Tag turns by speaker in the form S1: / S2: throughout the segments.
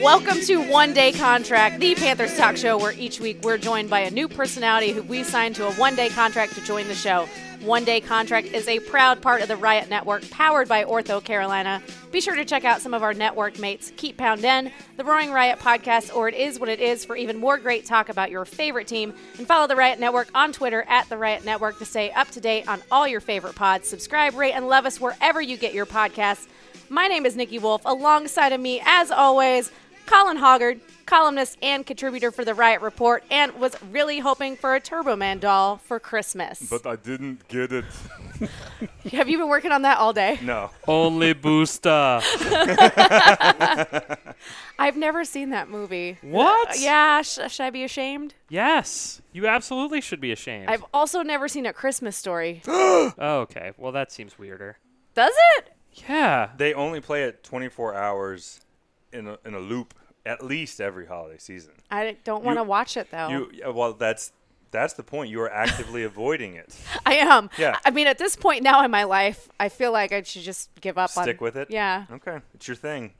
S1: Welcome to One Day Contract, the Panthers talk show where each week we're joined by a new personality who we signed to a one day contract to join the show. One Day Contract is a proud part of the Riot Network powered by Ortho Carolina. Be sure to check out some of our network mates, Keep Pound In, the Roaring Riot podcast, or It Is What It Is for even more great talk about your favorite team. And follow the Riot Network on Twitter at the Riot Network to stay up to date on all your favorite pods. Subscribe, rate, and love us wherever you get your podcasts. My name is Nikki Wolf. Alongside of me, as always, Colin Hoggard, columnist and contributor for the Riot Report, and was really hoping for a Turbo Man doll for Christmas.
S2: But I didn't get it.
S1: Have you been working on that all day?
S2: No.
S3: Only Boosta.
S1: I've never seen that movie.
S3: What?
S1: Yeah, sh- should I be ashamed?
S3: Yes. You absolutely should be ashamed.
S1: I've also never seen a Christmas story.
S3: oh, okay. Well, that seems weirder.
S1: Does it?
S3: Yeah.
S2: They only play it 24 hours in a, in a loop at least every holiday season.
S1: I don't want to
S2: You-
S1: watch it though.
S2: You yeah, well that's that's the point. You are actively avoiding it.
S1: I am.
S2: Yeah.
S1: I mean, at this point now in my life, I feel like I should just give up on
S2: Stick with it.
S1: Yeah.
S2: Okay. It's your thing.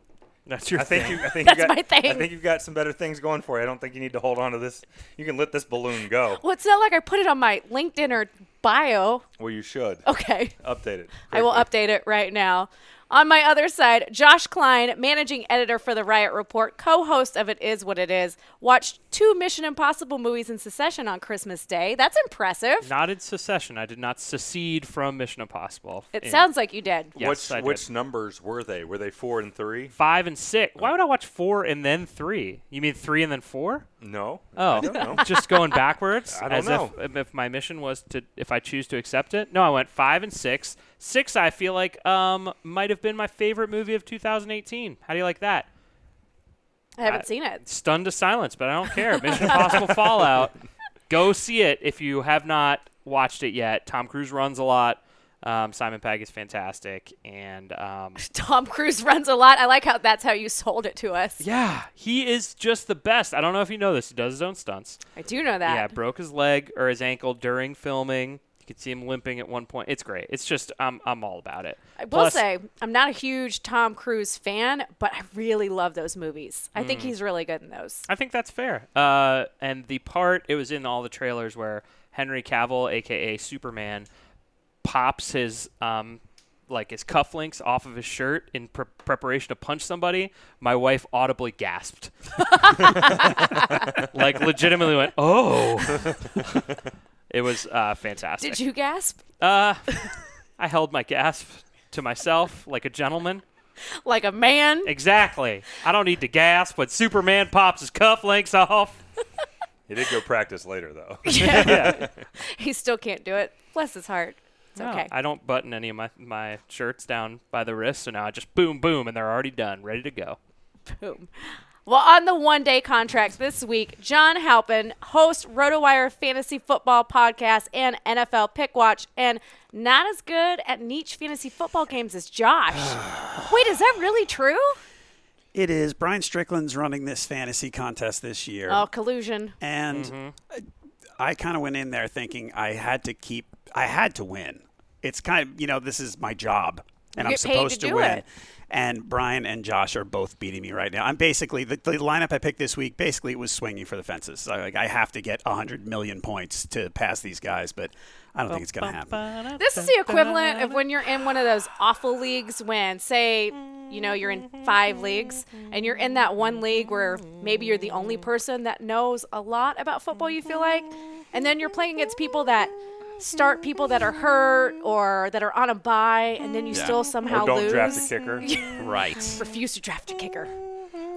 S3: That's your
S2: I think
S3: thing.
S2: you I think
S1: That's
S2: you got
S1: my thing.
S2: I think you've got some better things going for you. I don't think you need to hold on to this. You can let this balloon go.
S1: Well, it's not like I put it on my LinkedIn or bio.
S2: Well, you should.
S1: Okay.
S2: Update it.
S1: I will
S2: quickly.
S1: update it right now. On my other side, Josh Klein, managing editor for The Riot Report, co host of It Is What It Is, watched two Mission Impossible movies in succession on Christmas Day. That's impressive.
S3: not in secession. I did not secede from Mission Impossible.
S1: It
S3: In
S1: sounds like you did.
S3: Yes,
S2: which
S3: I did.
S2: which numbers were they? Were they 4 and 3?
S3: Five and six.
S2: Oh.
S3: Why would I watch four and then three? You mean three and then four?
S2: No.
S3: Oh,
S2: I don't know.
S3: just going backwards.
S2: I don't
S3: as
S2: know.
S3: If, if my mission was to, if I choose to accept it. No, I went five and six. Six, I feel like, um, might have been my favorite movie of 2018. How do you like that?
S1: I haven't seen it.
S3: stunned to silence, but I don't care. Mission Impossible Fallout. Go see it if you have not watched it yet. Tom Cruise runs a lot. Um, Simon Pegg is fantastic, and um,
S1: Tom Cruise runs a lot. I like how that's how you sold it to us.
S3: yeah, he is just the best. I don't know if you know this. He does his own stunts.
S1: I do know
S3: Yeah,
S1: that.
S3: broke his leg or his ankle during filming. You could see him limping at one point. It's great. It's just I'm I'm all about it.
S1: I will
S3: Plus-
S1: say, I'm not a huge Tom Cruise fan, but I really love those movies. I
S3: Mm.
S1: think he's really good in those.
S3: I think that's fair. Uh, and the part it was in all the trailers where Henry Cavill, aka Superman, pops his um, like his cufflinks off of his shirt in pre- preparation to punch somebody. My wife audibly gasped, like legitimately went, "Oh!" it was uh, fantastic.
S1: Did you gasp
S3: Uh, I held my gasp to myself like a gentleman.
S1: like a man?
S3: Exactly. I don't need to gasp when Superman pops his cufflinks off.
S2: He did go practice later though.
S3: Yeah.
S1: He still can't do it. Bless his heart. It's
S3: No,
S1: okay.
S3: Oh, I don't button any of my, my shirts down by the wrist, so now I just boom, boom, and they're already done, ready to go.
S1: Boom. Well, on the one day contract this week, John Halpin, host RotoWire Fantasy Football Podcast and NFL Pick Watch, and not as good at niche fantasy football games as Josh. Wait, is that really true?
S4: It is. Brian Strickland's running this fantasy contest this year.
S1: Oh, mm-hmm. collusion.
S4: And I kind of went in there thinking I had to keep, I had to win. It's kind of, you know, this is my job and
S1: You
S4: I'm
S1: get paid to
S4: supposed to,
S1: do
S4: win.
S1: it.
S4: And Brian and Josh are both beating me right now. I'm basically, the, the lineup I picked this week basically was swinging for the fences. So, like, I have to get 100 million points to pass these guys, but I don't think it's going to happen.
S1: This is the equivalent of when you're in one of those awful leagues when, say, you know, you're in five leagues and you're in that one league where maybe you're the only person that knows a lot about football, you feel like. And then you're playing against people that start people that are hurt or that are on a bye and then you still somehow
S2: Or don't
S1: lose.
S2: draft a kicker.
S4: Right.
S1: Refuse to draft a kicker.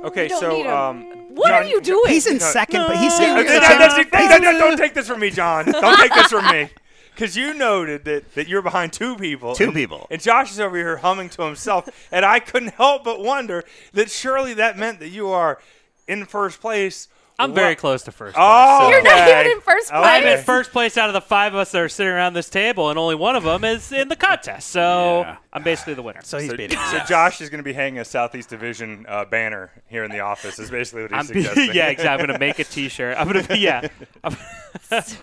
S2: Okay,
S1: don't need
S2: so
S1: 'em.
S2: um,
S1: What are
S2: John-
S1: you doing?
S4: He's in second, but he's getting
S2: Okay, no, no, see, no, no, don't take this from me, John. Don't take this from me. Because you noted that, that you're behind two people.
S4: Two
S2: and-
S4: people.
S2: And Josh is over here humming to himself. and I couldn't help but wonder that surely that meant that you are in first place.
S3: I'm
S2: Wha-
S3: very close to first
S2: Oh,
S3: place. so-
S1: You're not
S2: okay. Oh,
S1: even in first
S2: Okay.
S3: I'm in
S1: place.
S3: first place out of the five of us that are sitting around this table, and only one of them is in the contest. So
S4: Yeah.
S3: I'm basically the winner.
S4: So he's
S5: So,
S4: beating.
S5: so Josh is going to be hanging a Southeast Division uh, banner here in the office. Is basically what he's
S3: I'm be-
S5: suggesting.
S3: yeah, exactly. I'm gonna make a T-shirt. I'm gonna be yeah, I'm-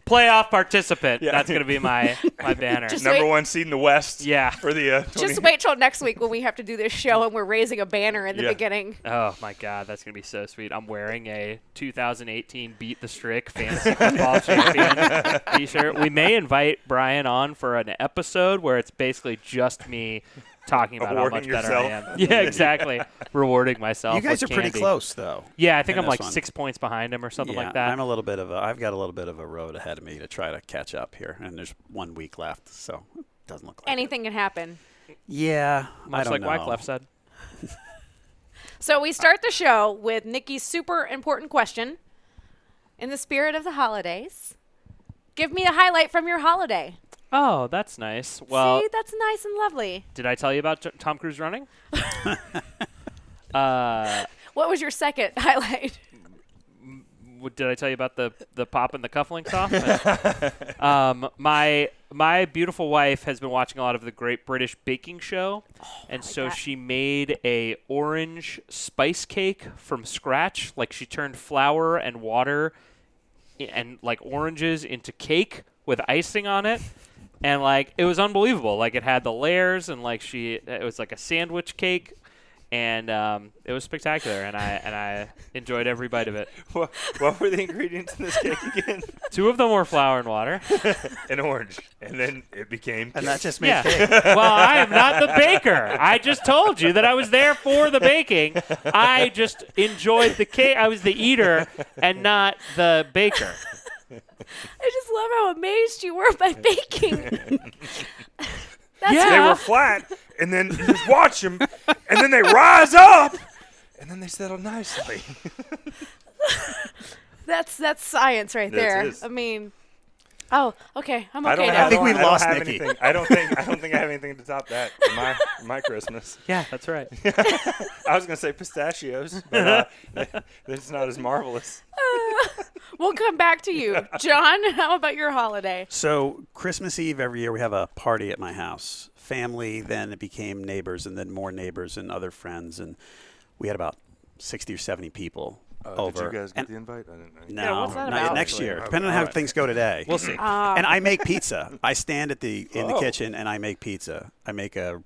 S3: playoff participant.
S5: Yeah.
S3: That's gonna be my my banner.
S1: Just-
S5: Number
S1: Wait.
S5: one seed in the West.
S3: Yeah.
S5: For the uh, 20
S1: Just wait till next week when we have to do this show and we're raising a banner in the
S5: Yeah.
S1: beginning.
S3: oh my god, that's gonna be so sweet. I'm wearing a 2018 Beat the Strick Fantasy Football Champion T-shirt. We may invite Brian on for an episode where it's basically just me. Talking about how much
S5: Awarding
S3: better I
S5: yourself.
S3: am. Yeah, exactly. Rewarding myself.
S4: You guys are
S3: with
S4: pretty
S3: candy.
S4: close though.
S3: Yeah, I think
S4: in
S3: I'm like
S4: this one.
S3: six points behind him or something
S4: Yeah,
S3: like that.
S4: I'm a little bit of a. I've got a little bit of a road ahead of me to try to catch up here, and there's one week left, so it doesn't look like
S1: Anything can happen.
S4: It. Yeah, I
S3: Much like
S4: don't know.
S3: Wyclef said.
S1: So we start the show with Nikki's super important question. In the spirit of the holidays, give me a highlight from your holiday.
S3: Oh, that's nice. Well,
S1: See, that's nice and lovely.
S3: Did I tell you about J- Tom Cruise running?
S1: What was your second highlight?
S3: W- Did I tell you about the the pop and the cufflinks off? um, my my beautiful wife has been watching a lot of the Great British Baking Show, and so
S1: God.
S3: she made a orange spice cake from scratch. Like she turned flour and water i- and like oranges into cake with icing on it. And like it was unbelievable. Like it had the layers and like she it was like a sandwich cake and um, it was spectacular and I and I enjoyed every bite of it.
S2: What, what were the ingredients in this cake again?
S3: Two of them were flour and water.
S2: An orange, and then it became.
S4: And that just made
S3: Yeah.
S4: cake.
S3: well, I am not the baker. I just told you that I was there for the baking. I just enjoyed the cake. I was the eater and not the baker.
S1: I just love how amazed you were by baking. That's
S3: Yeah.
S2: They were flat, and then you just watch them, and then they rise up, and then they settle nicely.
S1: That's that's science right
S5: That's
S1: there.
S5: it.
S1: I mean, oh, okay, I'm okay
S5: I don't
S1: now.
S5: have,
S4: I think we
S5: I don't
S4: lost
S2: have
S4: Nikki.
S2: anything. I don't think I don't think I have anything to top that for my for my Christmas.
S3: Yeah, that's right.
S2: I was gonna say pistachios, but uh, it's not as marvelous.
S1: we'll come back to you, John. How about your holiday?
S4: So Christmas Eve every year we have a party at my house. Family, then it became neighbors, and then more neighbors and other friends, and we had about sixty or seventy people over.
S2: Oh, Did you guys get
S4: and
S2: the invite? I didn't know.
S4: no,
S1: what's that
S4: not yet.
S1: about?
S4: next year,
S2: Okay,
S4: depending on how
S2: alright.
S4: things go today.
S3: We'll see.
S4: and I make pizza. I stand at the in the
S3: Oh.
S4: kitchen and I make pizza. I make a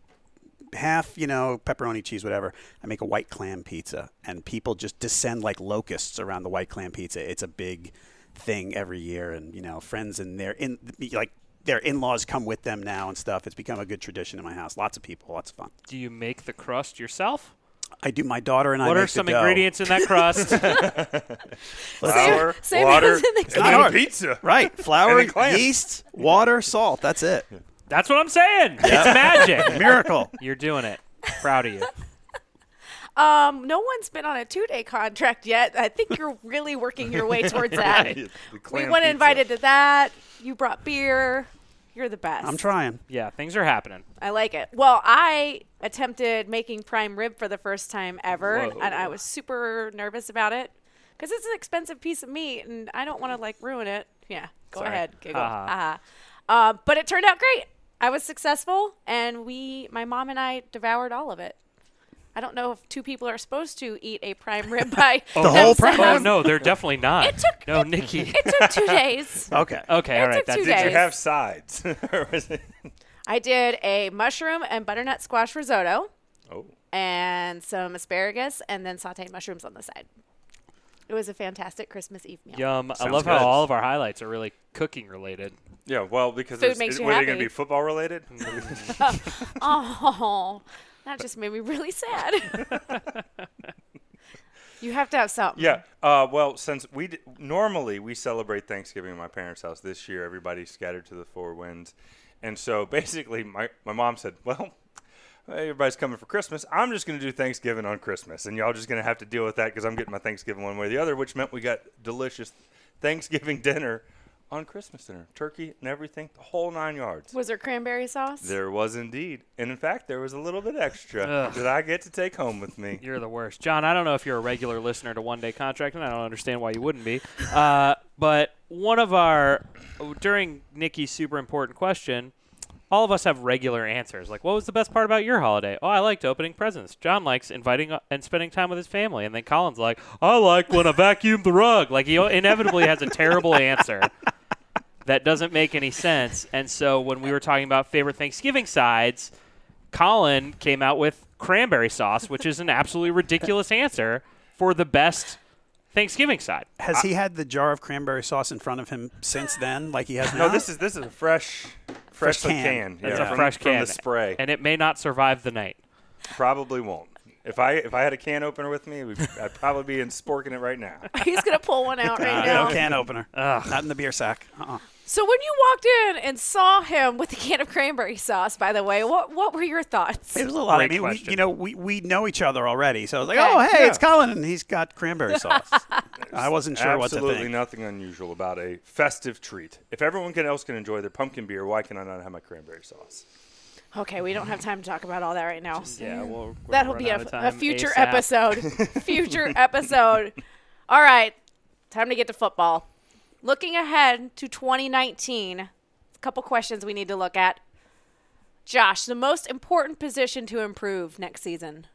S4: half, you know, pepperoni, cheese, whatever. I make a white clam pizza, and people just descend like locusts around the white clam pizza. It's a big thing every year, and you know, friends and their in like their in-laws come with them now and stuff. It's become a good tradition in my house. Lots of people, lots of fun.
S3: Do you make the crust yourself?
S4: I do. My daughter and I.
S3: What are
S4: make the
S3: some
S4: dough.
S3: ingredients in that crust?
S2: Flour,
S1: same
S2: water,
S1: as in the
S2: and
S1: kitchen.
S2: then
S4: Hard.
S2: pizza.
S4: Right, flour,
S2: And the clams.
S4: yeast, water, salt. That's it.
S3: That's what I'm saying. It's magic.
S4: Miracle.
S3: You're doing it. Proud of you.
S1: Um, no one's been on a two-day contract yet. I think you're really working your way towards that.
S2: The
S1: We
S2: clam
S1: went
S2: pizza.
S1: invited to that. You brought beer. You're the best.
S4: I'm trying.
S3: Yeah, things are happening.
S1: I like it. Well, I attempted making prime rib for the first time ever, and, and I was super nervous about it because it's an expensive piece of meat, and I don't want to like ruin it. Yeah, go
S3: Sorry.
S1: ahead, giggle.
S3: Ha
S1: Ah. Uh, but it turned out great. I was successful, and we, my mom and I, devoured all of it. I don't know if two people are supposed to eat a prime rib by
S4: The whole prime
S1: themselves.
S3: Oh no, they're definitely not.
S1: It took-
S3: no, Nikki.
S1: It took two days.
S4: Okay.
S3: Okay, all right.
S1: took
S3: That's
S1: two
S3: it.
S1: days.
S2: Did you have sides? Or was it-
S1: I did a mushroom and butternut squash risotto.
S2: oh,
S1: and some asparagus and then sauteed mushrooms on the side. It was a fantastic Christmas Eve meal.
S3: Yum. I
S2: Sounds
S3: love
S2: good.
S3: how all of our highlights are really cooking related.
S2: yeah. Well, because
S1: Food
S2: it's-
S1: makes
S2: it-
S1: you
S2: were they going
S1: happy.
S2: to be football related? Mm-hmm.
S1: Oh, that just made me really sad. you have to have something.
S2: Yeah. Uh, well, since we d- normally we celebrate Thanksgiving at my parents' house, this year everybody's scattered to the four winds, and so basically my my mom said, "Well, everybody's coming for Christmas. I'm just going to do Thanksgiving on Christmas, and y'all just going to have to deal with that because I'm getting my Thanksgiving one way or the other." Which meant we got delicious Thanksgiving dinner on Christmas dinner, turkey and everything, the whole nine yards.
S1: Was there cranberry sauce?
S2: There was indeed, and in fact, there was a little bit extra
S3: Ugh.
S2: that I get to take home with me.
S3: You're the worst, John. I don't know if you're a regular listener to One Day Contract, and I don't understand why you wouldn't be. Uh, but one of our during Nikki's super important question, all of us have regular answers. Like, what was the best part about your holiday? Oh, I liked opening presents. John likes inviting uh, and spending time with his family. And then Colin's like, I like when I vacuumed the rug. Like, he inevitably has a terrible answer that doesn't make any sense. And so when we were talking about favorite Thanksgiving sides, Colin came out with cranberry sauce, which is an absolutely ridiculous answer for the best Thanksgiving side.
S4: Has he had the jar of cranberry sauce in front of him since then? Like he has now?
S2: No, this is this is a fresh,
S4: Fresh
S2: freshly
S4: can.
S2: canned.
S3: It's
S2: yeah.
S3: a
S2: From-
S3: fresh
S2: from
S3: can
S2: the spray.
S3: and it may not survive the night.
S2: Probably won't. If I if I had a can opener with me, we'd, I'd probably be in sporking it right now.
S1: He's gonna pull one out right now.
S4: Uh, no can opener. Not in the beer sack. Uh-uh.
S1: So when you walked in and saw him with a can of cranberry sauce, by the way, what what were your thoughts?
S4: It was a lot.
S3: Great
S4: I mean, we,
S3: question.
S4: you know, we, we know each other already, so I was like,
S1: Okay.
S4: oh, hey,
S2: Yeah.
S4: it's Colin, and he's got cranberry sauce. I wasn't sure what to
S2: Absolutely
S4: think.
S2: nothing unusual about a festive treat. If everyone can, else can enjoy their pumpkin beer, why can I not have my cranberry sauce?
S1: Okay, we don't have time to talk about all that right now.
S3: Yeah, well,
S1: That'll be a, a future episode. future episode. All right, time to get to football. Looking ahead to 2019, a couple questions we need to look at. Josh, the most important position to improve next season.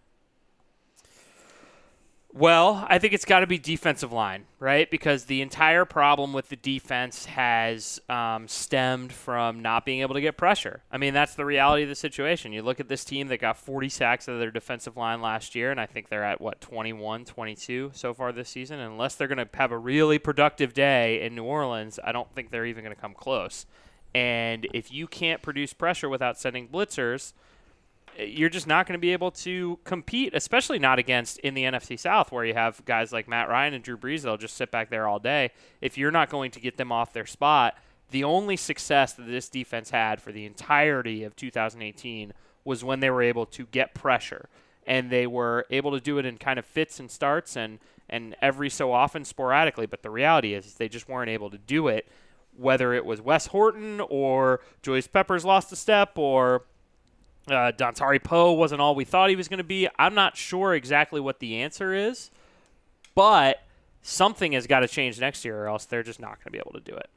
S3: Well, I think it's got to be defensive line, right? Because the entire problem with the defense has um, stemmed from not being able to get pressure. I mean, that's the reality of the situation. You look at this team that got 40 sacks of their defensive line last year, and I think they're at, what, 21, 22 so far this season. And unless they're going to have a really productive day in New Orleans, I don't think they're even going to come close. And if you can't produce pressure without sending blitzers, you're just not going to be able to compete, especially not against in the NFC South, where you have guys like Matt Ryan and Drew Brees that'll just sit back there all day. If you're not going to get them off their spot, the only success that this defense had for the entirety of 2018 was when they were able to get pressure. And they were able to do it in kind of fits and starts and, and every so often sporadically. But the reality is, is they just weren't able to do it, whether it was Wes Horton or Joyce Peppers lost a step or uh, Dontari Poe wasn't all we thought he was going to be. I'm not sure exactly what the answer is, but something has got to change next year, or else they're just not going to be able to do it.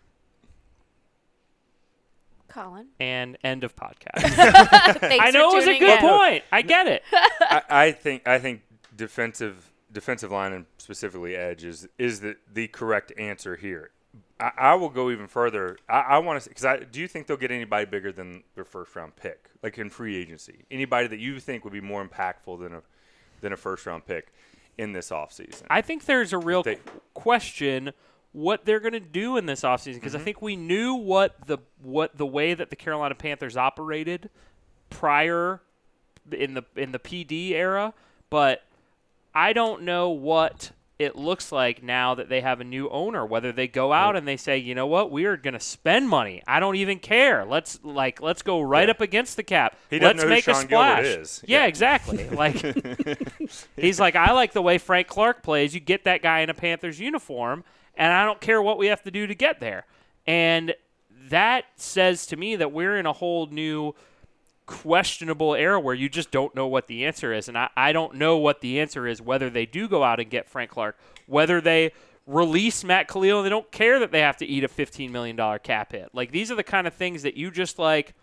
S1: Colin,
S3: And end of podcast.
S1: thanks
S3: I know it
S1: for
S3: was a
S1: tuning
S3: good
S1: in.
S3: point. I get it.
S2: I, I think I think defensive defensive line and specifically edge is is the the correct answer here. I, I will go even further. I, I want to because I do you think they'll get anybody bigger than their first round pick, like in free agency, anybody that you think would be more impactful than a than a first round pick in this offseason?
S3: I think there's a real
S2: They-
S3: qu- question what they're going to do in this offseason because I think we knew what the what the way that the Carolina Panthers operated prior in the in the PD era, but I don't know what it looks like now that they have a new owner whether they go out and they say you know what we are going to spend money i don't even care let's like let's go right up against the cap
S2: He doesn't
S3: let's
S2: know who
S3: make a
S2: Sean Gilbert
S3: splash
S2: is.
S3: yeah
S2: Yeah.
S3: exactly like He's like, I like the way Frank Clark plays. You get that guy in a Panthers uniform, and I don't care what we have to do to get there. And that says to me that we're in a whole new questionable era where you just don't know what the answer is. And I, I don't know what the answer is whether they do go out and get Frank Clark, whether they release Matt Khalil. They don't care that they have to eat a $15 million cap hit. Like, these are the kind of things that you just like,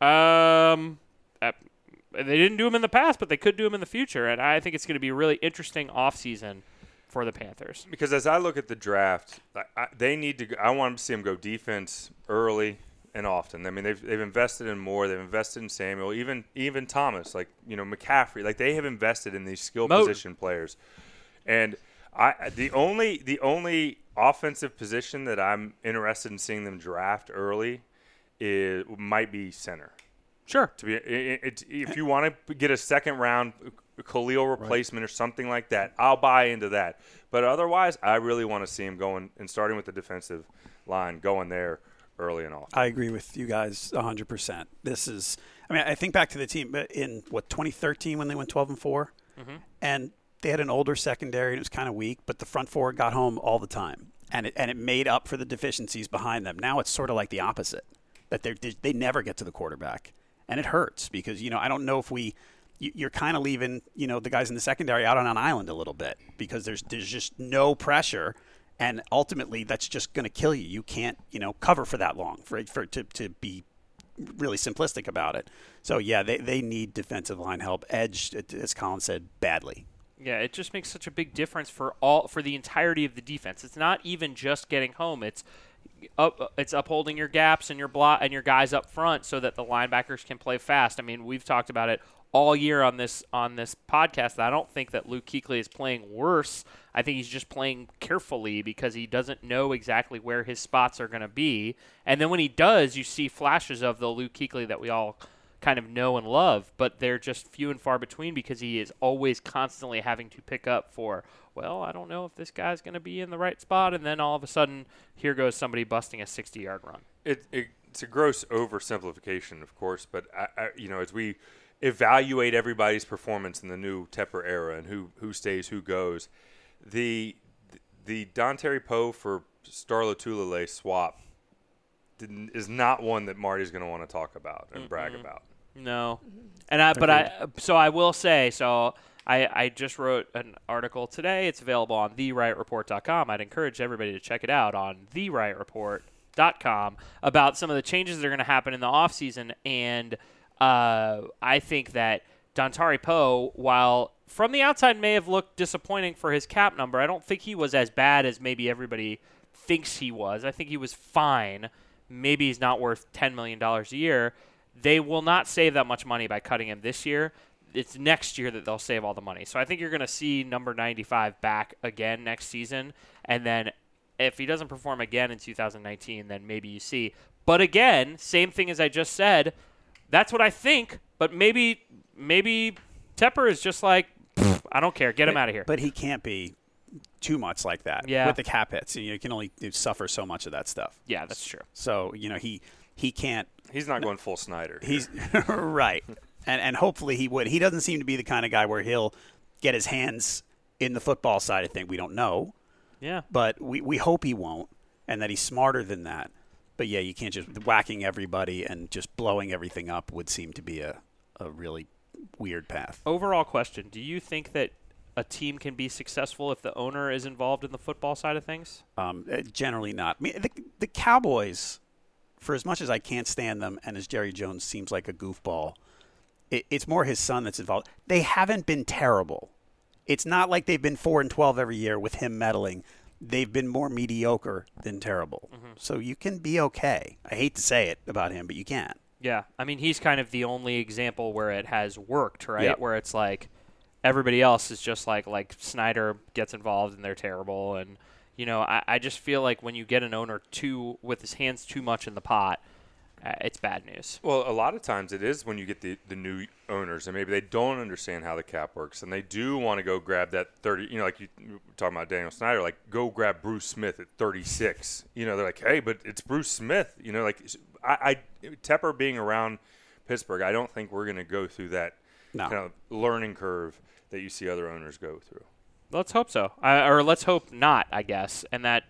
S3: um, uh, they didn't do them in the past, but they could do them in the future. And I think it's going to be a really interesting offseason for the Panthers.
S2: because as I look at the draft, I, I, they need to. Go, I want to see them go defense early and often. I mean, they've they've invested in Moore, they've invested in Samuel, even even Thomas, like you know McCaffrey, like they have invested in these skill
S3: Moten.
S2: position players. And I the only the only offensive position that I'm interested in seeing them draft early is might be center.
S3: Sure.
S2: To be, i- i- it's if you want to get a second round uh, Khalil replacement or something like that, I'll buy into that. But otherwise, I really want to see him going and starting with the defensive line, going there early and often.
S4: I agree with you guys 100%. This is, I mean, I think back to the team but in what, 2013 when they went 12 and 4? And they had an older secondary and it was kind of weak, but the front four got home all the time. And it, and it made up for the deficiencies behind them. Now it's sort of like the opposite that they're, they they never get to the quarterback. And it hurts because, you know, I don't know if we, you- you're kind of leaving, you know, the guys in the secondary out on an island a little bit because there's, there's just no pressure and ultimately that's just going to kill you. You can't, you know, cover for that long for for it to, to be really simplistic about it. So yeah, they, they need defensive line help. Edge, as Colin said, badly.
S3: Yeah, it just makes such a big difference for all for the entirety of the defense. It's not even just getting home. It's up, it's upholding your gaps and your block and your guys up front so that the linebackers can play fast. I mean, we've talked about it all year on this on this podcast. I don't think that Luke Kuechly is playing worse. I think he's just playing carefully because he doesn't know exactly where his spots are going to be. And then when he does, you see flashes of the Luke Kuechly that we all kind of know and love, but they're just few and far between because he is always constantly having to pick up for, well, I don't know if this guy's going to be in the right spot. And then all of a sudden, here goes somebody busting a 60 yard run.
S2: It, it, it's a gross oversimplification, of course, but, I, I, you know, as we evaluate everybody's performance in the new Tepper era and who, who stays, who goes, the, the Don Terry Poe for Star Latulele swap. Is not one that Marty's going to want to talk about and mm-hmm. brag about.
S3: No, and I but I so I will say so. I, I just wrote an article today. It's available on therightreport.com. I'd encourage everybody to check it out on therightreport.com about some of the changes that are going to happen in the offseason. And uh, I think that Dontari Poe, while from the outside may have looked disappointing for his cap number, I don't think he was as bad as maybe everybody thinks he was. I think he was fine. Maybe he's not worth $10 million a year they will not save that much money by cutting him this year. It's next year that they'll save all the money. So I think you're going to see number 95 back again next season. And then if he doesn't perform again in 2019, then maybe you see. But again, same thing as I just said. That's what I think. But maybe, maybe Tepper is just like, I don't care. Get him
S4: but,
S3: out of here.
S4: But he can't be too much like that
S3: yeah.
S4: with the cap hits. You, know, you can only suffer so much of that stuff.
S3: Yeah, that's true.
S4: So, you know, he he can't.
S2: He's not going full Snyder.
S4: Here. He's right, and and hopefully he would. He doesn't seem to be the kind of guy where he'll get his hands in the football side of thing. We don't know.
S3: Yeah.
S4: But we we hope he won't, and that he's smarter than that. But yeah, you can't just whacking everybody and just blowing everything up would seem to be a a really weird path.
S3: Overall question: Do you think that a team can be successful if the owner is involved in the football side of things?
S4: Um, generally not. I mean, the, the Cowboys for as much as I can't stand them, and as Jerry Jones seems like a goofball, it, it's more his son that's involved. They haven't been terrible. It's not like they've been four and twelve every year with him meddling. They've been more mediocre than terrible. Mm-hmm. So you can be okay. I hate to say it about him, but you can.
S3: Yeah, I mean he's kind of the only example where it has worked, right? Yeah. Where it's like everybody else is just like like Snyder gets involved and they're terrible and you know, I, I just feel like when you get an owner too with his hands too much in the pot, uh, it's bad news.
S2: Well, a lot of times it is when you get the, the new owners, and maybe they don't understand how the cap works, and they do want to go grab that 30, you know, like you talking about Daniel Snyder, like go grab Bruce Smith at 36. You know, they're like, hey, but it's Bruce Smith. You know, like I, I Tepper being around Pittsburgh, I don't think we're going to go through that
S4: no.
S2: kind of learning curve that you see other owners go through.
S3: Let's hope so, I, or let's hope not, I guess. And that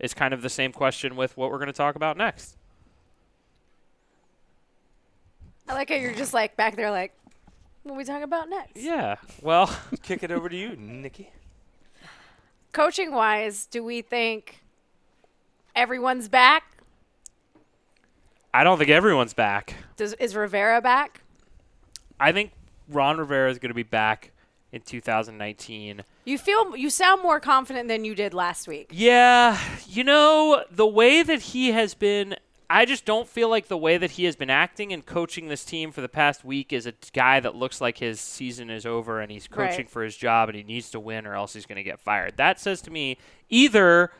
S3: is kind of the same question with what we're going to talk about next.
S1: I like how you're just like back there, like, what we talking about next?
S3: Yeah. Well,
S2: kick it over to you, Nikki.
S1: Coaching wise, do we think everyone's back?
S3: I don't think everyone's back.
S1: Does, is Rivera back?
S3: I think Ron Rivera is going to be back in 2019.
S1: You feel you sound more confident than you did last week.
S3: Yeah, you know, the way that he has been I just don't feel like the way that he has been acting and coaching this team for the past week is a guy that looks like his season is over and he's coaching
S1: Right.
S3: for his job and he needs to win or else he's going to get fired. That says to me either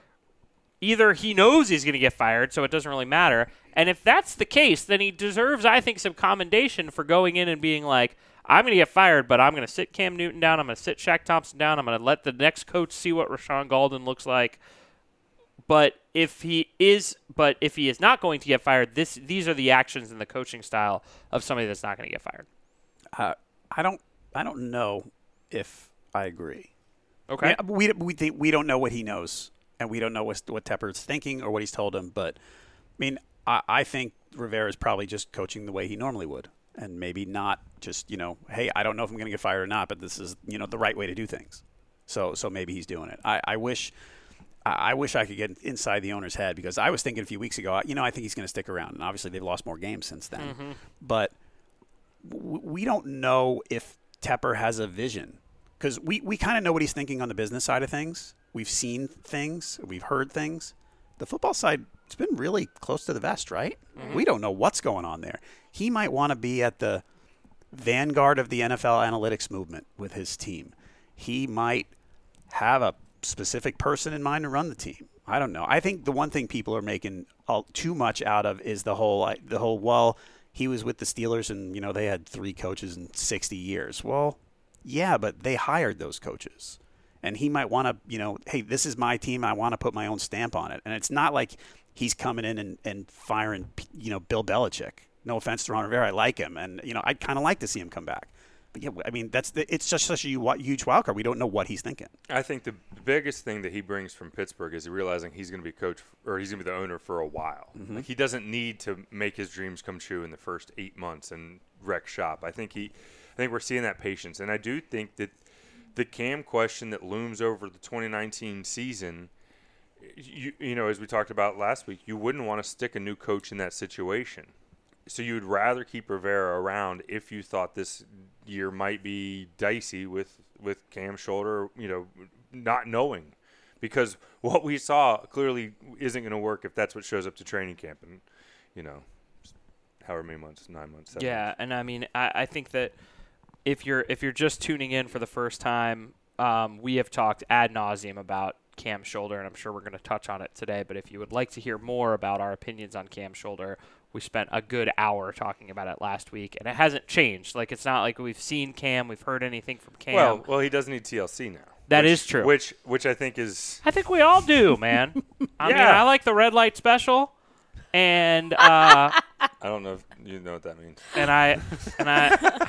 S3: either he knows he's going to get fired so it doesn't really matter. And if that's the case, then he deserves I think some commendation for going in and being like I'm going to get fired, but I'm going to sit Cam Newton down. I'm going to sit Shaq Thompson down. I'm going to let the next coach see what Rashawn Golden looks like. But if he is, but if he is not going to get fired, this these are the actions and the coaching style of somebody that's not going to get fired.
S4: Uh, I don't I don't know if I agree.
S3: Okay.
S4: Yeah, we we think we don't know what he knows, and we don't know what what Tepper's thinking or what he's told him. But I mean, I, I think Rivera's probably just coaching the way he normally would, and maybe not just you know, hey, I don't know if I'm going to get fired or not, but this is you know the right way to do things. So so maybe he's doing it. I, I wish I, I wish I could get inside the owner's head because I was thinking a few weeks ago, you know, I think he's going to stick around. And obviously, they've lost more games since then. But w- we don't know if Tepper has a vision because we, we kind of know what he's thinking on the business side of things. We've seen things, we've heard things. The football side, it's been really close to the vest, right? We don't know what's going on there. He might want to be at the vanguard of the NFL analytics movement with his team. He might have a specific person in mind to run the team. I don't know. I think the one thing people are making all, too much out of is the whole like, the whole well, he was with the Steelers and you know they had three coaches in 60 years. Well, yeah, but they hired those coaches. And he might want to, you know, hey, this is my team. I want to put my own stamp on it. And it's not like he's coming in and, and firing, you know, Bill Belichick. No offense to Ron Rivera. I like him. And, you know, I'd kind of like to see him come back. But yeah, I mean, that's the, it's just such a hu- huge wild card. We don't know what he's thinking.
S2: I think the biggest thing that he brings from Pittsburgh is realizing he's going to be coach or he's going to be the owner for a while. Like he doesn't need to make his dreams come true in the first eight months and wreck shop. I think he, I think we're seeing that patience, and I do think that the Cam question that looms over the 2019 season. You, you know, as we talked about last week, you wouldn't want to stick a new coach in that situation. So you would rather keep Rivera around if you thought this year might be dicey with with Cam Shoulder, you know, not knowing because what we saw clearly isn't going to work if that's what shows up to training camp and you know however many months, nine months, seven
S3: Yeah, and I mean, I, I think that if you're if you're just tuning in for the first time, um, we have talked ad nauseum about Cam Shoulder, and I'm sure we're going to touch on it today. But if you would like to hear more about our opinions on Cam Shoulder, we spent a good hour talking about it last week, and it hasn't changed. Like it's not like we've seen Cam, we've heard anything from Cam.
S2: Well, well, he does need TLC now.
S3: That
S2: That is
S3: is true.
S2: Which which I think is
S3: I think we all do, man. I mean,
S2: Yeah.
S3: I like the red light special, and uh,
S2: I don't know if you know what that means.
S3: and I and I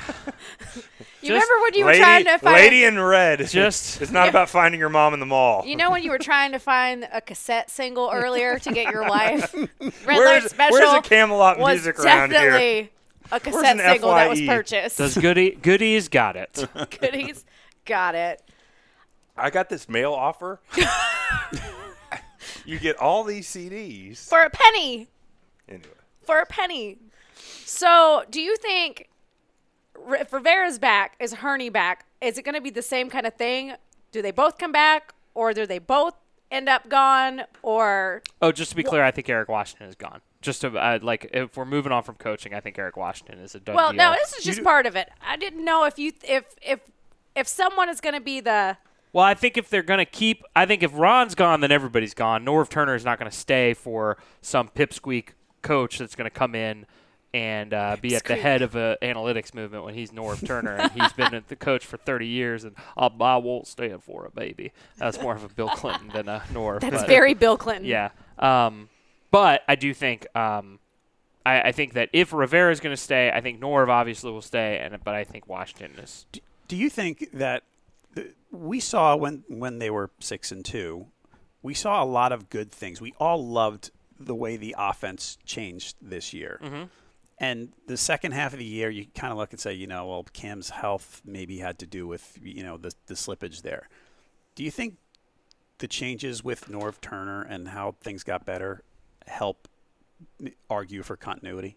S1: You remember when you were
S2: lady,
S1: trying to find
S2: lady in red.
S3: Just-
S2: it's not about finding your mom in the mall.
S1: You know when you were trying to find a cassette single earlier to get your wife? Red
S2: where's
S1: Light Special
S2: where's the Camelot
S1: was
S2: music around
S1: definitely
S2: here?
S1: a cassette
S2: an E?
S1: single that was
S2: FYE?
S1: purchased.
S3: does goodie goodies got it.
S1: Goodies. Got it.
S2: I got this mail offer. you get all these CDs.
S1: For a penny.
S2: Anyway.
S1: For a penny. So do you think R- if Rivera's back, is Herney back? Is it going to be the same kind of thing? Do they both come back or do they both end up gone or
S3: Oh, just to be clear, I think Eric Washington is gone. Just to uh, like, if we're moving on from coaching, I think Eric Washington is a done
S1: Well,
S3: deal.
S1: no, this is just part of it. I didn't know if you if if if someone is going to be the
S3: well, I think if they're gonna keep, I think if Ron's gone, then everybody's gone. Norv Turner is not gonna stay for some pipsqueak coach that's gonna come in and uh, be at the head of a analytics movement when he's Norv Turner and he's been at the coach for 30 years and I'll, I won't stand for it, baby. That's more of a Bill Clinton than a Norv.
S1: that's
S3: but-
S1: very Bill Clinton.
S3: Yeah. Um, but I do think um, I, I think that if Rivera is going to stay, I think Norv obviously will stay, and but I think Washington is.
S4: Do you think that th- we saw when when they were six and two, we saw a lot of good things. We all loved the way the offense changed this year.
S2: Mm-hmm.
S4: And the second half of the year, you kind of look and say, you know, well, Cam's health maybe had to do with you know the the slippage there. Do you think the changes with Norv Turner and how things got better help n- argue for continuity?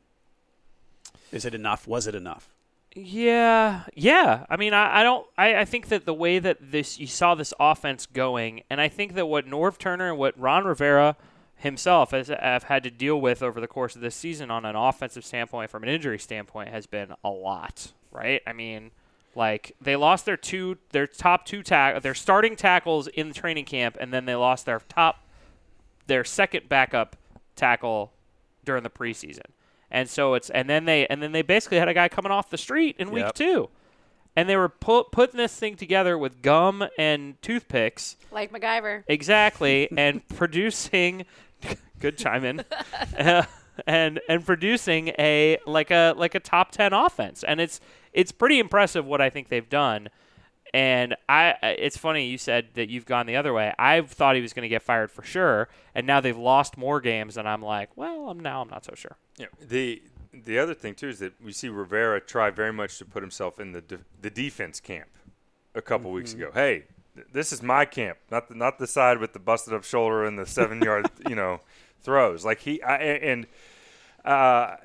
S4: Is it enough? Was it enough?
S3: Yeah, yeah. I mean, I, I don't. I, I think that the way that this you saw this offense going, and I think that what Norv Turner and what Ron Rivera himself has have had to deal with over the course of this season on an offensive standpoint, from an injury standpoint, has been a lot. Right? I mean, like they lost their two, their top two tack, their starting tackles in the training camp, and then they lost their top their second backup tackle during the preseason. And so it's and then they and then they basically had a guy coming off the street in week
S4: Yep.
S3: 2. And they were pu- putting this thing together with gum and toothpicks
S1: like MacGyver.
S3: exactly and producing good chime in. and and producing a like a like a top 10 offense. And it's it's pretty impressive what I think they've done. And I, I- it's funny you said that you've gone the other way. I thought he was going to get fired for sure, and now they've lost more games, and I'm like, well, I'm now I'm not so sure.
S2: Yeah. The the other thing too is that we see Rivera try very much to put himself in the de- the defense camp a couple weeks ago. Hey, this is my camp, not the, not the side with the busted up shoulder and the seven yard, you know, throws. Like he I, and uh,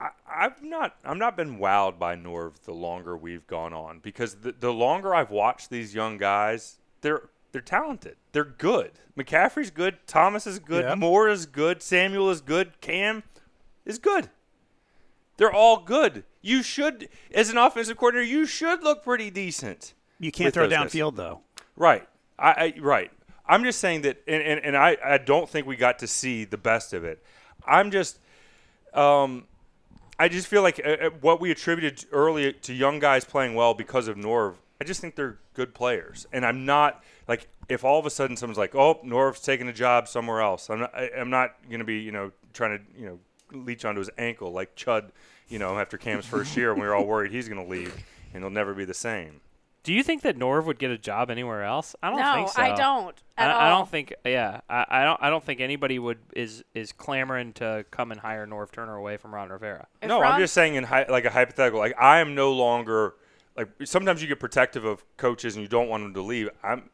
S2: I, I've not I'm not been wowed by Norv the longer we've gone on because the, the longer I've watched these young guys, they're they're talented. They're good. McCaffrey's good. Thomas is good.
S4: Yep.
S2: Moore is good. Samuel is good. Cam is good. They're all good. You should, as an offensive coordinator, you should look pretty decent.
S4: You can't
S2: With
S4: throw
S2: those guys.
S4: downfield though.
S2: Right. I, I right. I'm just saying that, and, and, and I, I don't think we got to see the best of it. I'm just, um, I just feel like uh, uh, what we attributed early to young guys playing well because of Norv. I just think they're good players, and I'm not like if all of a sudden someone's like, "Oh, Norv's taking a job somewhere else." I'm not, I, I'm not going to be you know trying to you know leech onto his ankle like Chud, you know, after Cam's first year, and we were all worried he's going to leave and he'll never be the same.
S3: Do you think that Norv would get a job anywhere else? I don't
S1: no,
S3: think so.
S1: I don't. At
S3: I,
S1: all.
S3: I don't think. Yeah, I, I don't. I don't think anybody would is is clamoring to come and hire Norv Turner away from Ron Rivera.
S1: If
S2: no,
S1: Ron-
S2: I'm just saying in hy- like a hypothetical. Like I am no longer like sometimes you get protective of coaches and you don't want them to leave. I'm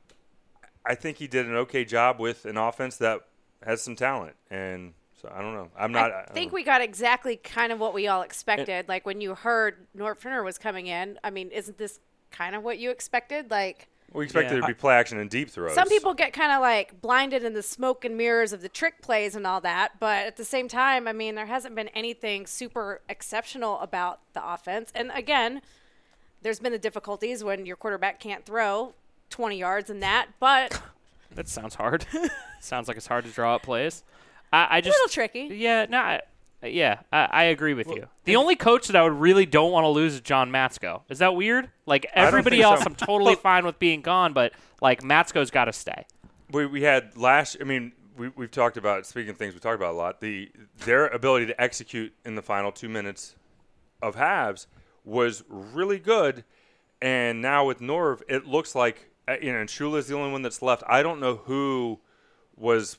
S2: I think he did an okay job with an offense that has some talent and so I don't know. I'm not
S3: uh,
S1: I
S2: don't
S1: think
S2: know.
S1: we got exactly kind of what we all expected. like when you heard Norv Turner was coming in, I mean, isn't this kind of what you expected? Like
S2: we expected
S3: Yeah.
S2: it to be play action and deep throws.
S1: some people get kind of like blinded in the smoke and mirrors of the trick plays and all that, but at the same time, I mean, there hasn't been anything super exceptional about the offense. And again, there's been the difficulties when your quarterback can't throw 20 yards and that, but
S3: That sounds hard. sounds like it's hard to draw up plays. I, I just
S1: little tricky.
S3: Yeah, no, I, yeah, I, I agree with you. The only coach that I would really don't want to lose is John Matsko. Is that weird? Like
S2: don't
S3: everybody
S2: think so.
S3: else, I'm totally fine with being gone, but like Matsko's got to stay.
S2: we, we had last I mean we, we've talked about speaking of things we talked about a lot the their ability to execute in the final two minutes of halves was really good and now with Norv it looks like uh, you know and Shula's the only one that's left I don't know who was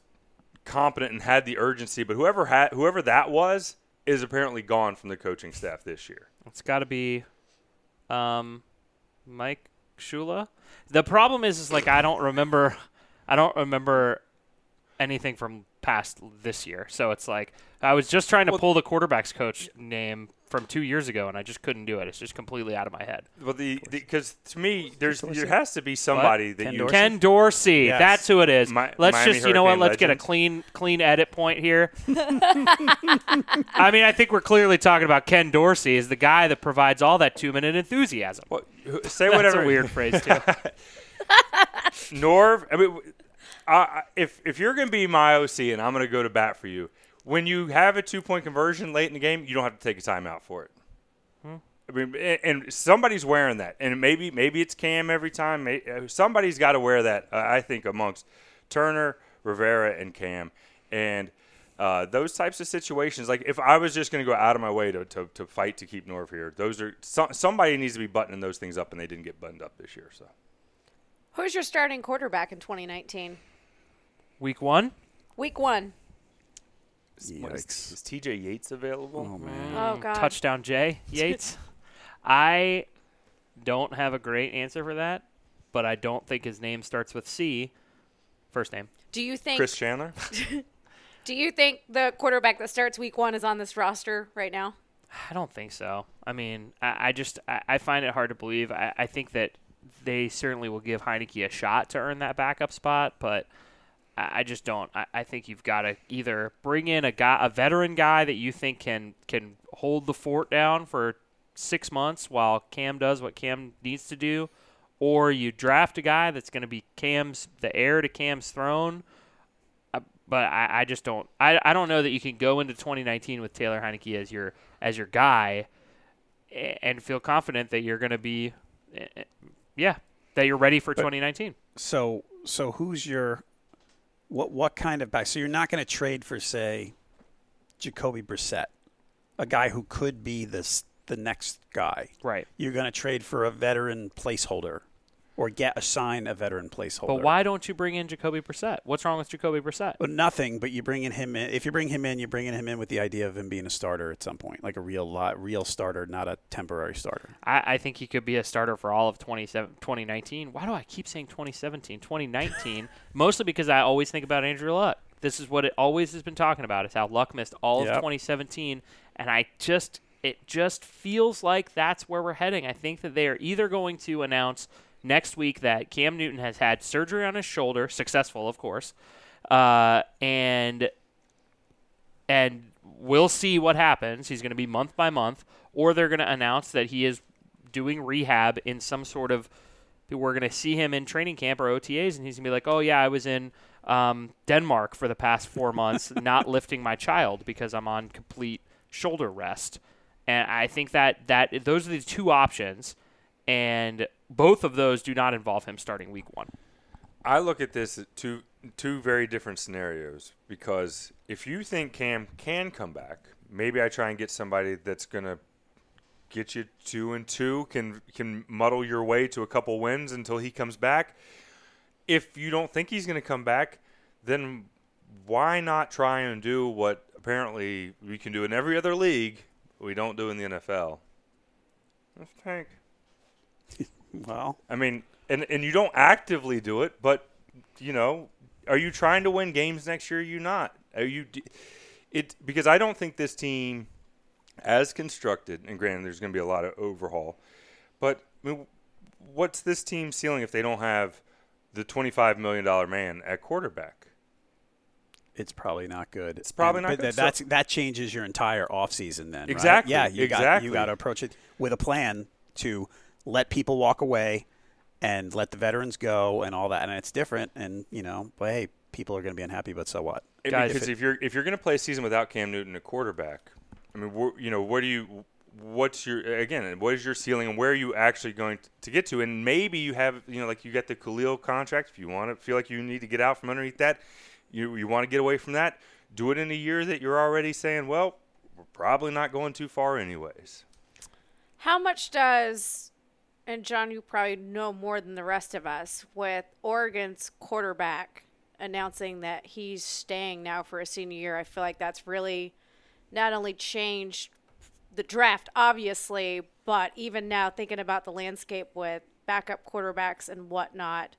S2: competent and had the urgency but whoever had whoever that was is apparently gone from the coaching staff this year
S3: It's got to be um, Mike Shula. The problem is, is like I don't remember, I don't remember anything from past this year. So it's like I was just trying to pull the quarterbacks coach name from two years ago, and I just couldn't do it. It's just completely out of my head.
S2: well the because to me there's there has to be somebody that
S4: Ken
S2: you
S4: Dorsey?
S3: Ken Dorsey,
S4: Yes.
S3: that's who it is.
S2: Mi-
S3: let's
S2: Miami
S3: just, you know what?
S2: Hurricane
S3: Let's get a
S2: legend.
S3: clean, clean edit point here. I mean, I think we're clearly talking about Ken Dorsey is the guy that provides all that two-minute enthusiasm.
S2: Well, who- say
S3: That's
S2: whatever
S3: a weird phrase too.
S2: Norv, I mean, w- I- I- if if you're going to be my OC and I'm going to go to bat for you, when you have a two point conversion late in the game, you don't have to take a timeout for it. I mean, a- and, somebody's wearing that, and maybe maybe it's Cam every time. May- uh, Somebody's got to wear that. Uh, I think amongst Turner, Rivera, and Cam, and. Uh, those types of situations, like if I was just going to go out of my way to, to, to fight to keep Norv here, those are so, somebody needs to be buttoning those things up, and they didn't get buttoned up this year. So
S1: who's your starting quarterback in 2019?
S3: Week one.
S1: Week 1.
S4: Yikes.
S2: Is TJ Yates available?
S4: Oh man.
S1: Oh god.
S3: touchdown Jay Yates. I don't have a great answer for that, but I don't think his name starts with C. First name.
S1: Do you think
S2: Chris Chandler?
S1: Do you think the quarterback that starts week one is on this roster right now?
S3: I don't think so. I mean, I, I just I, I find it hard to believe. I, I think that they certainly will give Heineke a shot to earn that backup spot, but I, I just don't. I, I think you've got to either bring in a guy, a veteran guy that you think can can hold the fort down for six months while Cam does what Cam needs to do, or you draft a guy that's going to be Cam's the heir to Cam's throne. I- but I, I just don't I, I don't know that you can go into 2019 with Taylor Heineke as your as your guy a- and feel confident that you're going to be eh, eh, yeah that you're ready for 2019.
S4: So so who's your what what kind of back? So you're not going to trade for say Jacoby Brissett, a guy who could be this the next guy.
S3: Right.
S4: You're going to trade for a veteran placeholder. or get assign a veteran placeholder.
S3: But why don't you bring in Jacoby Brissett? What's wrong with Jacoby Brissett?
S4: Well, nothing, but you bringing him in. If you bring him in, you're bringing him in with the idea of him being a starter at some point, like a real lot, real starter, not a temporary starter.
S3: I, I think he could be a starter for all of 27 2019. Why do I keep saying 2017? 2019, mostly because I always think about Andrew Luck. This is what it always has been talking about is how Luck missed all
S4: Yep.
S3: of 2017, and I just it just feels like that's where we're heading. I think that they are either going to announce next week that Cam Newton has had surgery on his shoulder, successful, of course, uh, and and we'll see what happens. He's going to be month by month, or they're going to announce that he is doing rehab in some sort of. We're going to see him in training camp or OTAs, and he's going to be like, "Oh yeah, I was in um, Denmark for the past four months, not lifting my child because I'm on complete shoulder rest." And I think that that those are the two options, and both of those do not involve him starting week one.
S2: I look at this at two two very different scenarios because if you think Cam can come back, maybe I try and get somebody that's gonna get you two and two, can can muddle your way to a couple wins until he comes back. If you don't think he's gonna come back, then why not try and do what apparently we can do in every other league we don't do in the NFL? Let's tank.
S4: Well,
S2: I mean, and and you don't actively do it, but you know, are you trying to win games next year? Are you not? Are you? d- It because I don't think this team, as constructed, and granted, there's going to be a lot of overhaul, but I mean, what's this team ceiling if they don't have the twenty-five million dollar man at quarterback?
S4: it's probably not good. It's
S2: probably not
S4: but
S2: good.
S4: that- That's, that changes your entire offseason then. right?
S2: Exactly,
S4: Yeah, you got
S2: exactly.
S4: you got to approach it with a plan to let people walk away and let the veterans go and all that. And it's different. And you know, but hey, people are going to be unhappy, but so what?
S2: It-
S3: Guys,
S2: because
S3: it-
S2: if you're if you're going to play a season without Cam Newton at quarterback, I mean, wh- you know, what do you? What's your again? What is your ceiling, and where are you actually going t- to get to? And maybe you have, you know, like you got the Khalil contract. If you want to feel like you need to get out from underneath that, you you want to get away from that. Do it in a year that you're already saying, well, we're probably not going too far, anyways.
S1: How much does, and John, you probably know more than the rest of us, with Oregon's quarterback announcing that he's staying now for a senior year? I feel like that's really not only changed the draft, obviously, but even now thinking about the landscape with backup quarterbacks and whatnot,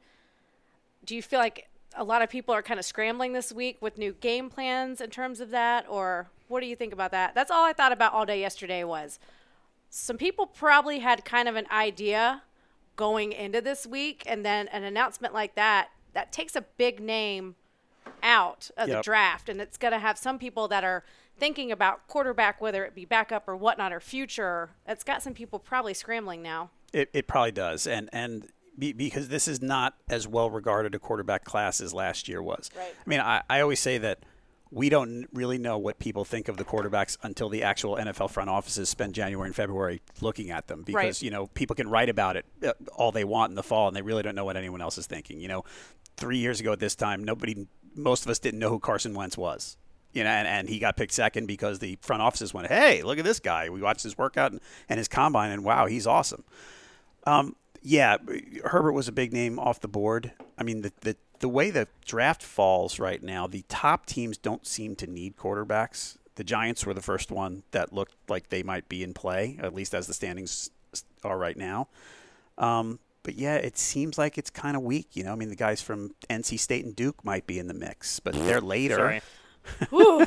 S1: do you feel like a lot of people are kind of scrambling this week with new game plans in terms of that? Or what do you think about that? That's all I thought about all day yesterday was some people probably had kind of an idea going into this week and then an announcement like that that takes a big name out of the
S4: Yep.
S1: draft and it's going to have some people that are thinking about quarterback whether it be backup or whatnot or future it's got some people probably scrambling now
S4: It, it probably does, and and be, because this is not as well regarded a quarterback class as last year was.
S1: Right.
S4: I mean, I, I always say that we don't really know what people think of the quarterbacks until the actual NFL front offices spend January and February looking at them because
S1: Right.
S4: you know people can write about it uh, all they want in the fall and they really don't know what anyone else is thinking. You know, three years ago at this time, nobody, most of us didn't know who Carson Wentz was. You know, and, and he got picked second because the front offices went, "Hey, look at this guy! We watched his workout and, and his combine, and wow, he's awesome." yeah, Herbert was a big name off the board. I mean, the, the the way the draft falls right now, the top teams don't seem to need quarterbacks. The Giants were the first one that looked like they might be in play, at least as the standings are right now. Um, but yeah, it seems like it's kind of weak. You know, I mean, the guys from NC State and Duke might be in the mix, but they're later.
S3: Sorry.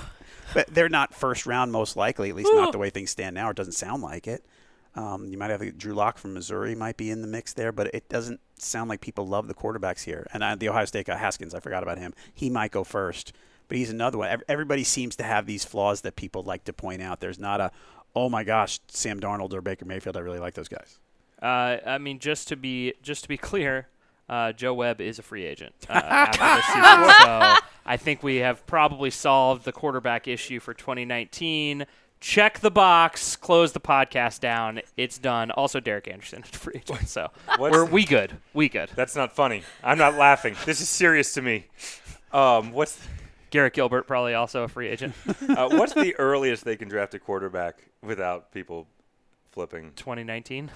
S4: But they're not first round, most likely. At least not the way things stand now. It doesn't sound like it. Um, you might have Drew Lock from Missouri might be in the mix there, but it doesn't sound like people love the quarterbacks here. And uh, the Ohio State guy Haskins, I forgot about him. He might go first, but he's another one. Ev- Everybody seems to have these flaws that people like to point out. There's not a, oh my gosh, Sam Darnold or Baker Mayfield. I really like those guys.
S3: Uh, I mean, just to be just to be clear, uh, Joe Webb is a free agent uh, after this season. So I think we have probably solved the quarterback issue for 2019. Check the box, close the podcast down. It's done. Also, Derek Anderson is a free agent. So
S2: What's-
S3: we're we good. We good.
S2: That's not funny. I'm not laughing. This is serious to me. Um, what's
S3: Garrett Gilbert probably also a free agent.
S2: uh, what's the earliest they can draft a quarterback without people flipping?
S3: 2019.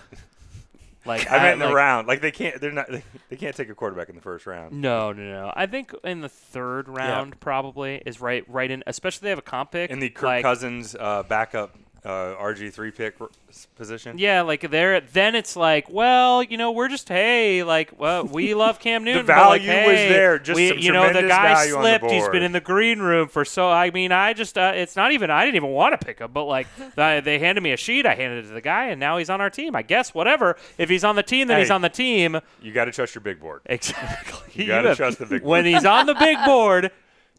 S3: Like
S2: I meant in
S3: like,
S2: the round. Like they can't. They're not. They, they can't take a quarterback in the first round.
S3: No, no, no. I think in the third round probably is right, right in. Especially they have a comp pick
S2: In the Kirk
S3: like,
S2: Cousins uh, backup uh, RG three pick r- s- position.
S3: Yeah, like there. Then it's like, well, you know, we're just hey, like, well, we love Cam Newton. but, like,
S2: value was
S3: hey,
S2: there, just
S3: we,
S2: some
S3: you know, the
S2: tremendous
S3: guy
S2: value on the
S3: slipped. He's
S2: board.
S3: been in the green room for so. I mean, I just, uh, it's not even. I didn't even want to pick him, but like, I, they handed me a sheet. I handed it to the guy, and now he's on our team. I guess whatever. If he's on the team, then he's
S2: Hey.
S3: on the team.
S2: You got to trust your big board.
S3: Exactly.
S2: You gotta trust the big
S3: When
S2: board.
S3: he's on the big board,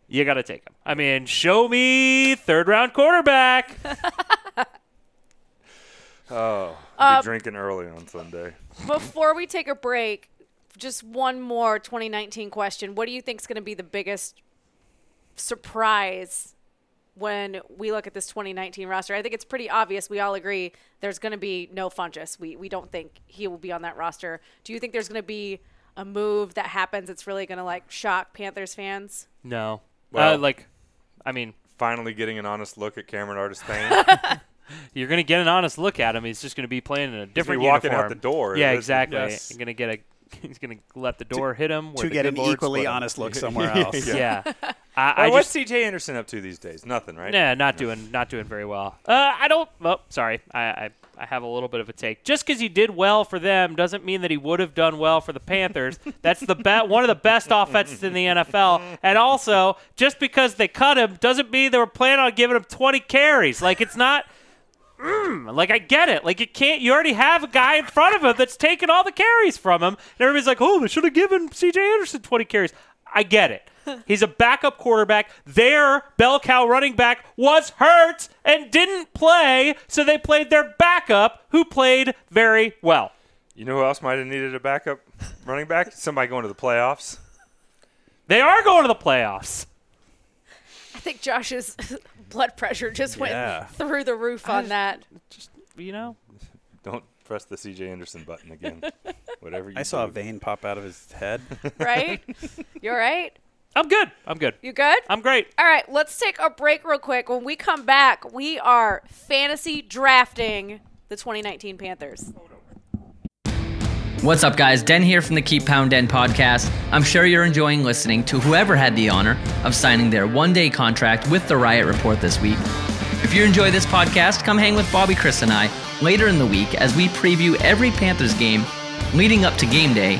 S3: you gotta take him. I mean, show me third round quarterback.
S2: Oh,
S3: Uh,
S2: you're drinking early on Sunday.
S1: Before we take a break, just one more 2019 question. What do you think is going to be the biggest surprise when we look at this 2019 roster? I think it's pretty obvious. We all agree there's going to be no Fungus. We we don't think he will be on that roster. Do you think there's going to be a move that happens that's really going to like shock Panthers fans?
S3: No.
S2: Well-
S3: uh, like, I mean,
S2: Finally getting an honest look at Cameron Artistane.
S3: you're gonna get an honest look at him. He's just gonna be playing in a different
S2: walking out
S3: uniform.
S2: the door.
S3: Yeah,
S2: This-
S3: exactly.
S4: Yes.
S3: You're gonna get a. He's gonna let the door hit him. where
S4: to
S3: the
S4: get
S3: good
S4: an
S3: Lord
S4: equally
S3: split him.
S4: honest look somewhere else.
S3: Yeah. I, I
S2: Well,
S3: just
S2: what's CJ Anderson up to these days? Nothing, right?
S3: Nah, not doing not doing very well. Uh, I don't. Oh, sorry. I, I I have a little bit of a take. Just because he did well for them doesn't mean that he would have done well for the Panthers. That's the be- one of the best offenses in the NFL. And also, just because they cut him doesn't mean they were planning on giving him 20 carries. Like it's not. Mm, like I get it. Like you can't. You already have a guy in front of him that's taking all the carries from him, and everybody's like, "Oh, they should have given C.J. Anderson 20 carries." I get it. He's a backup quarterback. Their bell cow running back was hurt and didn't play, so they played their backup, who played very well.
S2: You know who else might have needed a backup running back? Somebody going to the playoffs.
S3: They are going to the playoffs.
S1: I think Josh's blood pressure just
S4: Yeah.
S1: went through the roof on that.
S3: Just you know,
S2: Don't press the CJ Anderson button again. Whatever you
S4: I saw a
S2: do.
S4: vein pop out of his head.
S1: Right? you all right?
S3: I'm good. I'm good.
S1: You good?
S3: I'm great.
S1: All right, let's take a break real quick. When we come back, we are fantasy drafting the 2019 Panthers.
S6: What's up, guys? Den here from the Keep Pound Den podcast. I'm sure you're enjoying listening to whoever had the honor of signing their one day contract with the Riot Report this week. If you enjoy this podcast, come hang with Bobby, Chris, and I later in the week as we preview every Panthers game leading up to game day,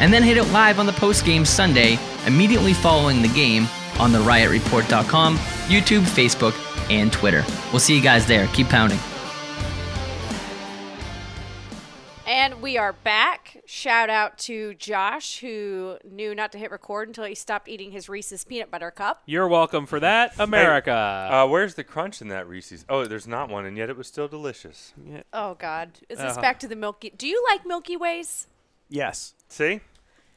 S6: and then hit it live on the post game Sunday immediately following the game on the riotreport.com, YouTube, Facebook, and Twitter. We'll see you guys there. Keep pounding.
S1: And we are back. Shout out to Josh, who knew not to hit record until he stopped eating his Reese's peanut butter cup.
S3: You're welcome for that, America.
S2: Uh, where's the crunch in that Reese's? Oh, there's not one, and yet it was still delicious.
S1: Oh, God. Is
S2: Uh-huh.
S1: this back to the Milky? Do you like Milky Ways?
S4: yes.
S2: See?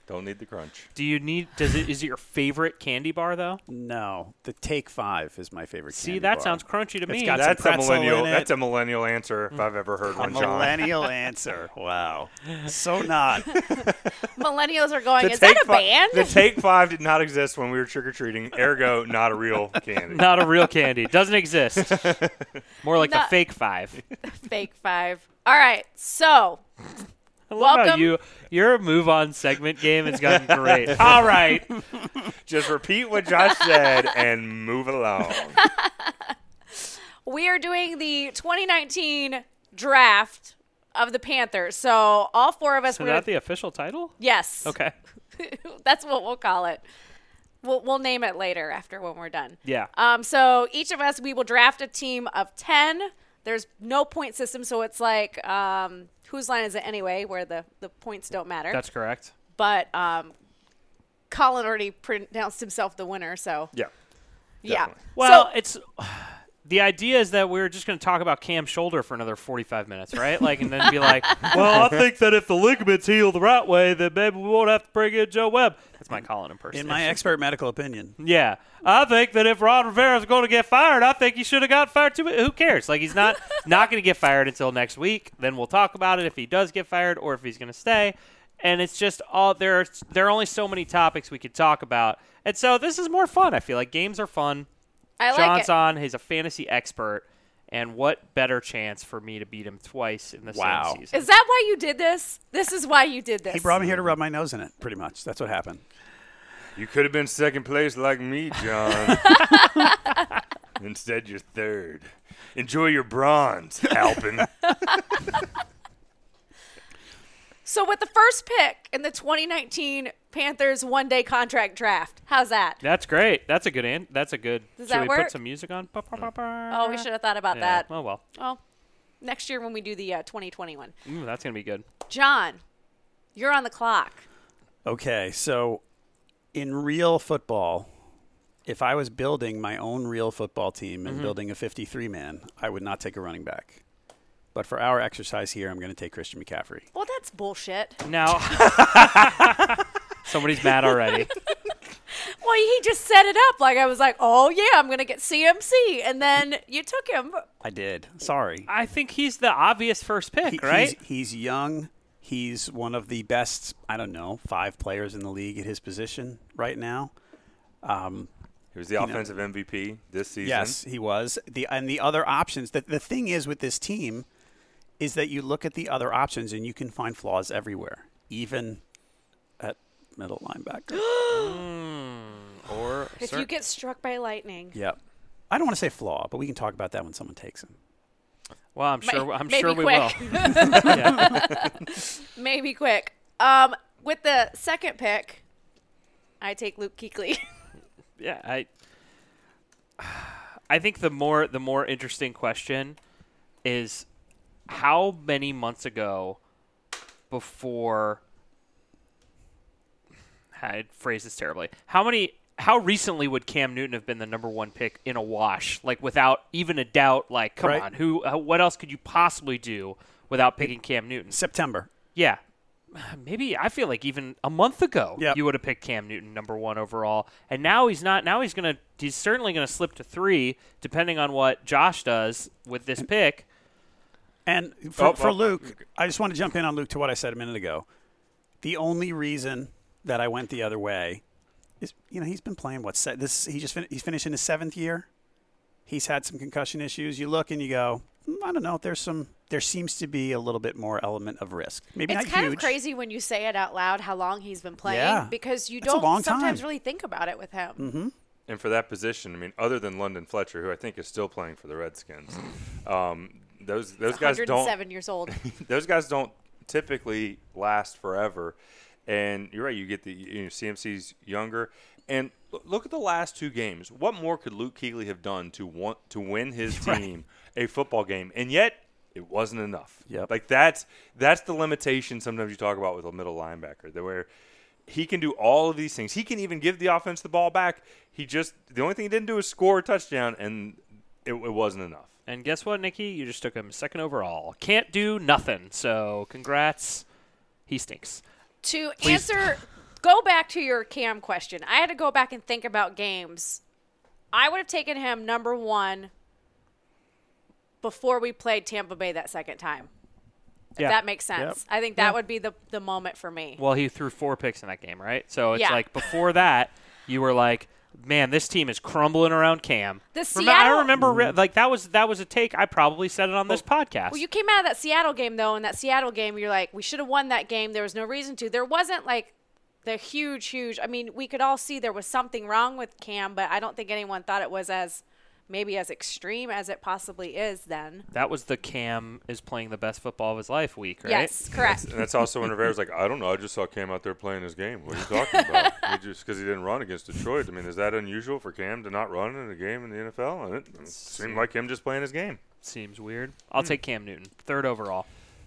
S2: Don't need the crunch.
S3: Do you need? Does it? Is it your favorite candy bar though?
S4: No. The Take Five is my favorite.
S3: See,
S4: candy
S3: that
S4: bar.
S3: sounds crunchy to me.
S4: got some
S2: That's a
S4: pretzel in
S2: millennial.
S4: it.
S2: That's a millennial answer if I've ever heard
S4: a
S2: one, John.
S4: millennial answer. Wow. So not.
S1: Millennials are going,
S2: The
S1: is that
S2: Take
S1: a
S2: Fi-
S1: band?
S2: The Take Five did not exist when we were trick or treating. Ergo, not a real candy.
S3: not a real candy. Doesn't exist. More like
S1: Not-
S3: the fake five.
S1: Fake five. All right, so
S3: I love how
S1: Welcome.
S3: you your move on segment game has gotten great. All right.
S2: Just repeat what Josh said and move along.
S1: we are doing the 2019 draft of the Panthers. So all four of us.
S3: So
S1: we're
S3: that
S1: gonna-
S3: the official title?
S1: yes.
S3: Okay.
S1: That's what we'll call it. We'll, we'll name it later after when we're done.
S3: Yeah.
S1: Um. So each of us, we will draft a team of ten. There's no point system, so it's like um, whose line is it anyway, where the the points don't matter.
S3: That's correct.
S1: but um, Colin already pronounced himself the winner, so
S2: Yeah.
S1: yeah.
S2: definitely.
S3: Well,
S1: so,
S3: it's the idea is that we're just going to talk about Cam's shoulder for another 45 minutes, right? Like, and then be like, well, I think that if the ligaments heal the right way, then maybe we won't have to bring in Joe Webb. That's my Colin impersonation.
S4: In my expert medical opinion.
S3: Yeah, I think that if Rod Rivera's going to get fired, I think he should have got fired too. but Who cares? Like he's not not going to get fired until next week. Then we'll talk about it if he does get fired or if he's going to stay. And it's just all there. Are, there are only so many topics we could talk about, and so this is more fun. I feel like games are fun.
S1: I like
S3: John's
S1: it.
S3: on. He's a fantasy expert, And what better chance for me to beat him twice in the
S4: Wow.
S3: same season?
S1: Is that why you did this? This is why you did this.
S4: He brought me here to rub my nose in it, pretty much. That's what happened.
S2: You could have been second place like me, John. Instead, you're third. Enjoy your bronze, Alpin.
S1: so with the first pick in the 2019 Panthers one day contract draft, how's that?
S3: That's great. That's a good end. That's a good.
S1: Does
S3: should
S1: that
S3: we
S1: work?
S3: put some music on? Ba, ba, ba, ba.
S1: Oh, we should have thought about
S3: Uh, Yeah.
S1: that.
S3: Oh well,
S1: Well, next year when we do the uh, 2021.
S3: Ooh, Mm, that's gonna be good.
S1: John, you're on the clock.
S4: Okay, so in real football, if I was building my own real football team and building a 53 man, I would not take a running back. But for our exercise here, I'm going to take Christian McCaffrey.
S1: Well, that's bullshit.
S3: Now, somebody's mad already.
S1: Well, he just set it up. Like I was like, oh yeah, I'm gonna get CMC, and then you took him.
S4: I did. Sorry.
S3: I think he's the obvious first pick,
S4: He-
S3: right?
S4: He's, he's young. He's one of the best, I don't know, five players in the league at his position right now.
S2: He was the offensive MVP this season.
S4: Yes, he was. The and the other options. The the thing is with this team is that you look at the other options and you can find flaws everywhere, even at middle linebacker.
S3: or
S1: If
S3: cer-
S1: you get struck by lightning,
S4: yep. I don't want to say flaw, but we can talk about that when someone takes him.
S3: well, I'm
S1: May-
S3: sure. I'm
S1: maybe
S3: sure we
S1: quick.
S3: will. Yeah.
S1: maybe quick. Um, with the second pick, I take Luke Kuechly.
S3: yeah, I. I think the more the more interesting question is how many months ago before I phrase this terribly. How many? How recently would Cam Newton have been the number one pick in a wash? Like without even a doubt. Like, come
S4: Right.
S3: on, who? Uh, what else could you possibly do without picking Cam Newton?
S4: September.
S3: Yeah. Maybe I feel like even a month ago
S4: Yep.
S3: you would have picked Cam Newton number 1 overall and now he's not now he's going to he's certainly going to slip to 3 depending on what Josh does with this pick.
S4: And for,
S2: Oh,
S4: for
S2: oh.
S4: Luke, I just want to jump in on Luke to what I said a minute ago. The only reason that I went the other way is, you know, he's been playing what se- this he just fin- he's finishing his seventh year. He's had some concussion issues. You look and you go, "Hmm, I don't know. There's some. There seems to be a little bit more element of risk. Maybe
S1: it's
S4: not
S1: kind
S4: huge.
S1: of crazy when you say it out loud how long he's been playing
S4: Yeah.
S1: because you
S4: That's a
S1: don't
S4: long
S1: sometimes
S4: time. Mm-hmm.
S1: really think about it with him.
S2: And for that position, I mean, other than London Fletcher, who I think is still playing for the Redskins, um, those those guys don't
S1: 107 years old.
S2: those guys don't typically last forever. And you're right. You get the you know, CMC's younger. And l- look at the last two games. What more could Luke Keegley have done to want to win his team a football game? And yet it wasn't enough.
S4: Yep.
S2: Like that's that's the limitation sometimes you talk about with a middle linebacker. That where he can do all of these things. He can even give the offense the ball back. He just the only thing he didn't do is score a touchdown, and it, it wasn't enough.
S3: And guess what, Nikki? You just took him second overall. Can't do nothing. So, congrats. He stinks.
S1: to answer go back to your cam question i had to go back and think about games i would have taken him number one before we played tampa bay that second time if
S3: Yeah.
S1: that makes sense i think that would be the, the moment for me
S3: Well, he threw four picks in that game, right? So, it's
S1: Yeah.
S3: like before that, you were like, "Man, this team is crumbling around Cam."
S1: The
S3: Remem- I
S1: Seattle-
S3: remember re- like that was that was a take I probably said it on this podcast.
S1: well you came out of that seattle game though and that seattle game you're like we should have won that game there was no reason to there wasn't like the huge huge i mean we could all see there was something wrong with cam but i don't think anyone thought it was as maybe as extreme as it possibly is then
S3: That was the Cam is playing the best football of his life week, right?
S1: yes correct
S2: And that's also when Rivera's like, I don't know. I just saw Cam out there playing his game. What are you talking about? He just because he didn't run against Detroit. I mean, is that unusual for Cam to not run in a game in the NFL? And it, it seemed like him just playing his game.
S3: Seems weird. I'll
S4: Hmm.
S3: take Cam Newton, third overall.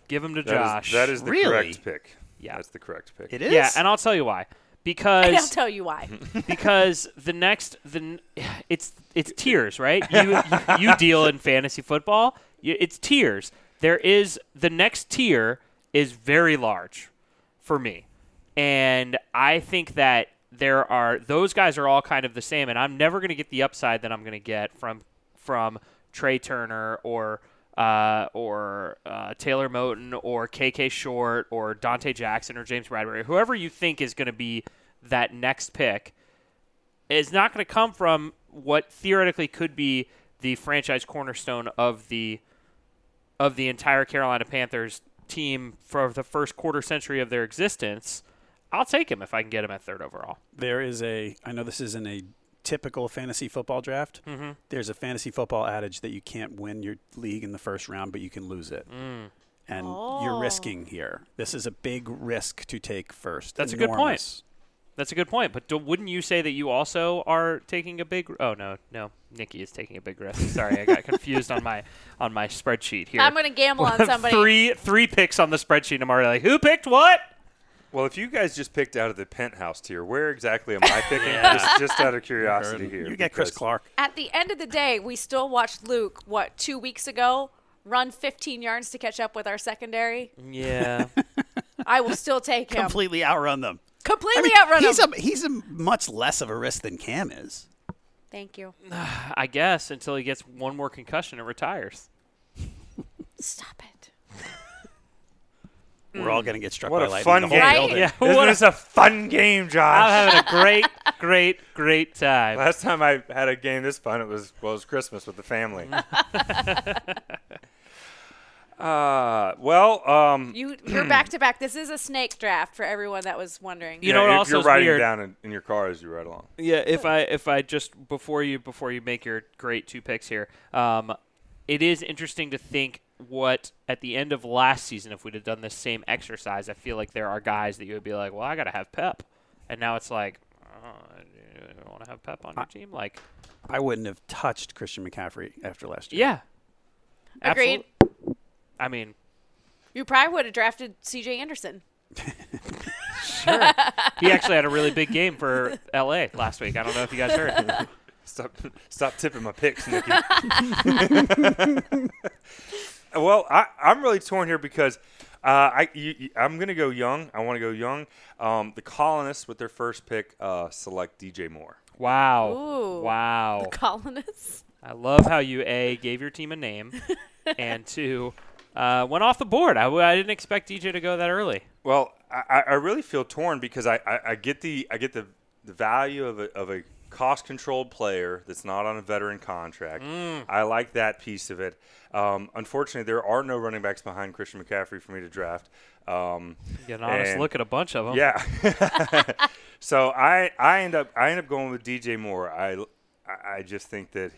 S3: Give him to
S2: That is-
S3: Josh.
S2: that is the
S4: Really?
S2: correct pick.
S3: Yeah.
S2: that's the correct pick.
S4: It is.
S3: yeah, and I'll tell you why.
S1: And I'll
S3: Because
S1: tell you why.
S3: because the next the n- it's it's tiers, right? You you, you deal in fantasy football. You, it's tiers. There is the next tier is very large for me. And I think that there are those guys are all kind of the same and I'm never going to get the upside that I'm going to get from from Trey Turner or uh, or uh, Taylor Moten or KK Short or Dante Jackson or James Bradbury, whoever you think is going to be that next pick is not going to come from what theoretically could be the franchise cornerstone of the of the entire Carolina Panthers team for the first quarter century of their existence, I'll take him if I can get him at third overall.
S4: There is a. I know this isn't a typical fantasy football draft. Mm-hmm. There's a fantasy football adage that you can't win your league in the first round, but you can lose it. Mm. And you're
S1: Oh.
S4: risking here. This is a big risk to take first.
S3: That's a good point.
S4: Enormous.
S3: That's a good point. But do, wouldn't you say that you also are taking a big? Oh no, no, Nikki is taking a big risk. Sorry, I got confused on my on my spreadsheet here.
S1: I'm going to gamble on somebody.
S3: three three picks on the spreadsheet. I'm already like, who picked what?
S2: Well, if you guys just picked out of the penthouse tier, where exactly am I picking? just, just out of curiosity here.
S4: You get Chris
S2: because-
S4: Clark.
S1: At the end of the day, we still watched Luke, what, two weeks ago, run 15 yards to catch up with our secondary.
S3: Yeah,
S1: I will still take him.
S4: Completely outrun them.
S1: Completely outrun
S4: he's
S1: him.
S4: a he's a much less of a risk than Cam is.
S1: Thank you.
S3: I guess until he gets one more concussion and retires.
S1: Stop it.
S4: We're all going to get struck
S2: What
S4: by
S2: a
S4: lightning.
S2: fun
S4: The whole
S2: game.
S1: Right?
S4: building.
S3: Yeah,
S2: Isn't
S3: what a-
S2: this a fun game, Josh?
S3: I'm having a great, great, great time.
S2: Last time I had a game this fun, it was well, it was Christmas with the family. uh, well, um,
S1: You, you're back to back. This is a snake draft for everyone that was wondering.
S3: You know what
S2: if
S3: also
S2: you're
S3: is
S2: riding
S3: weird?
S2: down in, in your car as you ride along.
S3: Yeah, if I if I just before you before you make your great two picks here, um, it is interesting to think what at the end of last season if we'd have done this same exercise, I feel like there are guys that you would be like, well, I got to have Pep, and now it's like, oh, you don't want to have Pep on your team, like
S4: I wouldn't have touched Christian McCaffrey after last year.
S1: Agreed.
S3: yeah, absolute- I mean,
S1: You probably would have drafted C.J. Anderson.
S3: he actually had a really big game for L.A. last week. I don't know if you guys heard.
S2: Stop, stop tipping my picks, Nikki. well, I, I'm really torn here because uh, I, you, you- I'm going to go young. I want to go young. Um, the Colonists with their first pick uh, select DJ Moore.
S3: Wow,
S1: Ooh.
S3: wow,
S1: The colonists.
S3: I love how you a gave your team a name, and two uh, went off the board. I, w- I didn't expect DJ to go that early.
S2: Well, I, I- I really feel torn because I, I, I get the I get the, the value of a, of a cost controlled player that's not on a veteran contract. I like that piece of it. Um, unfortunately, there are no running backs behind Christian McCaffrey for me to draft. Um,
S3: Get an honest
S2: and-
S3: look at a bunch of them.
S2: Yeah. so I I end up I end up going with DJ Moore. I I I just think that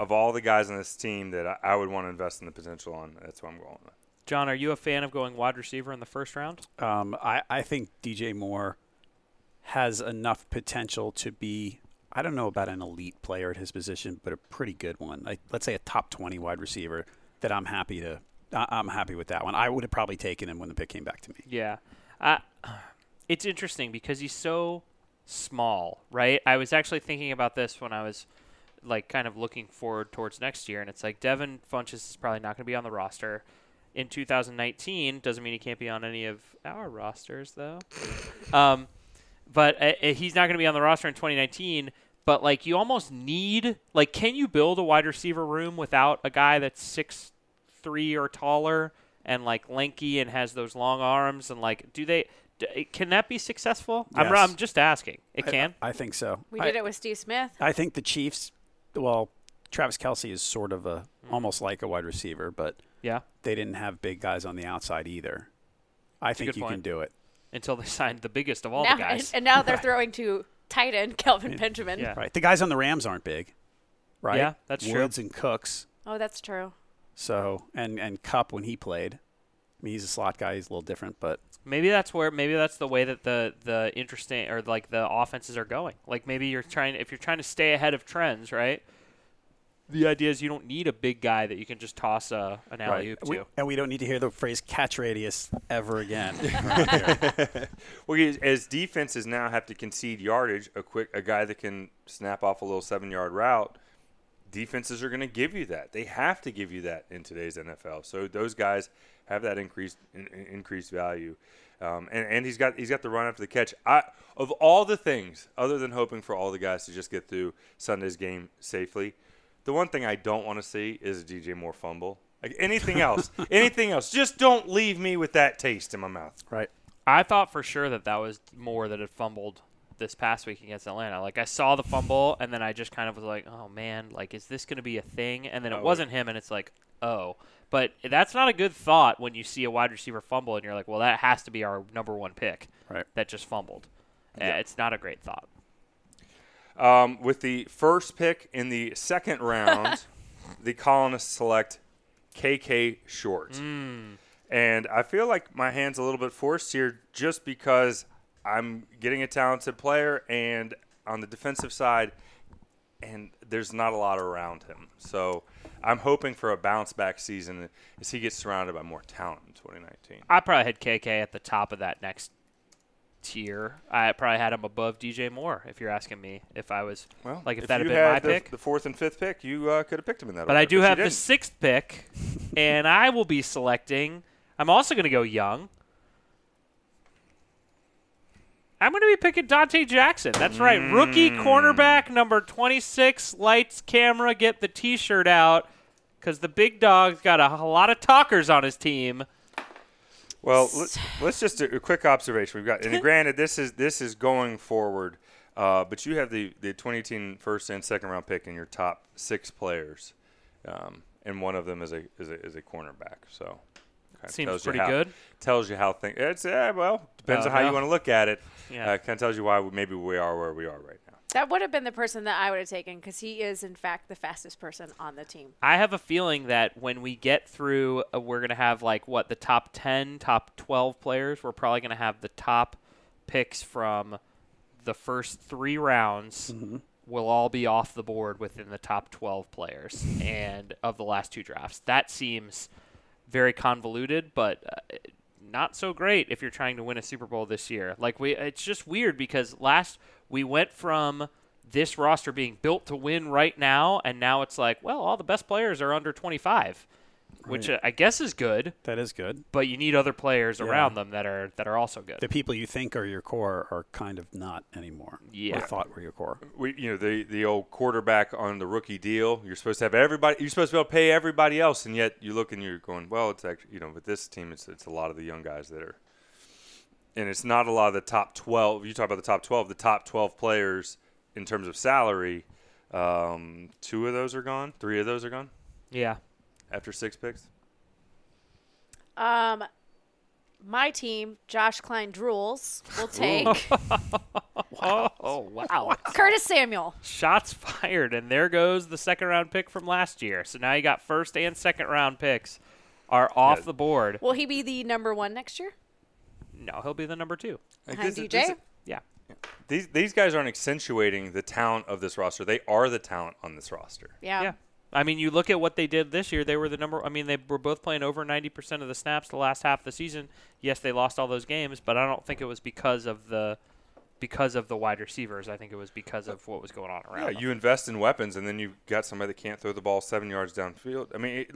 S2: of all the guys on this team that I, I would want to invest in the potential on, that's what I'm going with.
S3: John, are you a fan of going wide receiver in the first round?
S4: Um, I, I think DJ Moore has enough potential to be, I don't know about an elite player at his position, but a pretty good one. Like, let's say a top 20 wide receiver that I'm happy to, I, I'm happy with that one. I would have probably taken him when the pick came back to me.
S3: Yeah. I, it's interesting because he's so small, right? I was actually thinking about this when I was like kind of looking forward towards next year, and it's like Devin Funches is probably not going to be on the roster in 2019. Doesn't mean he can't be on any of our rosters though. um, but uh, uh, he's not going to be on the roster in 2019. But like you almost need like, can you build a wide receiver room without a guy that's six three or taller and like lanky and has those long arms and like do they d- uh, can that be successful? I'm,
S4: Yes.
S3: I'm just asking. It can.
S4: I, I think so.
S1: We
S4: I,
S1: did it with Steve Smith.
S4: I think the Chiefs, well, Travis Kelsey is sort of a,
S3: Hmm.
S4: almost like a wide receiver, but
S3: yeah.
S4: they didn't have big guys on the outside either. I think
S3: good
S4: you can
S3: point.
S4: do it.
S3: Until they signed the biggest of all
S1: now,
S3: the guys.
S1: And, and now they're throwing to tight end Kelvin Benjamin.
S3: yeah.
S4: Right. The guys on the Rams aren't big, right?
S3: Yeah, that's true.
S4: Woods and Cooks.
S1: Oh, that's true.
S4: So and and Cup when he played, I mean he's a slot guy. He's a little different, but
S3: Maybe that's where maybe that's the way that the the interesting or like the offenses are going. Like maybe you're trying if you're trying to stay ahead of trends, right? The idea is you don't need a big guy that you can just toss a an alley oop
S4: we,
S3: to.
S4: and we don't need to hear the phrase catch radius ever again.
S2: Well, as- as defenses now have to concede yardage, a quick a guy that can snap off a little seven yard route, defenses are going to give you that. They have to give you that in today's NFL. So those guys have that increased in, in- increased value, um, and and he's got he's got the run after the catch. I of all the things, other than hoping for all the guys to just get through Sunday's game safely, the one thing I don't want to see is a DJ Moore fumble. Like anything else, anything else, just don't leave me with that taste in my mouth.
S4: right.
S3: I thought for sure that that was more that had fumbled this past week against Atlanta. Like I saw the fumble and then I just kind of was like, "Oh man, like is this going to be a thing?" And then it wasn't him and it's like, "Oh." But that's not a good thought when you see a wide receiver fumble and you're like, "Well, that has to be our number 1 pick
S4: Right.
S3: that just fumbled." Uh, it's not a great thought.
S2: Um, with the first pick in the second round, the colonists select KK Short.
S3: Hmm.
S2: And I feel like my hand's a little bit forced here just because I'm getting a talented player and on the defensive side, and there's not a lot around him. So I'm hoping for a bounce back season as he gets surrounded by more talent in 2019.
S3: I probably had KK at the top of that next tier. I probably had him above DJ Moore, if you're asking me. If I was
S2: Well,
S3: like if, that had
S2: you
S3: been my
S2: had the,
S3: pick,
S2: the fourth and fifth pick, you uh, could have picked him in that
S3: but
S2: order,
S3: I do
S2: you
S3: have the
S2: didn't.
S3: sixth pick, and I will be selecting. I'm also going to go young. I'm going to be picking Dante Jackson. That's right,
S2: Hmm.
S3: rookie cornerback number 26. Lights, camera, get the T-shirt out, because the big dog's got a, a lot of talkers on his team.
S2: Well, let, let's just do a quick observation. We've got, and granted, this is this is going forward, uh, but you have the the 2018 first and second round pick in your top six players, um, and one of them is a is a, is a cornerback. So, kinda
S3: Seems
S2: tells you
S3: pretty
S2: how-
S3: good.
S2: Tells you how things. It's yeah, well, depends
S3: Oh,
S2: on how
S3: no.
S2: you want to look at it.
S3: Yeah.
S2: uh, kind of tells you why we, maybe we are where we are right now.
S1: That would have been the person that I would have taken because he is, in fact, the fastest person on the team.
S3: I have a feeling that when we get through, uh, we're going to have like what the top 10, top 12 players. We're probably going to have the top picks from the first three rounds will all be off the board within the top 12 players and of the last two drafts. That seems very convoluted, but uh, not so great if you're trying to win a Super Bowl this year. Like we, it's just weird because last we went from this roster being built to win right now, and now it's like, well, all the best players are under 25, which uh, I guess is good,
S4: That is good.
S3: but you need other players around them that are that are also good.
S4: The people you think are your core are kind of not anymore.
S3: Yeah.
S4: Or thought were your core.
S2: we, you know, the the old quarterback on the rookie deal. You're supposed to have everybody. You're supposed to be able to pay everybody else, and yet you look and you're going, well, it's actually, you know, with this team, it's it's a lot of the young guys that are, and it's not a lot of the top twelve. You talk about the top twelve. The top twelve players in terms of salary, um, two of those are gone. Three of those are gone
S3: yeah.
S2: after six picks.
S1: Um, my team, Josh Klein Drools, will take
S3: Oh, oh wow.
S1: Curtis Samuel.
S3: Shots fired, and there goes the second round pick from last year. So now you got first and second round picks are off
S2: Yeah.
S3: the board.
S1: Will he be the number one next year?
S3: No, he'll be the number two.
S2: Like,
S1: Behind
S2: this is-
S1: DJ?
S2: this is-
S3: Yeah.
S2: these these guys aren't accentuating the talent of this roster. They are the talent on this roster.
S1: yeah.
S3: Yeah. I mean, you look at what they did this year. They were the number. I mean, they were both playing over 90% of the snaps the last half of the season. Yes, they lost all those games, but I don't think it was because of the because of the wide receivers. I think it was because of what was going on around.
S2: Yeah,
S3: them.
S2: you invest in weapons, and then you got somebody that can't throw the ball seven yards downfield. I mean, it,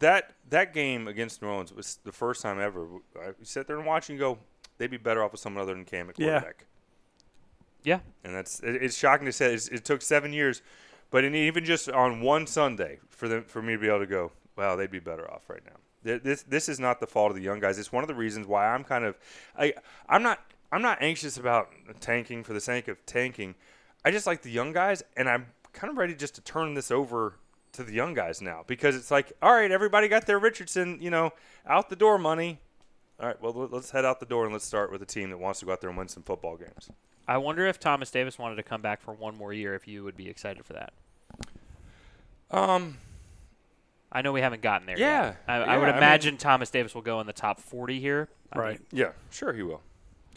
S2: that that game against New Orleans was the first time ever. I sit there and watch and go, they'd be better off with someone other than Cam at
S4: Yeah.
S2: quarterback.
S3: yeah.
S2: And that's it, it's shocking to say. It's, it took seven years, but in, even just on one Sunday for them for me to be able to go, wow, they'd be better off right now. Th- This this is not the fault of the young guys. It's one of the reasons why I'm kind of I I'm not I'm not anxious about tanking for the sake of tanking. I just like the young guys, and I'm kind of ready just to turn this over to the young guys now because it's like, all right, everybody got their Richardson, you know, out the door money. All right, well, let- let's head out the door and let's start with a team that wants to go out there and win some football games.
S3: I wonder if Thomas Davis wanted to come back for one more year. If you would be excited for that.
S2: Um,
S3: I know we haven't gotten there
S2: Yeah,
S3: yet. I, I
S2: yeah,
S3: would
S2: I mean-
S3: imagine Thomas Davis will go in the top 40 here. Uh, I mean,
S4: Right.
S2: Yeah, sure he will.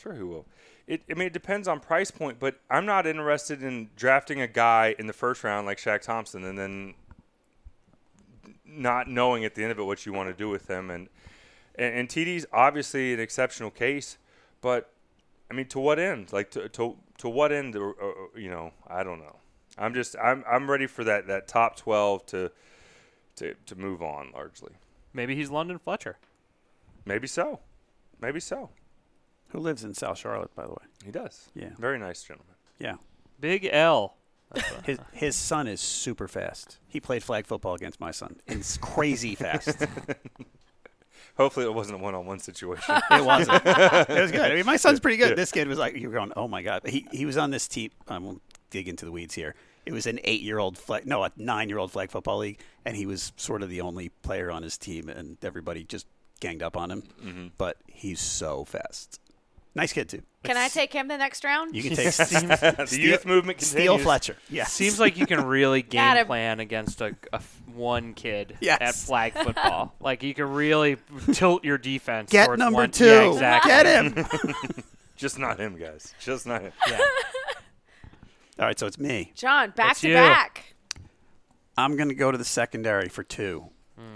S2: Sure he will. It, I mean, it depends on price point, but I'm not interested in drafting a guy in the first round like Shaq Thompson and then not knowing at the end of it what you want to do with him. And, and, and TD's obviously an exceptional case, but I mean, to what end? Like, to, to, to what end? Or, or, or, you know, I don't know. I'm just, I'm, I'm ready for that, that top 12 to, to, to move on largely.
S3: maybe he's London Fletcher.
S2: Maybe so. Maybe so.
S4: Who lives in South Charlotte, by the way?
S2: He does.
S4: Yeah.
S2: Very nice gentleman.
S4: Yeah.
S3: Big L.
S4: His his son is super fast. He played flag football against my son. It's crazy fast.
S2: Hopefully, it wasn't a one-on-one situation.
S4: It wasn't. it was good. I mean, my son's pretty good. This kid was like, you're going, oh my god. He he was on this team. I'm gonna dig into the weeds here. It was an eight-year-old flag, no, a nine-year-old flag football league, and he was sort of the only player on his team, and everybody just ganged up on him. But he's so fast. Nice kid too.
S1: Can I take him the next round?
S4: You can take Steel,
S2: the youth movement continues.
S4: Steel Fletcher. Yes.
S3: Seems like you can really
S1: Got
S3: game
S1: him.
S3: plan against a, a f- one kid
S4: Yes.
S3: at flag football. like you can really tilt your defense.
S4: get
S3: towards
S4: number
S3: one-
S4: two.
S3: Yeah, exactly.
S4: Get him.
S2: Just not him, guys. Just not him.
S4: All right, so it's me.
S1: John, back
S3: It's
S1: to
S3: you.
S1: back.
S4: I'm going to go to the secondary for two.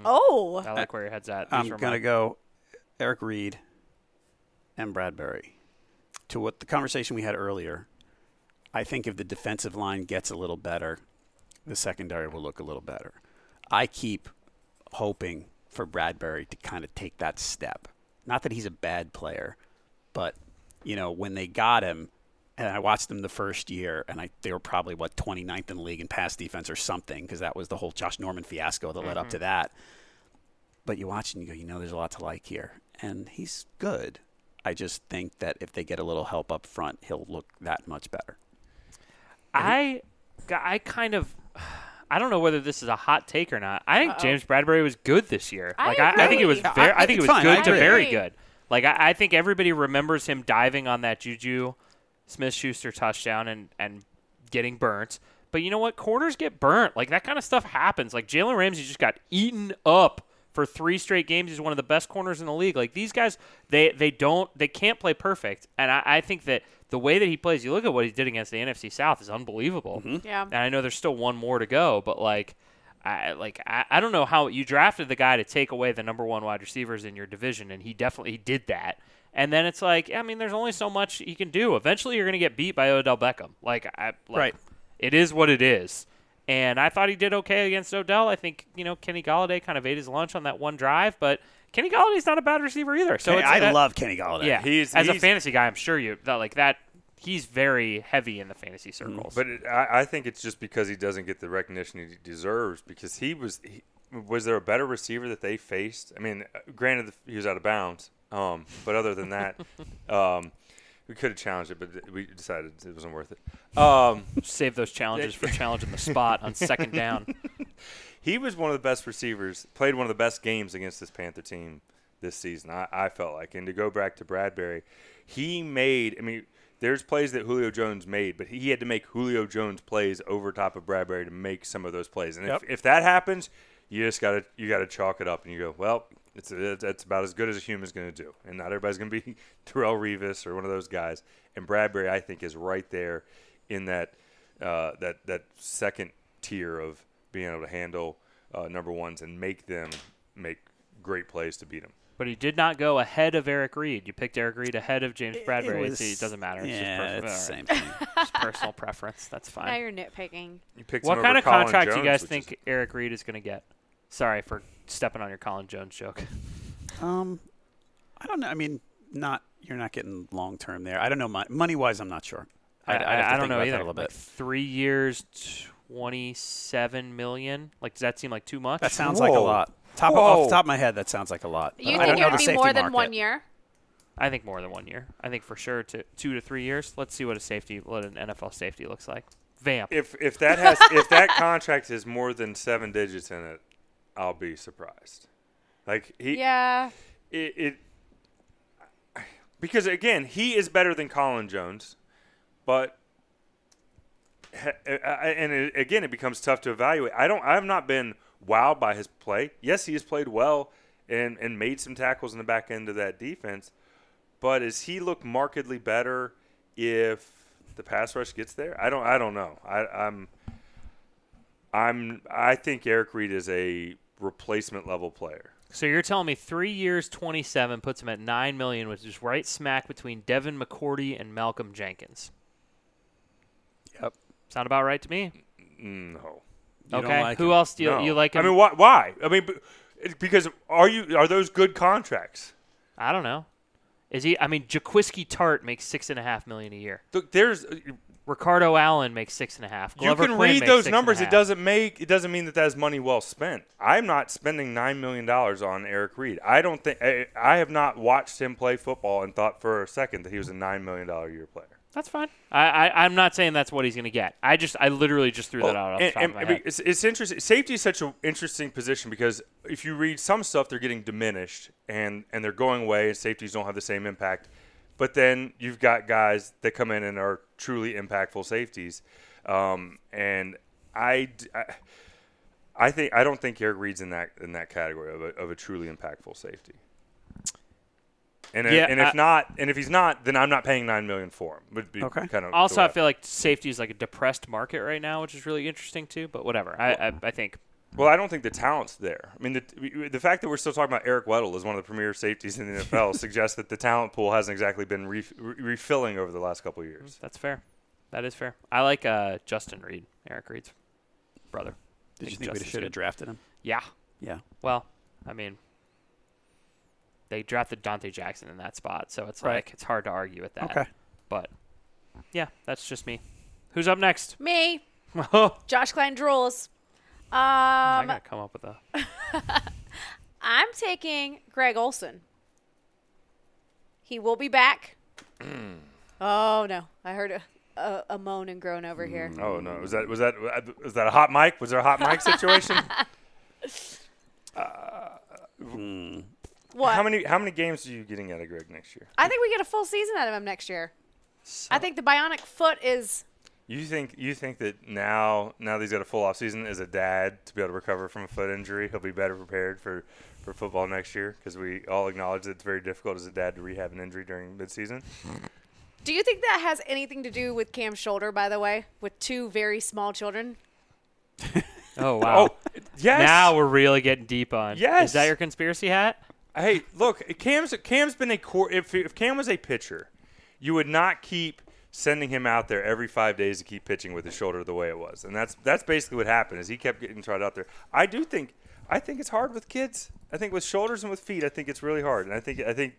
S1: Oh,
S3: I like where your head's at. These
S4: I'm
S3: were
S4: going to
S3: mine.
S4: go Eric Reed and Bradbury. To what the conversation we had earlier, I think if the defensive line gets a little better, the secondary will look a little better. I keep hoping for Bradbury to kind of take that step. Not that he's a bad player, but you know when they got him, and I watched them the first year, and I they were probably what 29th in the league in pass defense or something because that was the whole Josh Norman fiasco that led up to that. But you watch and you go, you know, there's a lot to like here, and he's good. I just think that if they get a little help up front, he'll look that much better.
S3: I, I kind of, I don't know whether this is a hot take or not. I think James Bradbury was good this year.
S1: I
S3: like I, I think it was
S1: agree.
S3: very,
S4: I-
S3: I, think it
S4: it's
S3: was
S4: fine. I
S3: good to
S4: agree.
S3: very good. Like I, I think everybody remembers him diving on that Juju Smith Schuster touchdown and and getting burnt. But you know what? Quarters get burnt. Like that kind of stuff happens. Like Jalen Ramsey just got eaten up for three straight games. He's one of the best corners in the league. Like these guys, they they don't they can't play perfect. And I, I think that the way that he plays, you look at what he did against the NFC South is unbelievable.
S1: Yeah.
S3: And I know there's still one more to go, but like I like I, I don't know how you drafted the guy to take away the number one wide receivers in your division, and he definitely he did that. And then it's like, I mean, there's only so much you can do. Eventually, you're going to get beat by Odell Beckham. Like, I, like
S4: Right.
S3: It is what it is. And I thought he did okay against Odell. I think you know Kenny Galladay kind of ate his lunch on that one drive, but Kenny Galladay's not a bad receiver either. So
S4: Hey,
S3: it's,
S4: I
S3: that-
S4: love Kenny Galladay.
S3: yeah.
S2: He's-
S3: as a
S2: he's-
S3: fantasy guy, I'm sure you that like that. He's very heavy in the fantasy circles.
S2: But it, I, I think it's just because he doesn't get the recognition he deserves. Because he was, he, was there a better receiver that they faced? I mean, uh, granted, the, he was out of bounds. Um, but other than that, um, we could have challenged it, but we decided it wasn't worth it. Um,
S3: save those challenges for challenging the spot on second down.
S2: he was one of the best receivers. Played one of the best games against this Panther team this season. I, I felt like, and to go back to Bradbury, he made. I mean, there's plays that Julio Jones made, but he had to make Julio Jones plays over top of Bradbury to make some of those plays. And if, if that happens, you just gotta you gotta chalk it up and you go, well, it's that's about as good as a human's gonna do, and not everybody's gonna be Terrell Revis or one of those guys. And Bradbury, I think, is right there in that uh, that that second tier of being able to handle uh, number ones and make them make great plays to beat them.
S3: But he did not go ahead of Eric Reed. You picked Eric Reed ahead of James Bradbury.
S4: It
S3: It,
S4: was-
S3: it doesn't matter. It's
S4: yeah,
S3: just,
S4: it's the
S3: personal,
S4: same thing.
S3: just personal preference. That's
S1: now
S3: fine.
S1: you're nitpicking.
S2: You picked
S3: What
S2: him
S3: kind
S2: over
S3: of
S2: Colin
S3: contract do you
S2: Jones,
S3: guys
S2: which
S3: think
S2: is-
S3: Eric Reed is going to get? Sorry for stepping on your Colin Jones joke.
S4: Um, I don't know. I mean, not you're not getting long term there. I don't know. Money wise, I'm not sure.
S3: I,
S4: I'd- I'd
S3: I-
S4: have to
S3: I don't
S4: think
S3: know
S4: about that
S3: either.
S4: a little
S3: Like
S4: bit.
S3: three years, twenty-seven million. Like, does that seem like too much?
S4: That sounds like a
S2: Whoa.
S4: lot. Top off
S2: Whoa.
S4: the top of my head, that sounds like a lot.
S1: You
S4: But I don't
S1: think
S4: know
S1: it would
S4: the
S1: be
S4: safety
S1: more than
S4: market.
S1: one year?
S3: I think more than one year. I think for sure two, two to three years. Let's see what a safety, what an NFL safety looks like. Vamp.
S2: If if that has if that contract has more than seven digits in it, I'll be surprised. Like he
S1: Yeah.
S2: it, it because again he is better than Colin Jones, but he- I- I- and it, again it becomes tough to evaluate. I don't I've not been wowed by his play. Yes, he has played well and and made some tackles in the back end of that defense, but does he look markedly better if the pass rush gets there? I don't I don't know. I, I'm I'm I think Eric Reed is a replacement level player.
S3: So you're telling me three years, twenty-seven puts him at nine million, which is right smack between Devin McCourty and Malcolm Jenkins.
S4: Yep. Mm,
S3: Sound about right to me.
S2: No.
S4: You don't
S3: okay.
S4: like
S3: Who
S4: him.
S3: else do you,
S2: No.
S3: you like?
S2: I
S3: Him?
S2: mean, why? Why? I mean, b- it's because are you are those good contracts?
S3: I don't know. Is he? I mean, Jaquiski Tart makes six and a half million a year.
S2: Look, there's uh,
S3: Ricardo Allen makes six and a half. Glover
S2: you can
S3: Quinn
S2: read
S3: makes
S2: those
S3: six and a
S2: numbers. It
S3: half.
S2: doesn't make it doesn't mean that that's money well spent. I'm not spending nine million dollars on Eric Reed. I don't think I, I have not watched him play football and thought for a second that he was a nine million dollar year player.
S3: That's fine. I, I I'm not saying that's what he's going to get. I just I literally just threw that out off the
S2: Oh, and,
S3: top
S2: and-
S3: of my
S2: I mean,
S3: head.
S2: it's, it's interesting. Safety is such an interesting position because if you read some stuff, they're getting diminished and and they're going away, and safeties don't have the same impact. But then you've got guys that come in and are truly impactful safeties, um, and I. d- I- I think I don't think Eric Reed's in that in that category of a, of a truly impactful safety. And, if-
S3: Yeah,
S2: and if
S3: I-
S2: not, and if he's not, then I'm not paying nine million for him. Would be
S4: Okay.
S2: kind of the
S3: Also,
S2: way
S3: I feel like safety is like a depressed market right now, which is really interesting too. But whatever. I I, I think
S2: Well, I don't think the talent's there. I mean, the, the fact that we're still talking about Eric Weddle as one of the premier safeties in the NFL suggests that the talent pool hasn't exactly been re- re- refilling over the last couple of years.
S3: that's fair. That is fair. I like uh, Justin Reed, Eric Reed's brother.
S4: Did you
S3: Think
S4: think we
S3: Justin's
S4: should have
S3: good.
S4: drafted him?
S3: Yeah.
S4: Yeah.
S3: Well, I mean, they drafted Dante Jackson in that spot, so it's
S4: Right.
S3: like it's hard to argue with that.
S4: Okay.
S3: But yeah, that's just me. Who's up next?
S1: Me,
S3: oh,
S1: Josh Klein drools.
S3: I
S1: Um,
S3: gotta come up with a.
S1: I'm taking Greg Olson. He will be back. oh no, I heard a, a, a moan and groan over here.
S2: Oh no, was that was that was that a hot mic? Was there a hot mic situation? Uh, Hmm.
S1: What?
S2: how many how many games are you getting out of Greg next year?
S1: I think we get a full season out of him next year. I think the bionic foot is
S2: You think you think that now now that he's got a full off season as a dad to be able to recover from a foot injury, he'll be better prepared for for football next year because we all acknowledge that it's very difficult as a dad to rehab an injury during midseason.
S1: Do you think that has anything to do with Cam's shoulder, by the way, with two very small children?
S3: Oh wow.
S2: yes.
S3: Now we're really getting deep on. Is
S2: Yes.
S3: that your conspiracy hat?
S2: Hey, look, Cam's Cam's been a core. If, if Cam was a pitcher, you would not keep sending him out there every five days to keep pitching with his shoulder the way it was, and that's that's basically what happened. Is he kept getting tried out there. I do think I think it's hard with kids. I think with shoulders and with feet, I think it's really hard. And I think I think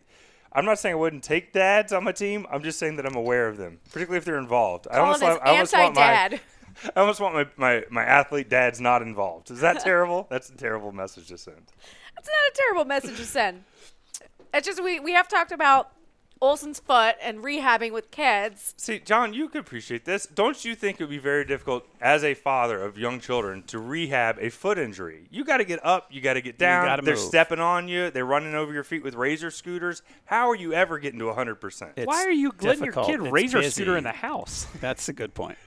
S2: I'm not saying I wouldn't take dads on my team. I'm just saying that I'm aware of them, particularly if they're involved. I
S1: All of
S2: almost,
S1: his
S2: want- I almost want my
S1: anti-dad.
S2: I almost want my, my, my athlete dad's not involved. Is that terrible? That's a terrible message to send.
S1: It's not a terrible message to send. It's just we, we have talked about Olson's foot and rehabbing with kids.
S2: See, John, you could appreciate this. Don't you think it would be very difficult as a father of young children to rehab a foot injury? You got to get up, you got to get down.
S4: gotta
S2: They're
S4: move.
S2: stepping on you, they're running over your feet with razor scooters. How are you ever getting to 100%?
S3: Why
S4: It's
S3: are you letting
S4: difficult.
S3: your kid
S4: It's
S3: razor
S4: busy.
S3: scooter in the house?
S4: That's a good point.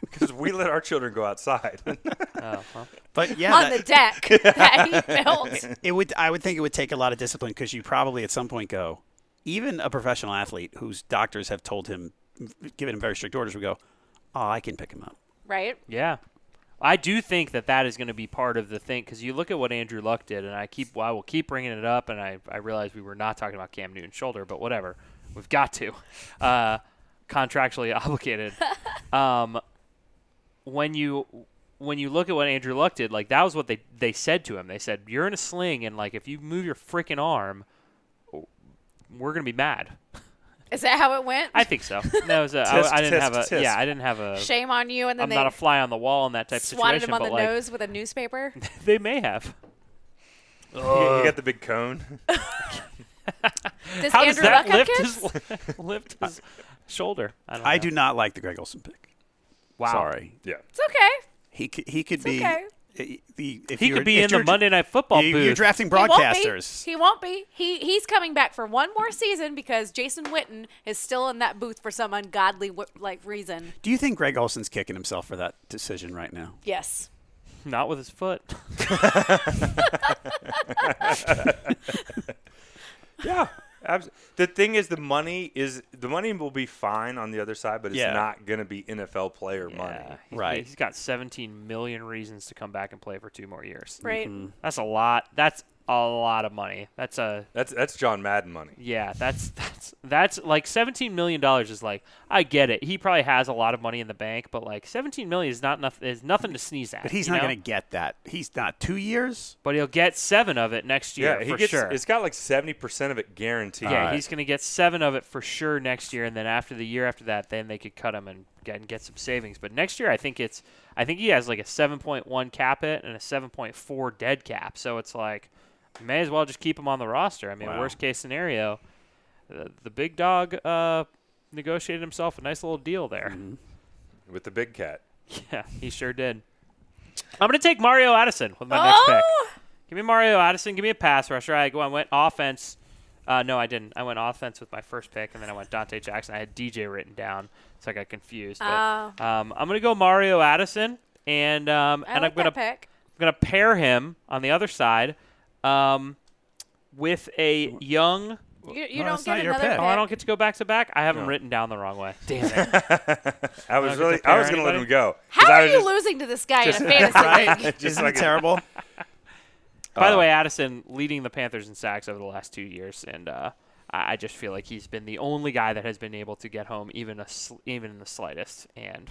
S2: Because we let our children go outside.
S4: But yeah,
S1: On
S4: that-
S1: the deck that he built.
S4: it would I would think it would take a lot of discipline because you probably at some point go, even a professional athlete whose doctors have told him, given him very strict orders, would go, oh, I can pick him up.
S1: Right?
S3: Yeah. I do think that that is going to be part of the thing because you look at what Andrew Luck did, and I keep I will keep bringing it up, and I, I realize we were not talking about Cam Newton's shoulder, but whatever, we've got to, uh, contractually obligated. um, when you when you look at what Andrew Luck did, like that was what they they said to him. They said you're in a sling, and like if you move your freaking arm, we're gonna be mad.
S1: Is that how it went?
S3: I think so. That was a, I,
S2: Tisk,
S3: I didn't
S2: tisk,
S3: have a
S2: tisk.
S3: yeah I didn't have a
S1: Shame on you. And then
S3: I'm not a
S1: they
S3: fly on the wall in that type of
S1: swatted
S3: situation,
S1: him on
S3: but
S1: the
S3: like
S1: nose with a newspaper.
S3: they may have.
S2: you, you got the big cone.
S1: Does
S3: How
S1: Andrew
S3: does that
S1: Luck have
S3: lift
S1: kids?
S3: his lift his shoulder? I don't.
S4: I
S3: know.
S4: do not like the Greg Olson pick.
S3: Wow.
S4: Sorry,
S2: yeah.
S1: It's okay.
S4: he could, he could be
S1: okay.
S4: i- the if
S3: He
S4: you're-
S3: could be
S4: if
S3: in the
S4: you're-
S3: Monday Night Football
S4: you-
S3: booth.
S4: You're drafting
S1: He won't be.
S4: broadcasters.
S1: He won't be. He he's coming back for one more season because Jason Witten is still in that booth for some ungodly wi- like reason.
S4: Do you think Greg Olson's kicking himself for that decision right now?
S1: Yes.
S3: not with his foot.
S2: Yeah. Abs- the thing is, the money is the money will be fine on the other side, but it's
S4: Yeah.
S2: not going to be NFL player money.
S3: Yeah, he-
S4: Right.
S3: He's got 17 million reasons to come back and play for two more years.
S1: Right.
S3: That's a lot. That's a lot of money. That's a
S2: That's that's John Madden money.
S3: yeah. That's that's that's like 17 million dollars is like I get it. He probably has a lot of money in the bank, but like 17 million is not nothing. Is nothing to sneeze at.
S4: But he's
S3: you
S4: not
S3: know?
S4: going to get that. He's not two years.
S3: But he'll get seven of it next year
S2: Yeah, he
S3: for
S2: gets.
S3: sure.
S2: It's got like seventy percent of it guaranteed.
S3: Yeah,
S4: Alright.
S3: he's going to get seven of it for sure next year, and then after the year after that, then they could cut him and and get some savings. But next year, I think it's I think he has like a 7.1 cap it and a 7.4 dead cap. So it's like may as well just keep him on the roster. I mean,
S4: Wow.
S3: worst case scenario, the, the big dog uh, negotiated himself a nice little deal there.
S2: with the big cat.
S3: Yeah, he sure did. I'm gonna take Mario Addison with my next pick.
S1: oh,
S3: Give me Mario Addison. Give me a pass rusher. I go. I went offense. Uh, no, I didn't. I went offense with my first pick, and then I went Dante Jackson. I had DJ written down, so I got confused. But, um, I'm gonna go Mario Addison, and um,
S1: Oh. I
S3: and
S1: like
S3: I'm gonna
S1: that pick.
S3: I'm gonna pair him on the other side, um, with a young.
S1: You, you don't
S4: No, that's not
S1: get
S4: your
S1: another
S4: pick.
S1: pick.
S3: Oh, I don't get to go back to back. I have him written down the wrong way. Damn it!
S2: I was
S3: get to
S2: really
S3: pair
S2: I was gonna let
S3: anybody?
S2: him go. 'cause
S1: How
S2: I
S1: are
S2: was
S1: you
S2: just-
S1: losing to this guy
S2: just-
S1: in a fantasy league?
S2: just
S4: Isn't
S2: like
S4: it
S2: a-
S4: terrible?
S3: By the way, Addison leading the Panthers in sacks over the last two years, and uh, I I just feel like he's been the only guy that has been able to get home even a sl- even in the slightest. And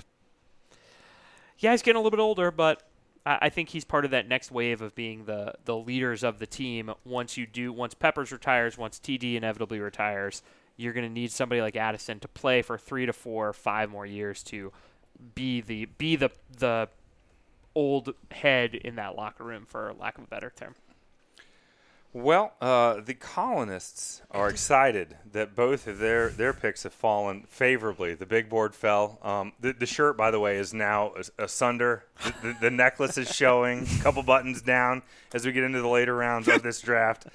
S3: yeah, he's getting a little bit older, but I, I think he's part of that next wave of being the the leaders of the team. Once you do, once Peppers retires, once TD inevitably retires, you're going to need somebody like Addison to play for three to four, five more years to be the be the the old head in that locker room for lack of a better term.
S2: Well, uh, the colonists are excited that both of their, their picks have fallen favorably. The big board fell. Um, the, the shirt, by the way, is now as- asunder. The, the, the necklace is showing, a couple buttons down as we get into the later rounds of this draft.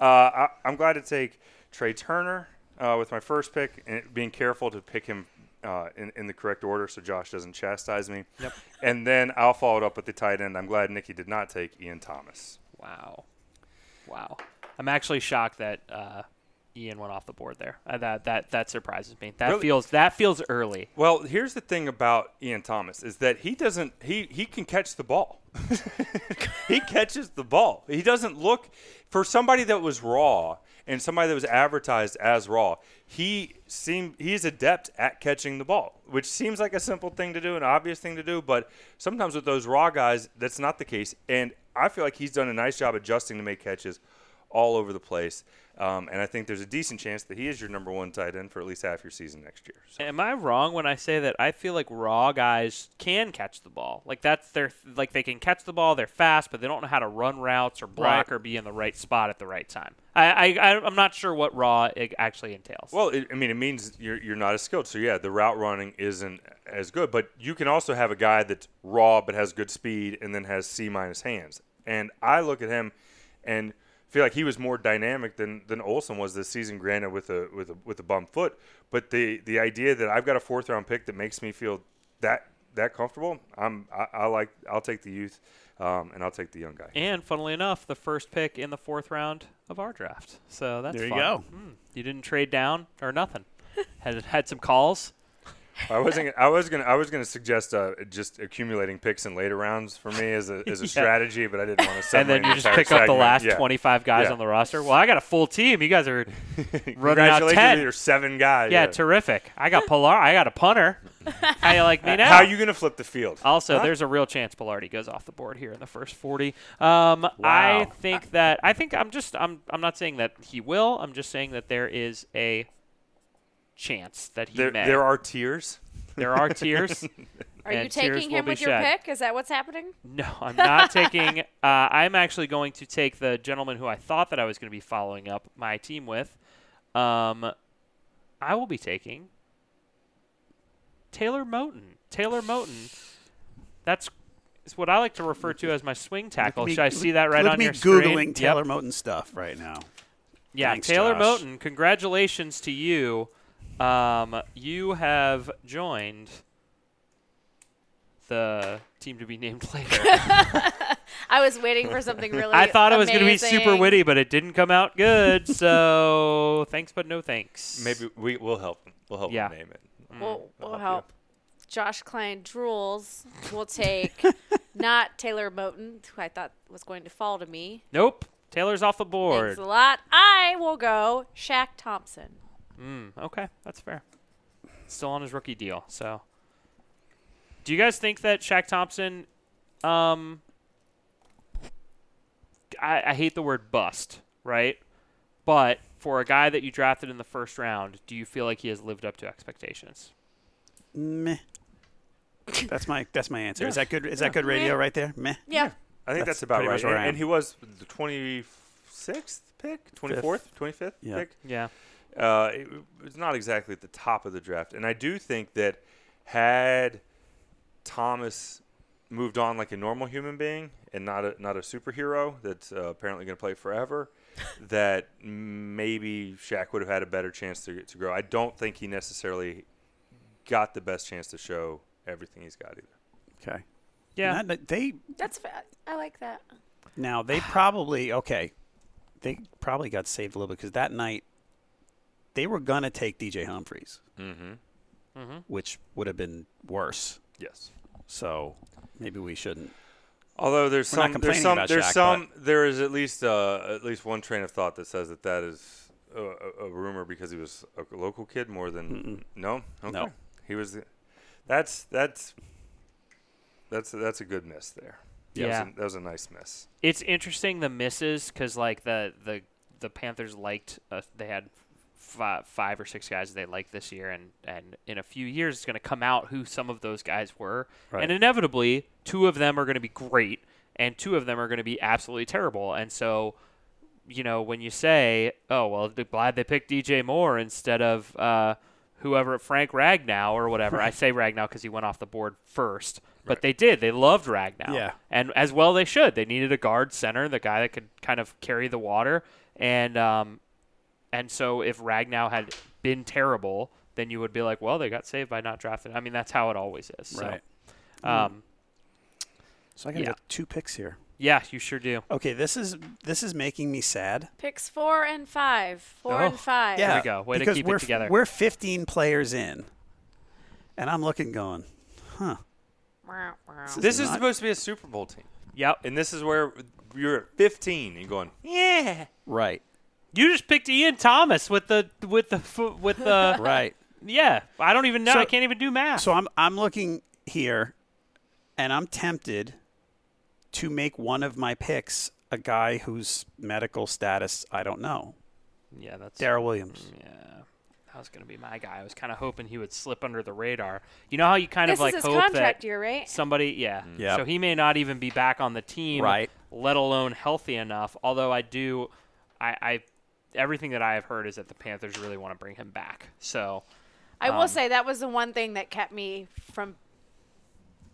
S2: Uh, I, I'm glad to take Trey Turner uh, with my first pick, and being careful to pick him uh, in, in the correct order so Josh doesn't chastise me. Yep. And then I'll follow it up with the tight end. I'm glad Nikki did not take Ian Thomas.
S3: Wow. Wow. I'm actually shocked that uh, Ian went off the board there. Uh, that that that surprises me. That
S2: Really?
S3: feels that feels early.
S2: Well, here's the thing about Ian Thomas is that he doesn't he he can catch the ball. he catches the ball. He doesn't look for somebody that was raw and somebody that was advertised as raw. He seemed he's adept at catching the ball, which seems like a simple thing to do, an obvious thing to do, but sometimes with those raw guys, that's not the case. And I feel like he's done a nice job adjusting to make catches all over the place. Um, and I think there's a decent chance that he is your number one tight end for at least half your season next year. So.
S3: Am I wrong when I say that I feel like raw guys can catch the ball? Like that's their like they can catch the ball, they're fast, but they don't know how to run routes or block
S2: Right.
S3: or be in the right spot at the right time. I I I- I'm not sure what raw it actually entails.
S2: Well, it, I mean, it means you're, you're not as skilled. So, yeah, the route running isn't as good. But you can also have a guy that's raw but has good speed and then has C minus hands. And I look at him and feel like he was more dynamic than, than Olson was this season, granted, with a, with a, with a bum foot. But the, the idea that I've got a fourth round pick that makes me feel that that comfortable, I'm, I, I like, I'll take the youth um, and I'll take the young guy.
S3: and funnily enough, the first pick in the fourth round of our draft. So that's
S4: There you
S3: fun.
S4: go.
S3: Mm, you didn't trade down or nothing. had had some calls.
S2: I wasn't. I was gonna. I was gonna suggest uh, just accumulating picks in later rounds for me as a as a
S3: Yeah.
S2: strategy, but I didn't want to.
S3: and then you just pick up the last 25 guys
S2: Yeah.
S3: on the roster. Well, I got a full team. You guys are running out
S2: Congratulations,
S3: 10.
S2: you're seven guys.
S3: yeah, terrific. I got Pilar. I got a punter. How you like me now?
S2: How are you gonna flip the field?
S3: also, there's a real chance Pilardi goes off the board here in the first 40. Um,
S2: Wow.
S3: I think that I think I'm just I'm I'm not saying that he will. I'm just saying that there is a chance that he
S2: there,
S3: may.
S2: there are tiers.
S3: there are tiers.
S1: Are you
S3: and tears
S1: taking
S3: will
S1: him
S3: be
S1: with your
S3: shed.
S1: pick? Is that what's happening?
S3: No, I'm not taking. Uh, I'm actually going to take the gentleman who I thought that I was going to be following up my team with. Um, I will be taking Taylor Moten. Taylor Moten. That's is what I like to refer to as my swing tackle.
S4: Me-
S3: Should I see that right on
S4: look at me
S3: your
S4: googling
S3: screen? Yep.
S4: Taylor Moten stuff right now.
S3: Yeah,
S4: Thanks,
S3: Taylor
S4: Josh.
S3: Moten. Congratulations to you. Um, you have joined the team to be named later.
S1: I was waiting for something really.
S3: I thought it was going to be super
S1: amazing.
S3: witty, but it didn't come out good. So thanks, but no thanks.
S2: Maybe we will help. them. We'll help
S3: Yeah.
S2: them name it.
S3: Mm,
S1: We'll, we'll
S2: help you.
S1: help. Josh Klein drools. We'll take not Taylor Moten, who I thought was going to fall to me.
S3: Nope. Taylor's off the board.
S1: Thanks a lot. I will go Shaq Thompson.
S3: Okay, that's fair. Still on his rookie deal. So, do you guys think that Shaq Thompson? Um, I, I hate the word bust, right? But for a guy that you drafted in the first round, do you feel like he has lived up to expectations?
S4: Meh. That's my that's my answer. Is that good? Is that good radio right there? Meh.
S1: Yeah.
S2: I think
S4: That's
S2: that's, about
S4: pretty
S2: right.
S4: much where
S2: And,
S4: I
S2: and
S4: am.
S2: he was the 26th pick, 24th, 25th
S4: Yeah.
S2: pick.
S3: Yeah.
S2: Uh, it, it's not exactly at the top of the draft. And I do think that had Thomas moved on like a normal human being and not a, not a superhero that's uh, apparently going to play forever, that maybe Shaq would have had a better chance to, to grow. I don't think he necessarily got the best chance to show everything he's got either.
S4: Okay.
S3: Yeah.
S4: Not that- they
S1: That's fa- I like that.
S4: now they probably okay. They probably got saved a little bit because that night they were gonna take DJ Humphreys, mm-hmm. Mm-hmm. which would have been worse.
S2: Yes.
S4: So maybe we shouldn't.
S2: Although there's
S4: We're not
S2: some, there's
S4: complaining
S2: some,
S4: about
S2: there's
S4: Shaq,
S2: some, there is at least uh, at least one train of thought that says that that is a, a- a rumor because he was a local kid more than no, okay.
S4: No.
S2: he was. the- That's that's that's that's a good miss there. That was a-
S3: Yeah.
S2: that was a nice miss.
S3: It's interesting the misses because like the the the Panthers liked uh, they had five, five or six guys that they liked this year, and and in a few years it's going to come out who some of those guys were, and inevitably two of them are going to be great, and two of them are going to be absolutely terrible, and so. You know, when you say, "Oh well, d- glad they picked DJ Moore instead of uh, whoever Frank Ragnow or whatever," I say Ragnow because he went off the board first, but they did. They loved Ragnow,
S4: Yeah.
S3: and as well they should. They needed a guard center, the guy that could kind of carry the water, and um, and so if Ragnow had been terrible, then you would be like, well, they got saved by not drafting. I mean, that's how it always is. So,
S4: Right.
S3: Um,
S4: So I got
S3: Yeah.
S4: got two picks here.
S3: yeah, you sure do.
S4: Okay, this is this is making me sad.
S1: Picks four and five. Four
S3: Oh.
S1: and five.
S3: There we go. Way to
S4: because
S3: keep it
S4: we're,
S3: together.
S4: We're 15 players in, and I'm looking, going, huh?
S1: Wow, wow.
S2: This is
S4: not-
S2: supposed to be a Super Bowl team,
S3: Yep.
S2: and this is where you're at 15 and going.
S3: Yeah.
S4: Right,
S3: You just picked Ian Thomas with the with the fo- with the
S4: right.
S3: yeah. I don't even know.
S4: So-
S3: I can't even do math.
S4: so I'm I'm looking here, and I'm tempted to make one of my picks a guy whose medical status I don't know.
S3: yeah, that's
S4: Daryl Williams.
S3: yeah. That was gonna be my guy. I was kind of hoping he would slip under the radar. You know how you kind
S1: This
S3: of like
S1: is his
S3: hope
S1: contract
S3: that
S1: year, right?
S3: somebody yeah
S4: Mm. Yep.
S3: so he may not even be back on the team
S4: Right.
S3: let alone healthy enough although i do i i everything that i have heard is that the panthers really want to bring him back so
S1: I
S3: Um,
S1: will say that was the one thing that kept me from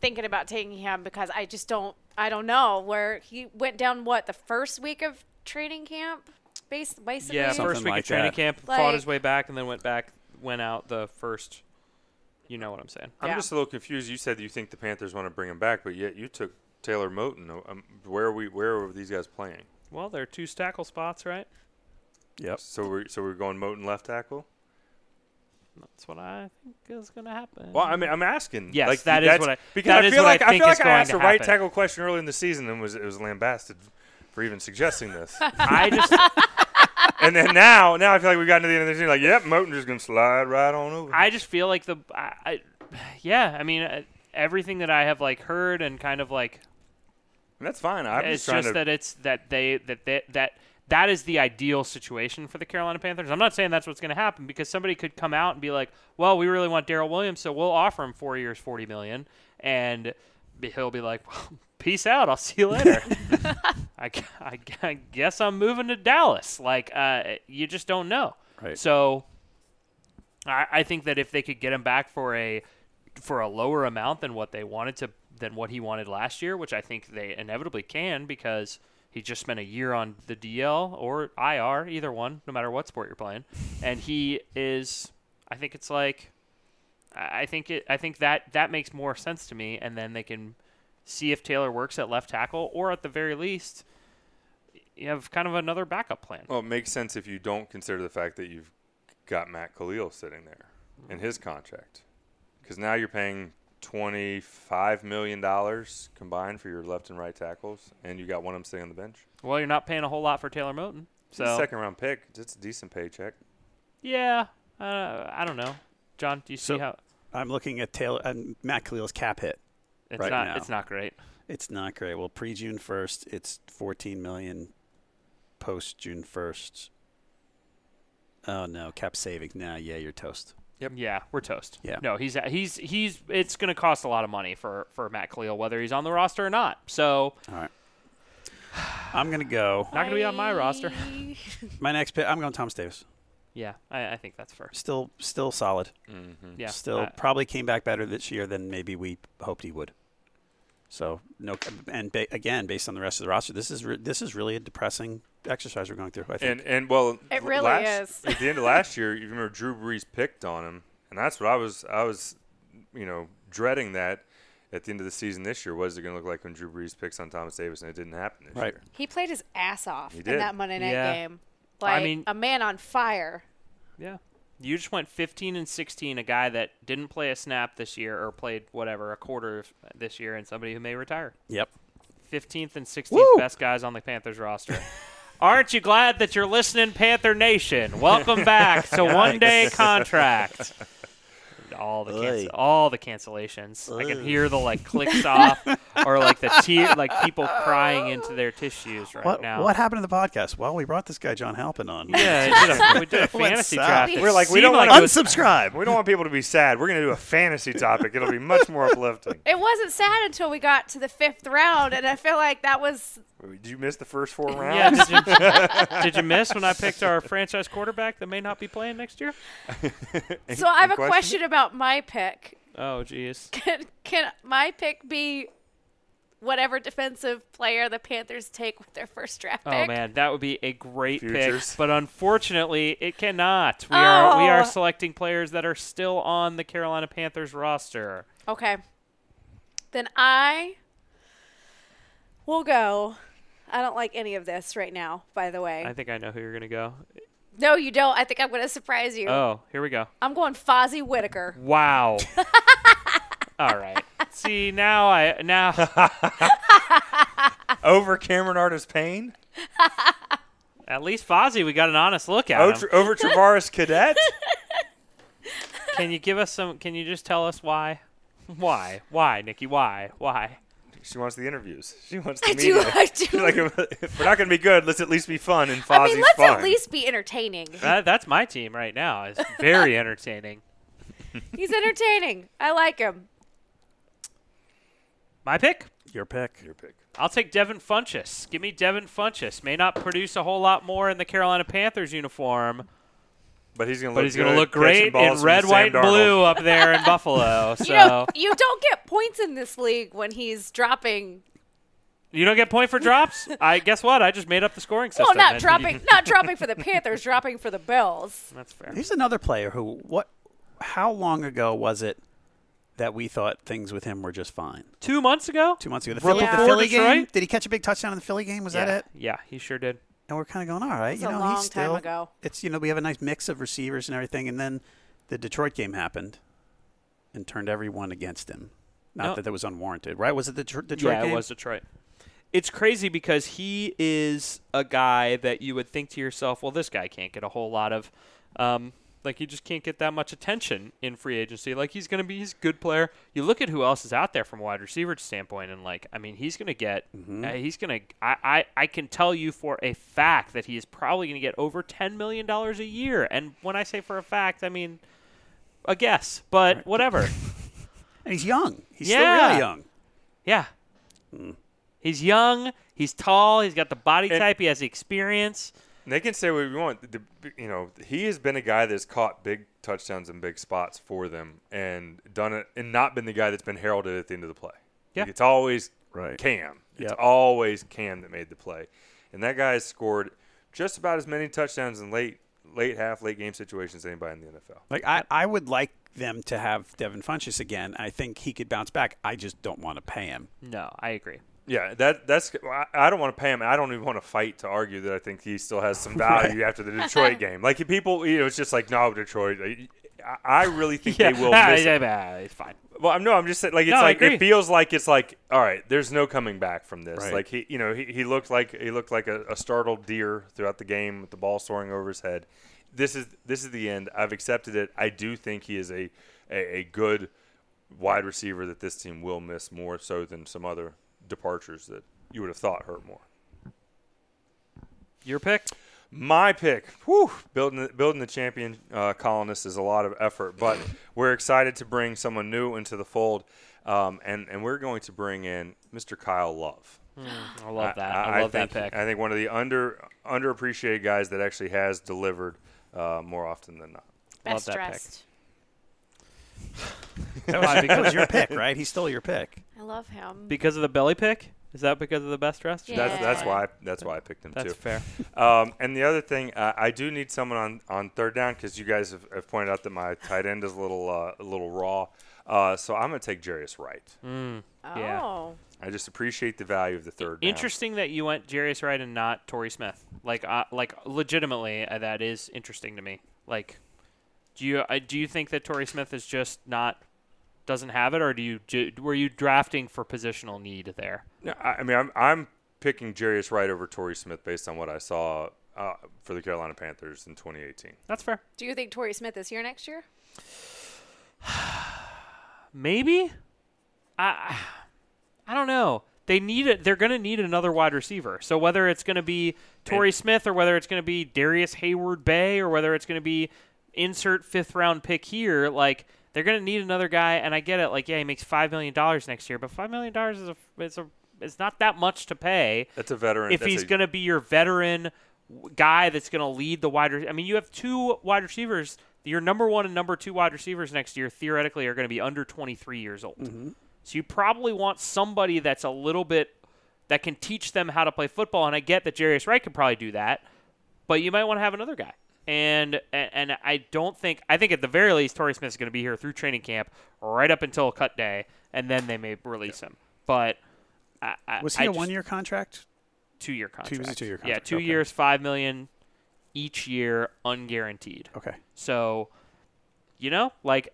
S1: thinking about taking him because I just don't I don't know where he went down what the first week of training camp base basically
S3: yeah
S4: Something
S3: first week
S4: like
S3: of training
S4: that.
S3: camp fought his
S1: Like-
S3: way back and then went back went out the first you know what i'm saying
S2: I'm
S1: Yeah.
S2: just a little confused. You said you think the Panthers want to bring him back, but yet you took Taylor Moten. Um, where are we? Where are these guys playing?
S3: well there are two tackle spots right
S4: Yep.
S2: So we're so we're going Moten left tackle.
S3: that's what i think is going to happen
S2: Well, I mean, I'm asking.
S3: Yes,
S2: like,
S3: that is
S2: that's-
S3: what I-
S2: because
S3: that
S2: I
S3: is
S2: feel
S3: what I
S2: like I,
S3: think
S2: feel
S3: is
S2: like I
S3: going
S2: asked
S3: to
S2: a right
S3: happen.
S2: tackle question early in the season and was it was lambasted for even suggesting this.
S3: i just
S2: and then now, now I feel like we've gotten to the end of the season. Like, yep, Moten just gonna slide right on over.
S3: I just feel like the, I, I yeah, I mean, uh, everything that I have like heard and kind of like,
S2: And that's fine. I'm
S3: it's
S2: just trying
S3: just
S2: to.
S3: that it's that they that they, that that is the ideal situation for the Carolina Panthers. I'm not saying that's what's going to happen because somebody could come out and be like, well, we really want Daryl Williams, so we'll offer him four years, forty million, and be- he'll be like, well, peace out, I'll see you later. I, gu- I, gu- I guess I'm moving to Dallas. Like, uh, you just don't know.
S4: Right.
S3: So, I, I think that if they could get him back for a for a lower amount than what they wanted to than what he wanted last year, which I think they inevitably can because he just spent a year on the DL or IR, either one, no matter what sport you're playing, and he is. I think it's like, I I think it. I think that that makes more sense to me, and then they can see if Taylor works at left tackle or at the very least. You have kind of another backup plan.
S2: well, it makes sense if you don't consider the fact that you've got Matt Khalil sitting there in his contract, because now you're paying twenty-five million dollars combined for your left and right tackles, and you got one of them sitting on the bench.
S3: Well, you're not paying a whole lot for Taylor Moten,
S2: It's a
S3: so
S2: second-round pick. It's a decent paycheck.
S3: yeah, uh, I don't know. John, do you see
S4: So-
S3: how
S4: I'm looking at Taylor um, Matt Khalil's cap hit.
S3: it's
S4: Right
S3: not?
S4: now.
S3: It's not great.
S4: It's not great. Well, pre June 1st, it's 14 million. Post June 1st. Oh no, cap savings. Nah, yeah, you're toast.
S2: Yep.
S3: Yeah, we're toast.
S4: Yeah.
S3: No, he's he's he's. It's going to cost a lot of money for for Matt Khalil whether he's on the roster or not. So
S4: All right. I'm gonna go.
S3: not going to be on my roster.
S4: My next pick. I'm going Thomas Davis.
S3: Yeah, I, I think that's fair.
S4: Still, still solid.
S3: Yeah.
S4: Mm, Still,
S3: I-
S4: probably came back better this year than maybe we hoped he would. So no, and ba- again, based on the rest of the roster, this is re- this is really a depressing exercise we're going through. I think.
S2: And and well,
S1: It
S2: l-
S1: really is.
S2: last- at the end of last year, you remember Drew Brees picked on him, and that's what I was I was, you know, dreading that. At the end of the season this year, what is it going to look like when Drew Brees picks on Thomas Davis? And it didn't happen this
S4: Right.
S2: year.
S1: He played his ass off
S2: He
S1: in
S2: did.
S1: that Monday night
S3: Yeah.
S1: game.
S3: I
S1: Like
S3: mean-
S1: a man on fire.
S3: Yeah. You just went 15 and 16, a guy that didn't play a snap this year or played whatever a quarter of this year, and somebody who may retire.
S4: yep.
S3: 15th and 16th best guys on the Panthers roster. Aren't you glad that you're listening, Panther Nation? Welcome back to one day contract. All the
S4: Oy.
S3: canc- all the cancellations. I can hear the like clicks off or like the tear like people crying into their tissues right
S4: What
S3: now.
S4: what happened to the podcast? Well, we brought this guy John Halpin on.
S3: Yeah, Oh we did a, we did a
S4: What's
S3: fantasy
S4: up?
S3: draft. It
S2: We're like, we
S3: seemed
S2: don't
S3: like
S2: wanna
S3: it was
S4: Unsubscribe.
S2: We don't want people to be sad. We're going to do a fantasy topic. It'll be much more uplifting.
S1: It wasn't sad until we got to the fifth round, and I feel like that was
S2: Did you miss the first four rounds?
S3: Yeah, did you, did you miss when I picked our franchise quarterback that may not be playing next year?
S1: So I have a
S2: question?
S1: question about my pick.
S3: Oh, jeez.
S1: Can, can my pick be whatever defensive player the Panthers take with their first draft pick?
S3: Oh man, that would be a great
S2: Futures.
S3: pick, but unfortunately, it cannot. We are we
S1: Oh.
S3: are selecting players that are still on the Carolina Panthers roster.
S1: Okay. Then I will go. I don't like any of this right now, by the way.
S3: I think I know who you're gonna go.
S1: no, you don't. I think I'm going to surprise you.
S3: Oh, here we go.
S1: I'm going Fozzie Whitaker.
S3: Wow. All right. See now I now
S2: Over Cameron Artis Payne?
S3: at least Fozzie, we got an honest look at him.
S2: Over, over Travaris Cadet?
S3: Can you give us some? Can you just tell us why? Why? Why, Nikki? Why? Why?
S2: She wants the interviews. She wants the
S1: I
S2: media.
S1: do. I do.
S2: like, if we're not going to be good, let's at least be fun. And Fozzie's
S1: I mean, let's
S2: fun.
S1: at least be entertaining.
S3: That, that's my team right now. It's very entertaining.
S1: He's entertaining. I like him.
S3: My pick?
S4: Your pick.
S2: Your pick.
S3: I'll take Devin Funchess. Give me Devin Funchess. May not produce a whole lot more in the Carolina Panthers uniform,
S2: But he's going to
S3: but
S2: look
S3: he's
S2: going
S3: going to look great in red, white, and blue up there in Buffalo. So
S1: You, know, you don't get points in this league when he's dropping
S3: you don't get point for drops. I guess what? I just made up the scoring system.
S1: Well, not
S3: and-
S1: dropping, not dropping for the Panthers, dropping for the Bills.
S3: That's fair.
S4: Here's another player who what how long ago was it that we thought things with him were just fine?
S3: Two months ago.
S4: Two months ago. The
S3: Right
S4: Philly, the
S3: before
S4: Philly
S3: Detroit?
S4: game? Did he catch a big touchdown in the Philly game? Was
S3: yeah.
S4: that it?
S3: Yeah, he sure did.
S4: And we're kinda going, All right,
S1: It's
S4: you
S1: a
S4: know,
S1: long
S4: he's
S1: time
S4: still
S1: ago.
S4: it's you know, we have a nice mix of receivers and everything, and then the Detroit game happened and turned everyone against him. Not
S3: No.
S4: that that was unwarranted, right? Was it the Detro- Detroit
S3: yeah,
S4: game?
S3: it was Detroit. It's crazy because he is a guy that you would think to yourself, well, this guy can't get a whole lot of, um, like, he just can't get that much attention in free agency. Like, he's going to be, he's a good player. You look at who else is out there from a wide receiver standpoint, and, like, I mean, he's going to get,
S4: Mm-hmm.
S3: uh, he's going to, I, I, I can tell you for a fact that he is probably going to get over $10 million a year. And when I say for a fact, I mean, a guess, but whatever.
S4: And he's young. He's still
S3: Yeah.
S4: really young.
S3: Yeah.
S2: Hmm.
S3: He's young. He's tall. He's got the body type. He has the experience.
S2: They can say what we want. The, you know, he has been a guy that's caught big touchdowns and big spots for them, and done it, and not been the guy that's been heralded at the end of the play.
S3: Yeah.
S2: it's always
S4: Right.
S2: Cam. It's
S4: Yep.
S2: always Cam that made the play, and that guy has scored just about as many touchdowns in late, late half, late game situations as anybody in the NFL.
S4: Like I, I would like them to have Devin Funchess again. I think he could bounce back. I just don't want to pay him.
S3: No, I agree.
S2: Yeah, that that's. I- I don't want to pay him. I don't even want to fight to argue that I think he still has some value after the Detroit game. Like if people, you know, it's just like no Detroit. I, I really think they will
S3: Ah,
S2: miss.
S3: yeah,
S2: it.
S3: yeah, it's fine.
S2: Well, I'm no. I'm just saying. Like it's
S3: No, I
S2: like
S3: agree.
S2: it feels like it's like all right. There's no coming back from this.
S4: Right.
S2: Like he, you know, he, he looked like he looked like a, a startled deer throughout the game with the ball soaring over his head. This is this is the end. I've accepted it. I do think he is a a, a good wide receiver that this team will miss more so than some other departures that you would have thought hurt more.
S3: Your pick?
S2: My pick. Whew, building the, building the champion uh, colonists is a lot of effort, but we're excited to bring someone new into the fold, um, and and we're going to bring in Mr. Kyle Love.
S3: I love that. I, love
S2: think,
S3: that pick.
S2: I think one of the under underappreciated guys that actually has delivered uh, more often than not.
S3: Love
S1: Best
S3: that pick.
S1: dressed.
S4: That was, that was your pick, right? He stole your pick.
S1: I love him.
S3: Because of the belly pick? Is that because of the best dressed?
S1: Yeah.
S2: That's that's why I, that's why I picked him
S3: That's
S2: too.
S3: fair.
S2: Um, and the other thing, uh, I do need someone on, on third down because you guys have, have pointed out that my tight end is a little uh, a little raw. Uh, so I'm going to take Jarius Wright.
S3: yeah.
S1: Oh.
S2: I just appreciate the value of the third. down.
S3: Interesting that you went Jarius Wright and not Torrey Smith. Like, uh, like legitimately, uh, that is interesting to me. Like, do you uh, do you think that Torrey Smith is just not doesn't have it, or do you ju- were you drafting for positional need there?
S2: No, I I mean, I'm I'm picking Jarius Wright over Torrey Smith based on what I saw uh, for the Carolina Panthers in 2018.
S3: That's fair.
S1: Do you think Torrey Smith is here next year?
S3: Maybe. I I don't know. They need it. They're going to need another wide receiver. So whether it's going to be Torrey Smith or whether it's going to be Darius Hayward Bay or whether it's going to be insert fifth round pick here, like they're going to need another guy. And I get it. Like yeah, he makes five million dollars next year, but five million dollars is a it's a it's not that much to pay
S2: That's a veteran.
S3: if
S2: that's
S3: he's
S2: a-
S3: going to be your veteran w- guy that's going to lead the wide. Re- I mean, you have two wide receivers. Your number one and number two wide receivers next year theoretically are going to be under 23 years old.
S2: Mm-hmm.
S3: So you probably want somebody that's a little bit that can teach them how to play football. And I get that Jarius Wright could probably do that, but you might want to have another guy. And, and and I don't think I think at the very least Torrey Smith is going to be here through training camp, right up until cut day, and then they may release him. But I, I,
S4: Was he
S3: I
S4: a
S3: just-
S4: one-year contract?
S3: two year contract.
S4: was a two-year
S3: Yeah,
S4: contract,
S3: two
S4: okay.
S3: years, five million each year, unguaranteed.
S4: Okay.
S3: So, you know, like,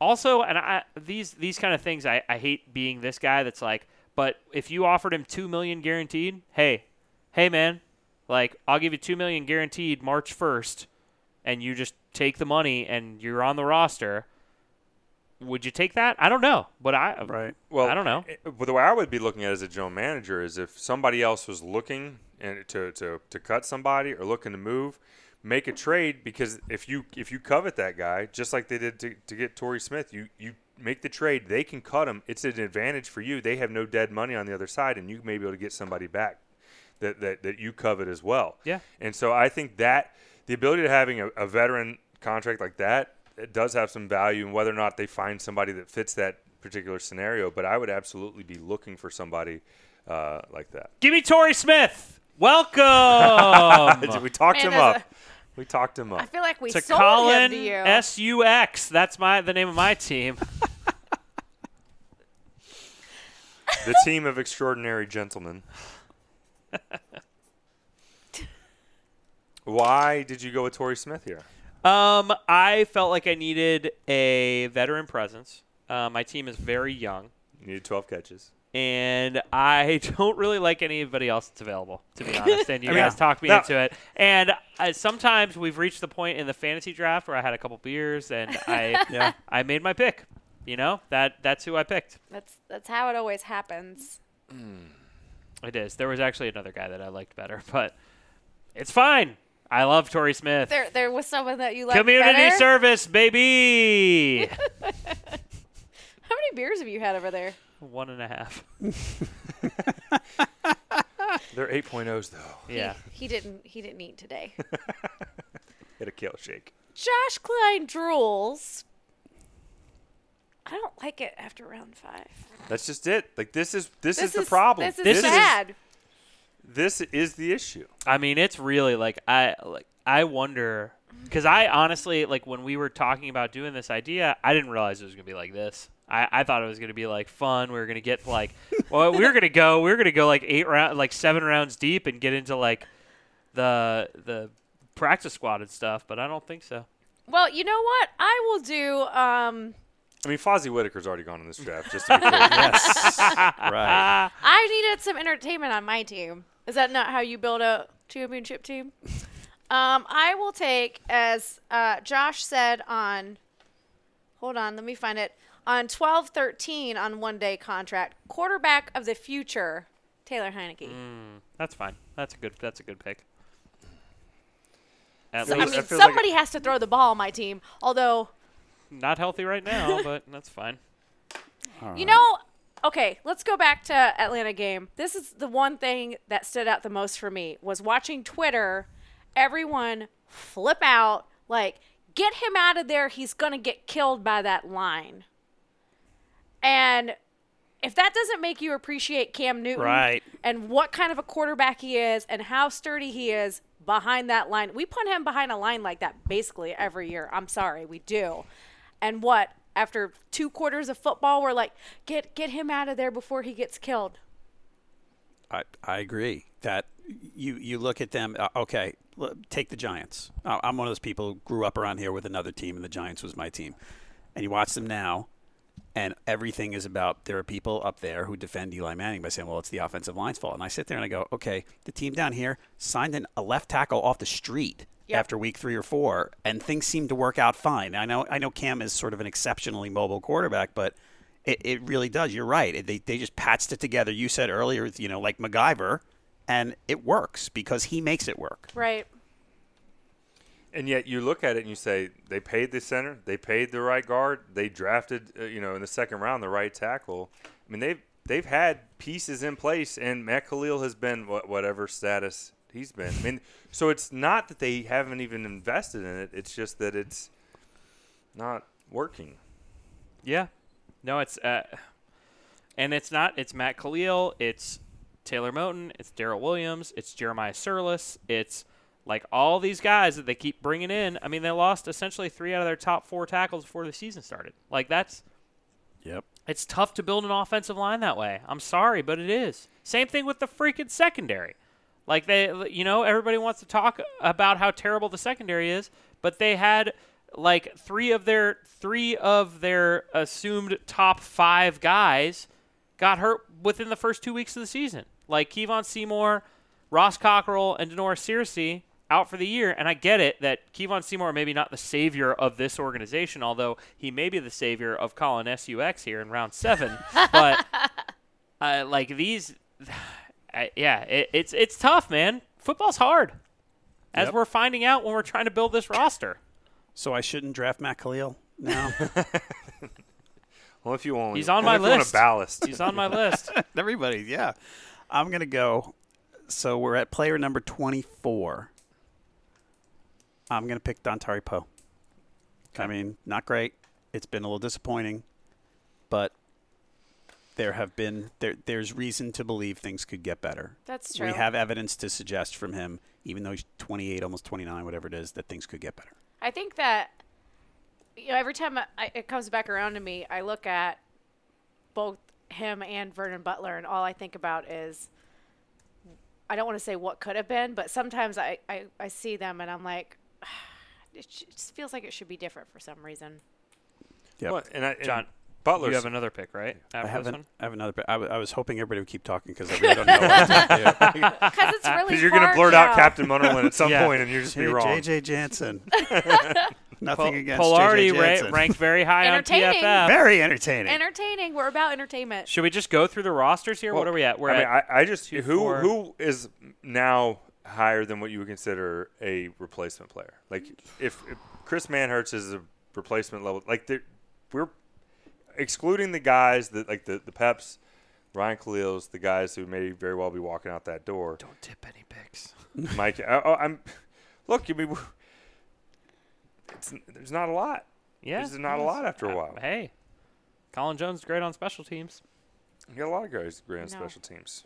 S3: also, and I these these kind of things, I, I hate being this guy that's like, but if you offered him two million guaranteed, hey, hey man, like I'll give you two million guaranteed March first, and you just take the money and you're on the roster. Would you take that? I don't know, but I
S4: Right.
S2: Well,
S3: I don't know.
S2: eh, But the way I would be looking at it as a general manager is if somebody else was looking and to, to, to cut somebody or looking to move, make a trade because if you if you covet that guy, just like they did to, to get Torrey Smith, you you make the trade. They can cut him. It's an advantage for you. They have no dead money on the other side, and you may be able to get somebody back that that, that you covet as well.
S3: Yeah.
S2: And so I think that the ability of having a, a veteran contract like that it does have some value, and whether or not they find somebody that fits that particular scenario, but I would absolutely be looking for somebody uh, like that.
S3: give me Torrey Smith. Welcome.
S2: we talked
S1: Man,
S2: him
S1: there's
S2: up.
S1: a-
S2: we talked him
S1: I
S2: up.
S1: feel like we
S3: to
S1: sold him
S3: Colin
S1: to you.
S3: S U X. That's my the name of my team.
S2: the team of extraordinary gentlemen. Why did you go with Torrey Smith here?
S3: um, I felt like I needed a veteran presence. Uh, my team is very young,
S2: You needed 12 catches.
S3: and I don't really like anybody else that's available, to be honest. And you
S4: mean,
S3: guys talked me
S2: no.
S3: into it. And uh, sometimes we've reached the point in the fantasy draft where I had a couple beers and I
S4: Yeah.
S3: I made my pick. You know that that's who I picked.
S1: That's that's how it always happens.
S3: It is. There was actually another guy that I liked better, but it's fine. I love Torrey Smith.
S1: There there was someone that you liked
S3: Community
S1: better.
S3: service, baby.
S1: How many beers have you had over there?
S3: One and a half.
S2: They're 8.0s, though.
S3: Yeah.
S1: He didn't he didn't eat today.
S2: Hit a kale shake.
S1: Josh Klein drools. I don't like it after round five.
S2: That's just it. Like this is this,
S1: This
S2: is, the problem.
S1: This is
S3: This is-
S1: sad.
S2: This is the issue.
S3: I mean, it's really like I like I wonder because I honestly like when we were talking about doing this idea, I didn't realize it was gonna be like this. I, I thought it was gonna be like fun. We were gonna get like well, we were gonna go we were gonna go like eight round like seven rounds deep and get into like the the practice squad and stuff, but I don't think so.
S1: well, you know what? I will do. Um,
S2: I mean, Fozzie Whitaker's already gone in this draft. Just to be clear.
S4: Yes. right.
S1: I needed some entertainment on my team. Is that not how you build a championship team? Um, I will take, as uh, Josh said on, hold on, let me find it, on 12 13 on one day contract, quarterback of the
S2: Mm.
S1: future, Taylor Heineke.
S3: That's fine. That's a good that's a good pick. At
S1: So, I
S3: least
S1: mean,
S2: that feels
S1: somebody
S2: like
S1: has to throw the ball on my team. Although,
S3: not healthy right now, but that's fine.
S1: you know, okay, let's go back to Atlanta game. This is the one thing that stood out the most for me was watching Twitter. Everyone flip out like, get him out of there. He's gonna get killed by that line. And if that doesn't make you appreciate Cam Newton
S4: Right.
S1: and what kind of a quarterback he is and how sturdy he is behind that line, we put him behind a line like that basically every year. I'm sorry, we do. And what? After two quarters of football, we're like, get get him out of there before he gets killed.
S4: I, I agree that you you look at them. Uh, okay, l- take the Giants. Uh, I'm one of those people who grew up around here with another team, and the Giants was my team. And you watch them now, and everything is about there are people up there who defend Eli Manning by saying, "Well, it's the offensive line's fault." And I sit there and I go, "Okay, the team down here signed an, a left tackle off the street."
S1: Yep.
S4: After week three or four, and things seem to work out fine. I know, I know, Cam is sort of an exceptionally mobile quarterback, but it, it really does. You're right. It- They, they just patched it together. You said earlier, you know, like MacGyver, and it works because he makes it work.
S1: Right.
S2: And yet you look at it and you say they paid the center, they paid the right guard, they drafted uh, you know in the second round the right tackle. I mean they've they've had pieces in place, and Matt Khalil has been wha- whatever status he's been. I mean, so it's not that they haven't even invested in it; it's just that it's not working.
S3: Yeah. No, it's uh, and it's not. It's Matt Khalil. It's Taylor Moten. It's Daryl Williams. It's Jeremiah Surlis. It's like all these guys that they keep bringing in. I mean, they lost essentially three out of their top four tackles before the season started. Like that's.
S4: Yep.
S3: It's tough to build an offensive line that way. I'm sorry, but it is. Same thing with the freaking secondary. Like they, you know, everybody wants to talk about how terrible the secondary is, but they had like three of their three of their assumed top five guys got hurt within the first two weeks of the season. Like Kevon Seymour, Ross Cockrell, and Denora Searcy out for the year. And I get it that Kevon Seymour may be not the savior of this organization, although he may be the savior of Colin SUX here in round seven. but uh, like these, I yeah, it, it's it's tough, man. Football's hard, as
S4: Yep.
S3: we're finding out when we're trying to build this roster.
S4: So I shouldn't draft Matt Khalil now.
S2: Well, if you only
S3: He's on
S2: well,
S3: my
S2: if you want
S3: list.
S2: a ballast.
S3: He's on my list.
S4: Everybody, yeah. I'm gonna go. So we're at player number 24. I'm gonna pick Dontari Poe. I mean, not great. It's been a little disappointing, but there have been there. There's reason to believe things could get better.
S1: That's
S4: We
S1: true.
S4: have evidence to suggest from him, even though he's 28, almost 29, whatever it is, that things could get better.
S1: I think that you know every time I, it comes back around to me, I look at both him and Vernon Butler, and all I think about is I don't want to say what could have been, but sometimes I I, I see them and I'm like, it sh- it just feels like it should be different for some reason.
S4: Yep.
S2: Well, and I, and
S3: John,
S2: Butler's
S3: you have another pick, right?
S4: I
S3: After
S4: have,
S3: this
S4: an,
S3: one?
S4: I have another. I, w- I was hoping everybody would keep talking because I really don't know. what to do.
S1: Because it's really
S2: you're going to
S1: hard
S2: blurt
S1: now.
S2: out Captain Munderland at some
S3: Yeah.
S2: point and you're just be
S4: J-
S2: wrong.
S4: JJ Jansen.
S3: Pol-
S4: Nothing against
S3: Polardi
S4: JJ
S3: ra-
S4: Jansen.
S3: ranked very high on
S1: Entertaining.
S3: PFF.
S4: Very entertaining.
S1: Entertaining. We're about entertainment.
S3: Should we just go through the rosters here? what
S2: Well,
S3: are we at? We're
S2: I
S3: at
S2: mean, I, I just
S3: two,
S2: who
S3: four.
S2: who is now higher than what you would consider a replacement player? Like if, if Chris Manhertz is a replacement level, like they're- we're excluding the guys that like the the Peps, Ryan Khalil's, the guys who may very well be walking out that door.
S3: don't tip any picks.
S2: Mike, I, oh, I'm look. I mean, we're- it's, there's not a lot.
S3: Yeah,
S2: There's not a
S3: yes.
S2: lot after a
S3: Uh,
S2: while.
S3: hey, Colin Jones is great on special teams.
S2: You got a lot of guys grand
S1: No.
S2: special teams.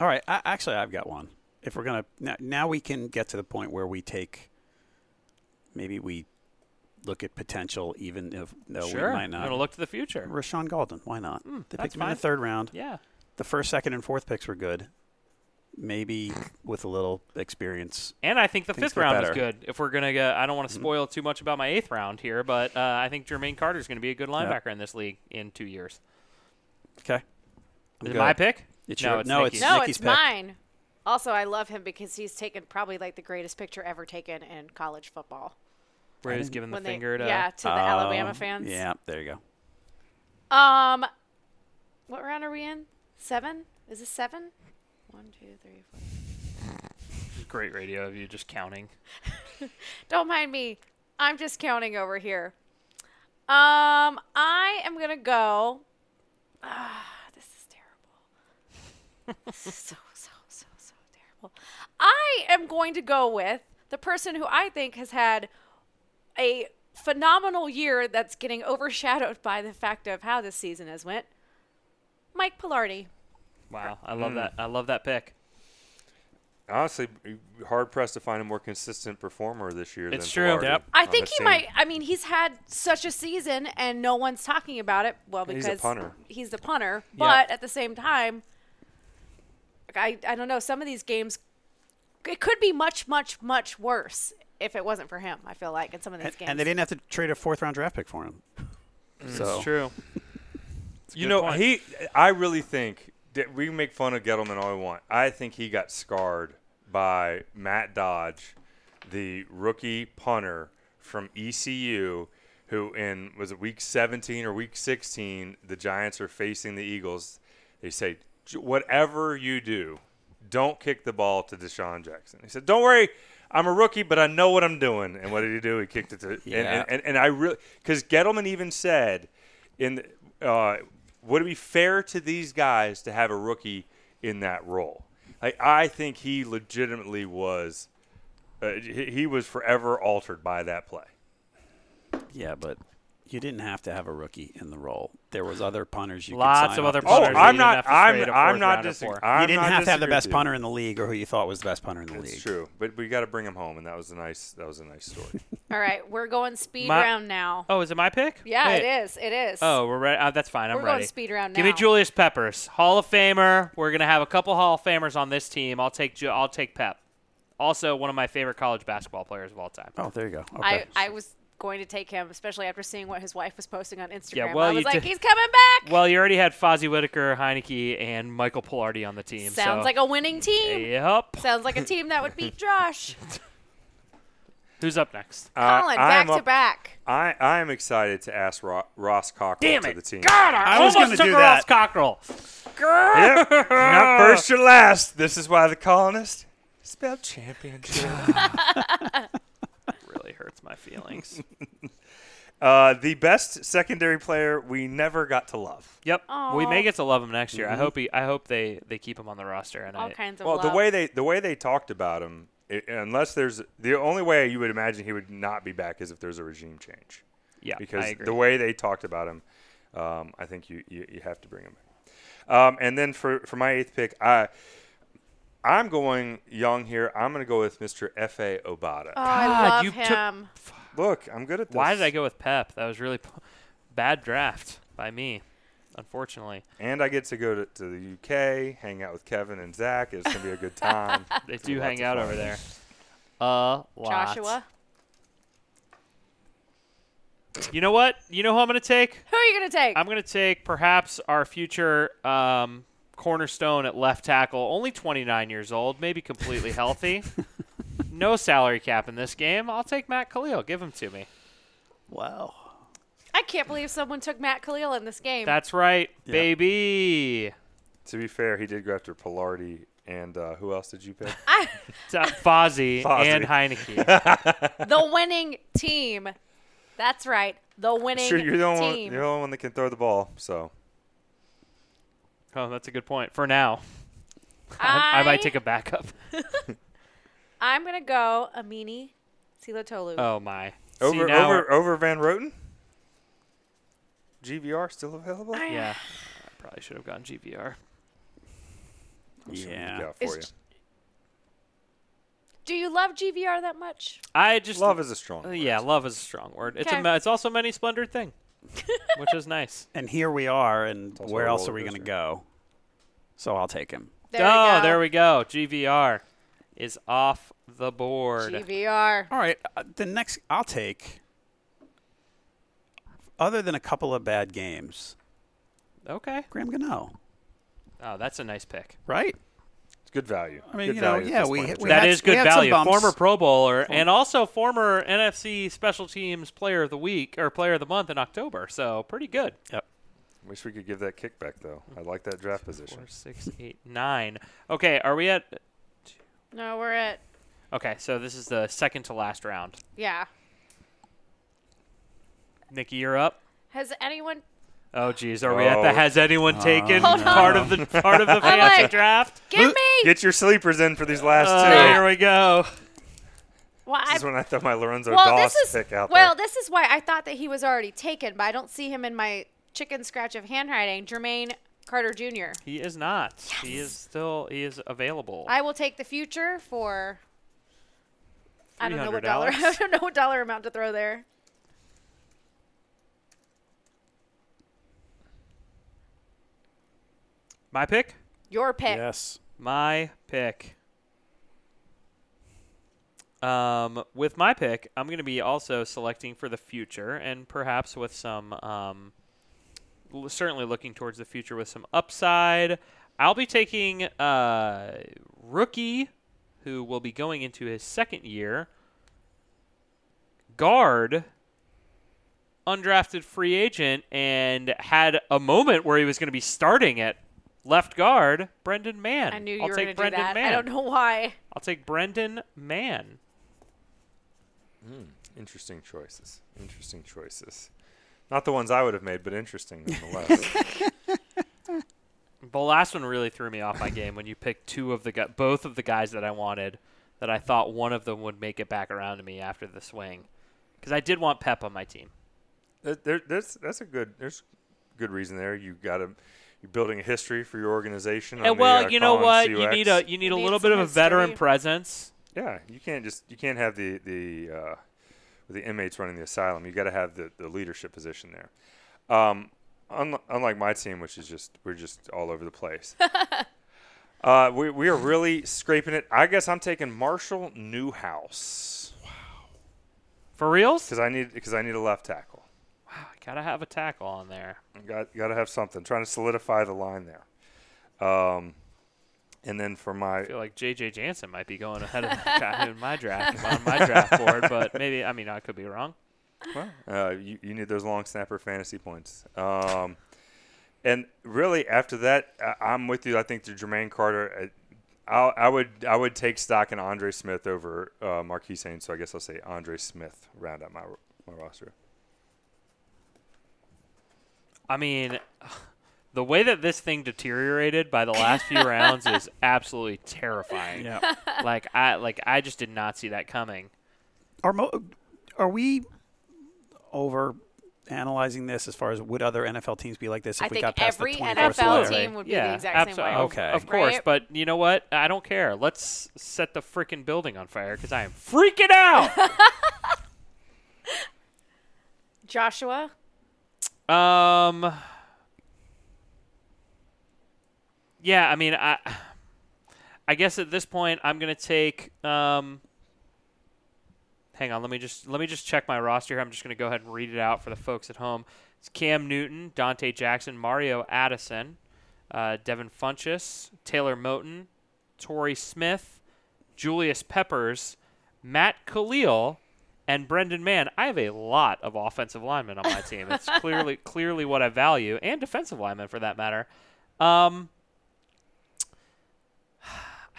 S4: All right. I, actually, I've got one. If we're gonna now, now, we can get to the point where we take. Maybe we look at potential, even if no,
S3: sure,
S4: we might
S3: I'm
S4: not.
S3: gonna look to the future.
S4: Rashawn Golden. Why not? they
S3: that's
S4: picked him in
S3: fine.
S4: the third round.
S3: Yeah,
S4: The first, second, and fourth picks were good. Maybe with a little experience.
S3: and I think the
S4: Things
S3: fifth
S4: get
S3: round is
S4: better. Mm-hmm.
S3: good. If we're gonna go, I don't want to spoil too much about my eighth round here, but uh, I think Jermaine Carter is gonna be a good linebacker in this league in two years.
S4: Okay.
S3: Is it my pick?
S4: It's
S3: no,
S4: your-
S3: it's
S4: no,
S3: Nikki's.
S4: it's-
S1: no,
S4: Nikki's
S1: it's
S4: pick.
S1: mine. Also, I love him because he's taken probably like the greatest picture ever taken in college football.
S3: where he's giving the
S1: when they,
S3: finger to.
S1: yeah, to the Alabama fans.
S4: Um, Yeah. There you go.
S1: Um, what round are we in? Seven? Is this seven? One, two, three, four.
S3: great radio of you just counting.
S1: Don't mind me. I'm just counting over here. Um, I am gonna go. Ah, this is terrible. this is so so so so terrible. I am going to go with the person who I think has had a phenomenal year that's getting overshadowed by the fact of how this season has went. Mike Pilardi.
S3: Wow, I
S2: Hmm.
S3: love that. I love that pick.
S2: Honestly, hard pressed to find a more consistent performer this year.
S3: It's
S2: than
S3: true.
S2: Pilardi
S3: Yep.
S1: I
S2: on
S1: think
S2: that
S1: he
S2: team.
S1: might. I mean, he's had such a season, and no one's talking about it. Well,
S2: He's
S1: because
S2: a punter.
S1: he's the punter, but at the same time, I I don't know. Some of these games, it could be much, much, much worse if it wasn't for him. I feel like in some of these
S4: And,
S1: games,
S4: and they didn't have to trade a fourth round draft pick for him.
S3: Hmm.
S4: So
S3: It's true.
S2: You
S3: good
S2: know,
S3: point.
S2: he. I really think that we can make fun of Gettleman all we want. I think he got scarred by Matt Dodge, the rookie punter from ECU, who in was it week 17 or week 16, the Giants are facing the Eagles. They say, "J- whatever you do, don't kick the ball to Deshaun Jackson. He said, don't worry. I'm a rookie, but I know what I'm doing. And what did he do? He kicked it to. And,
S4: Yeah.
S2: and, and, and I really, because Gettleman even said, in the, uh, would it be fair to these guys to have a rookie in that role? Like I think he legitimately was, uh, he he was forever altered by that play.
S4: yeah, but you didn't have to have a rookie in the role. There was other punters you could
S3: Lots
S4: sign
S3: of
S4: up
S3: other
S4: to.
S2: Oh,
S3: punters. that
S2: I'm
S3: you didn't
S2: not.
S3: have to
S2: I'm.
S3: trade a
S2: I'm
S3: fourth
S2: not
S3: rounder
S2: disagreeing.
S3: for.
S2: I'm
S4: You didn't
S2: not
S4: have to have the
S2: disagreeing
S4: best
S2: with you.
S4: punter in the league or who you thought was the best punter in the league.
S2: It's true, but we got to bring him home, and that was a nice. That was a nice story.
S1: all right, we're going speed
S3: My-
S1: round now.
S3: Oh, is it my pick?
S1: yeah,
S3: Wait.
S1: it is. It is.
S3: Oh, we're ready. Uh, that's fine. I'm
S1: We're going
S3: ready.
S1: speed round
S3: Give me
S1: now.
S3: Julius Peppers, Hall of Famer. We're gonna have a couple Hall of Famers on this team. I'll take. Ju- I'll take Pep. Also, one of my favorite college basketball players of all time.
S4: Oh, there you go. Okay.
S1: I I was going to take him, especially after seeing what his wife was posting on Instagram.
S3: well,
S1: I was
S3: you
S1: like,
S3: did-
S1: he's coming back.
S3: Well, you already had Fozzie Whitaker, Heineke, and Michael Pilardi on the team.
S1: Sounds
S3: so.
S1: like a winning team.
S3: Yep.
S1: Sounds like a team that would beat Josh.
S3: Who's up next?
S2: Uh,
S1: Colin,
S2: I
S1: back
S2: am
S1: to
S2: up-
S1: back.
S2: I. I am excited to ask Ro- Ross Cockrell
S3: Damn
S2: to
S3: it!
S2: the team.
S3: God, I,
S4: I was
S3: almost
S4: gonna
S3: took
S4: do
S3: Ross
S4: that.
S3: Cockrell.
S2: Yep. Not first or last. This is why the colonist spelled championship.
S3: Really hurts my feelings.
S2: Uh, the best secondary player we never got to love.
S3: Yep. We
S1: Aw.
S3: may get to love him next year. I hope he. I hope they they keep him on the roster. And
S1: All
S3: I,
S1: kinds of
S2: Well,
S1: love.
S2: the way they the way they talked about him, i unless there's the only way you would imagine he would not be back is if there's a regime change.
S3: yeah,
S2: because
S3: I agree.
S2: the way they talked about him, um, I think you, you you have to bring him back. Um, and then for for my eighth pick, I. I'm going young here. I'm going to go with Mr. F.A. Obata.
S1: oh, I
S3: God,
S1: love
S3: you took-
S1: him.
S2: Look, I'm good at this.
S3: Uh, Why did I go with Pep? That was really p- bad draft by me, unfortunately.
S2: And I get to go to, to the UK, hang out with Kevin and Zach. It's going to be a good time.
S3: They
S2: It's
S3: do
S2: lots
S3: hang
S2: of
S3: out
S2: fun.
S3: over there. A lot.
S1: Joshua.
S3: You know what? You know who I'm going to take?
S1: Who are you going to take?
S3: I'm going to take perhaps our future um, cornerstone at left tackle, only 29 years old, maybe completely healthy. no salary cap in this game. I'll take Matt Khalil. Give him to me.
S4: wow.
S1: I can't believe someone took Matt Khalil in this game.
S3: That's right, baby.
S2: To be fair, he did go after Pilardi. And uh, who else did you pick?
S3: It's, uh, Fozzie
S2: Fozzie.
S3: and Heineke.
S1: the winning team. That's right. The winning
S2: sure, you're the, only one,
S1: team.
S2: you're the only one that can throw the ball. So
S3: oh, that's a good point. For now,
S1: I,
S3: I, I might take a backup.
S1: I'm going to go Amini Silatolu.
S3: Oh my. See,
S2: over
S3: now
S2: over
S3: we're-
S2: over Van Roten. GVR still available? I
S3: Yeah. I probably should have gone GVR.
S4: Yeah.
S2: for
S1: Is- Do you love GVR that much?
S3: I just
S2: you. Love is a strong.
S3: Uh,
S2: word.
S3: yeah, love is a strong word. It's
S1: Okay.
S3: a ma- it's also many splendid thing, which is nice.
S4: And here we are, and
S2: also
S4: where
S2: a
S4: else
S2: roller
S4: are we going to
S2: coaster.
S4: go? So I'll take him.
S1: There
S3: oh,
S1: we go.
S3: there we go. GVR is off the board.
S1: GVR.
S4: All right. Uh, the next I'll take, other than a couple of bad games,
S3: okay.
S4: Graham Gano,
S3: Oh, that's a nice pick.
S4: right?
S2: It's good value.
S4: I mean,
S2: good
S4: you know,
S2: value at
S4: yeah,
S2: this
S4: we
S2: point in
S4: hit-
S2: the
S4: we
S2: draft.
S3: That
S4: had-
S3: is good
S4: had some
S3: value.
S4: bumps.
S3: Former Pro Bowler and also former NFC Special Teams Player of the Week or Player of the Month in October. So pretty good.
S4: Yep.
S2: Wish we could give that kickback though. I like that draft position.
S3: Four, six, eight, nine. Okay, are we at?
S1: No, we're at
S3: Okay, so this is the second to last round.
S1: Yeah.
S3: Nikki, you're up.
S1: Has anyone?
S3: Oh, geez, are we at the?
S2: Oh.
S3: Has anyone taken
S1: Hold on.
S3: part of the part of the fantasy
S1: like-
S3: draft?
S1: Give me.
S2: Get your sleepers in for these last
S3: Uh,
S2: two.
S3: Here we go.
S1: Well,
S2: This is
S1: I,
S2: when I thought my Lorenzo
S1: well,
S2: Doss
S1: this is
S2: pick out
S1: well,
S2: there.
S1: this is why I thought that he was already taken, but I don't see him in my chicken scratch of handwriting. Jermaine Carter Jr.
S3: He is not. He is still. He is available.
S1: I will take the future for. I don't know what
S3: $300,
S1: dollar.
S3: Alex.
S1: I don't know what dollar amount to throw there.
S3: My pick.
S1: Your pick.
S4: Yes.
S3: My pick. Um, with my pick, I'm going to be also selecting for the future, and perhaps with some, um, l- certainly looking towards the future with some upside. I'll be taking uh, rookie, who will be going into his second year. Guard, undrafted free agent, and had a moment where he was going to be starting at left guard. Brendan Mann.
S1: I knew you
S3: I'll
S1: were
S3: take
S1: going to do
S3: Brendan
S1: that.
S3: Mann.
S1: I don't know why.
S3: I'll take Brendan Mann.
S2: Interesting choices. Interesting choices. Not the ones I would have made, but interesting nonetheless.
S3: The last one really threw me off my game when you picked two of the gu- both of the guys that I wanted that I thought one of them would make it back around to me after the swing because I did want Pep on my team.
S2: There- there, there's that's a good there's good reason there. You got to you're building a history for your organization. on
S3: And
S2: the,
S3: well,
S2: uh,
S3: you know
S2: Collins
S3: what? You
S2: CUX.
S3: need a you need a
S1: need
S3: little bit of
S1: some
S3: a veteran
S1: history.
S3: presence.
S2: yeah. You can't just you can't have the the uh, the inmates running the asylum. You got to have the, the leadership position there. Um, unli- unlike my team, which is just we're just all over the place. uh, we we are really scraping it. I guess I'm taking Marshall Newhouse
S3: For reals?
S2: because I need because I need a left tackle.
S3: Wow, gotta have a tackle on there.
S2: Got got to have something. Trying to solidify the line there. Um, and then for my
S3: I feel like J.J. Jansen might be going ahead of that guy in my draft on my draft board, but maybe I mean I could be wrong.
S2: Uh, you, you need those long snapper fantasy points. Um, and really, after that, I, I'm with you. I think the Jermaine Carter. uh, I'll, I would I would take stock in Andre Smith over uh, Marquise Haynes. So I guess I'll say Andre Smith round out my my roster.
S3: I mean, the way that this thing deteriorated by the last few rounds is absolutely terrifying.
S4: Yeah.
S3: Like I like I just did not see that coming.
S4: Are mo- are we over analyzing this as far as would other NFL teams be like this if
S1: I
S4: we
S1: think
S4: got past
S1: every
S4: the 24th
S1: NFL
S4: player?
S1: team would be the exact
S3: abso-
S1: same way.
S3: Of,
S4: Okay.
S3: of course,
S1: Right?
S3: but you know what? I don't care. Let's set the freaking building on fire because I am freaking out.
S1: Joshua.
S3: um. Yeah, I mean, I, I guess at this point I'm gonna take. Um, hang on, let me just let me just check my roster. here. I'm just gonna go ahead and read it out for the folks at home. It's Cam Newton, Dante Jackson, Mario Addison, uh, Devin Funches, Taylor Moten, Torrey Smith, Julius Peppers, Matt Khalil, and Brendan Mann. I have a lot of offensive linemen on my team. It's clearly clearly what I value, and defensive linemen for that matter. Um,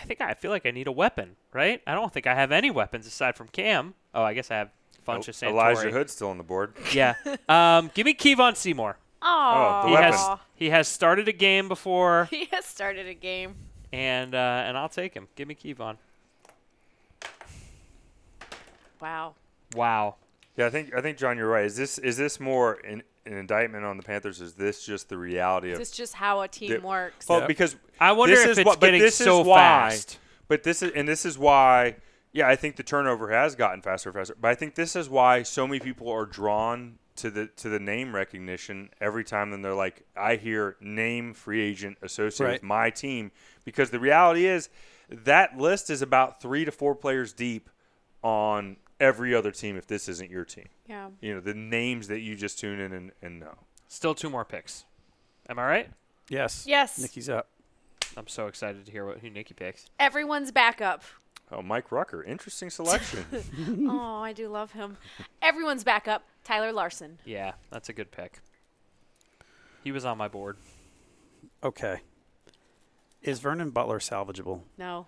S3: I think I feel like I need a weapon, right? I don't think I have any weapons aside from Cam. Oh, I guess I have Funches and
S2: Elijah
S3: Torrey.
S2: Hood still on the board.
S3: Yeah. Um, give me Kevon Seymour.
S1: Aw.
S2: the
S3: Oh, He has
S2: Weapon.
S3: he has started a game before,
S1: He has started a game.
S3: and uh, and I'll take him. Give me Kevon.
S1: Wow.
S3: Wow.
S2: Yeah, I think I think John, you're right. Is this is this more an, an indictment on the Panthers? Is this just the reality of
S1: This is just how a team
S2: Yeah.
S1: works.
S2: Well, because
S3: I wonder
S2: this
S3: if
S2: is
S3: it's
S2: what- but
S3: getting
S2: this
S3: so
S2: is why,
S3: fast.
S2: But this is and this is why. Yeah, I think the turnover has gotten faster and faster. But I think this is why so many people are drawn to the to the name recognition every time. Then they're like, I hear name free agent associated
S4: Right.
S2: with my team because the reality is that list is about three to four players deep on every other team. If this isn't your team,
S1: yeah.
S2: you know the names that you just tune in and, and know.
S3: Still two more picks. Am I right?
S4: Yes.
S1: Yes.
S4: Nikki's up.
S3: I'm so excited to hear what who Nikki picks.
S1: Everyone's backup.
S2: Oh, Mike Rucker, interesting selection.
S1: oh, I do love him. Everyone's backup. Tyler Larson.
S3: Yeah, that's a good pick. He was on my board.
S4: Okay. Is Vernon Butler salvageable?
S1: No.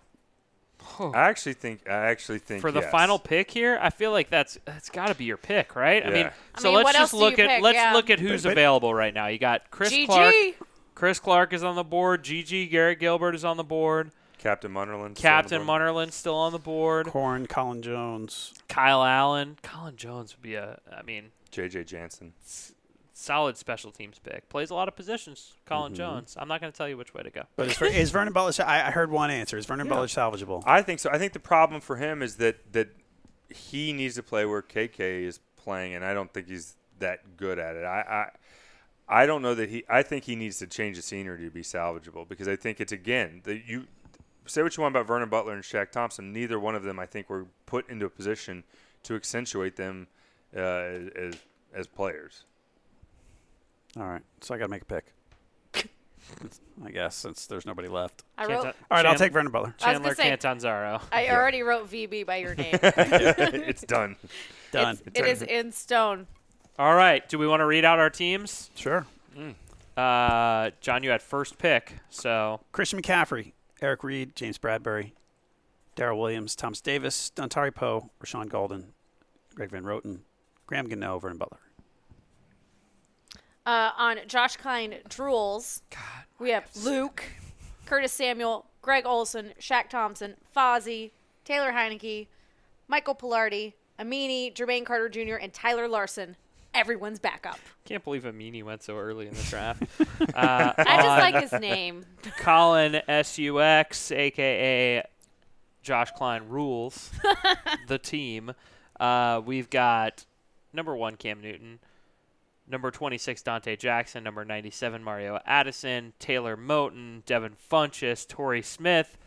S2: I actually think. I actually think
S3: for the
S2: yes.
S3: final pick here, I feel like that's that's got to be your pick, right? I mean,
S2: Yeah.
S1: I
S3: so
S1: mean, what
S3: let's
S1: else
S3: just
S1: do
S3: look
S1: you
S3: at
S1: pick?
S3: let's
S1: Yeah.
S3: look at who's available right now. You got Chris
S1: GG.
S3: Clark. Chris Clark is on the board. GG Garrett Gilbert is on the board.
S2: Captain Munderland.
S3: Captain Munnerlin still on the board.
S4: Corn, Colin Jones.
S3: Kyle Allen. Colin Jones would be a I mean,
S2: JJ Jansen.
S3: solid special teams pick. Plays a lot of positions. Colin
S4: Mm-hmm.
S3: Jones. I'm not going to tell you which way to go.
S4: But is, Ver- is Vernon Butler? sa- I, I heard one answer. Is Vernon Butler salvageable?
S2: I think so. I think the problem for him is that that he needs to play where KK is playing, and I don't think he's that good at it. I I, I don't know that he. I think he needs to change the scenery to be salvageable because I think it's again that you say what you want about Vernon Butler and Shaq Thompson. Neither one of them, I think, were put into a position to accentuate them uh, as as players.
S4: All right, so I got to make a pick. I guess since there's nobody left.
S1: I wrote.
S3: Canta-
S4: All right, I'll
S3: Chan-
S4: take Vernon Butler.
S1: I was gonna
S3: Chandler
S1: say-
S3: Cantanzaro.
S1: I already wrote VB by your name.
S2: it's done.
S4: Done.
S1: It's, it is in stone.
S3: All right. Do we want to read out our teams?
S4: Sure.
S3: Uh, John, you had first pick, so
S4: Christian McCaffrey, Eric Reed, James Bradbury, Darrell Williams, Thomas Davis, Dontari Poe, Rashawn Golden, Greg Van Roten, Graham Gano, Vernon Butler.
S1: Uh, on Josh Klein drools, we have Luke, Curtis Samuel, Greg Olson, Shaq Thompson, Fozzie, Taylor Heineke, Michael Pilardi, Amini, Jermaine Carter Jr., and Tyler Larson. Everyone's backup.
S3: can't believe Amini went so early in the draft.
S1: I just like his name.
S3: Colin Sux, aka Josh Klein rules the team. Uh, we've got number one Cam Newton, number twenty six Dante Jackson, number ninety seven Mario Addison, Taylor Moten, Devin Funches, Torrey Smith,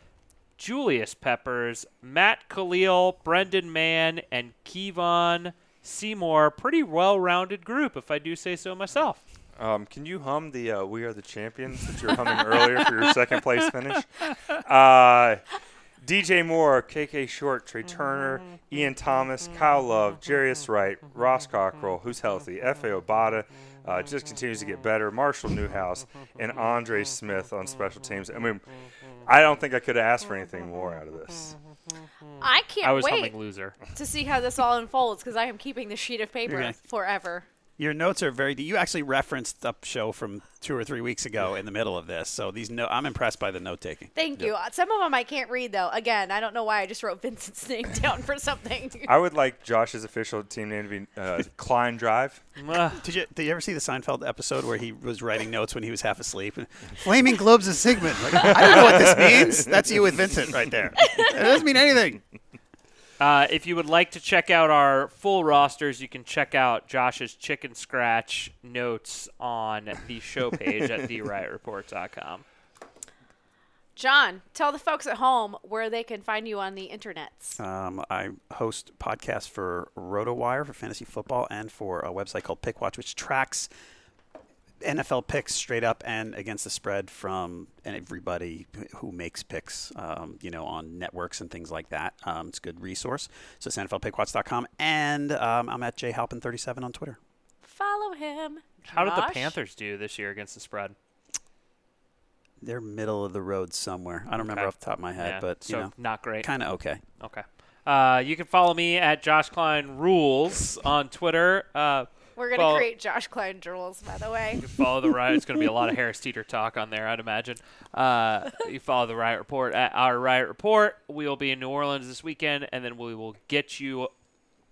S3: Julius Peppers, Matt Khalil, Brendan Mann, and Kevon Seymour. Pretty well rounded group, if I do say so myself.
S2: Um, can you hum the uh, "We Are the Champions" that you were humming earlier for your second place finish? Uh, DJ Moore, KK Short, Trey
S3: Mm-hmm.
S2: Turner, Ian Thomas, Kyle Love, Jarius Wright,
S3: Mm-hmm.
S2: Ross Cockrell, who's healthy, F.A. Obata, uh, just continues to get better, Marshall Newhouse,
S3: Mm-hmm.
S2: and Andre Smith on special teams. I mean, I don't think I could have asked for
S3: Mm-hmm.
S2: anything more out of this.
S1: I can't
S3: I was
S1: wait
S3: humming loser.
S1: to see how this all unfolds because I am keeping the sheet of paper
S4: gonna-
S1: forever.
S4: Your notes are very. You actually referenced the show from two or three weeks ago in the middle of this. So these no, I'm impressed by the note taking.
S1: Thank you. Uh, Some of them I can't read though. Again, I don't know why I just wrote Vincent's name down for something.
S2: I would like Josh's official team name to be uh, Klein Drive.
S3: Mwah.
S4: Did you did you ever see the Seinfeld episode where he was writing notes when he was half asleep? Flaming globes of Sigmund. Like, I don't know what this means. That's you with Vincent right there. It doesn't mean anything.
S3: Uh, if you would like to check out our full rosters, you can check out Josh's chicken scratch notes on the show page at theriotreport.com.
S1: John, tell the folks at home where they can find you on the internets.
S4: Um, I host podcasts for RotoWire for fantasy football and for a website called PickWatch, which tracks NFL picks straight up and against the spread from everybody who makes picks, um, you know, on networks and things like that. Um, it's a good resource. So it's NFLPickWatch.com. And um, I'm at jhalpin37 on Twitter.
S1: Follow him.
S3: How did the
S1: Josh.
S3: Panthers do this year against the spread?
S4: They're middle of the road somewhere. I don't remember
S3: Okay.
S4: off the top of my head,
S3: Yeah,
S4: but, you
S3: so
S4: know,
S3: not great.
S4: kind of okay.
S3: okay. Uh, you can follow me at Josh Klein Rules on Twitter. Uh,
S1: We're gonna
S3: follow-
S1: create Josh Klein drools, by the way.
S3: follow the riot. It's going to be a lot of Harris Teeter talk on there, I'd imagine. Uh, you follow the riot report at our riot report. We will be in New Orleans this weekend, and then we will get you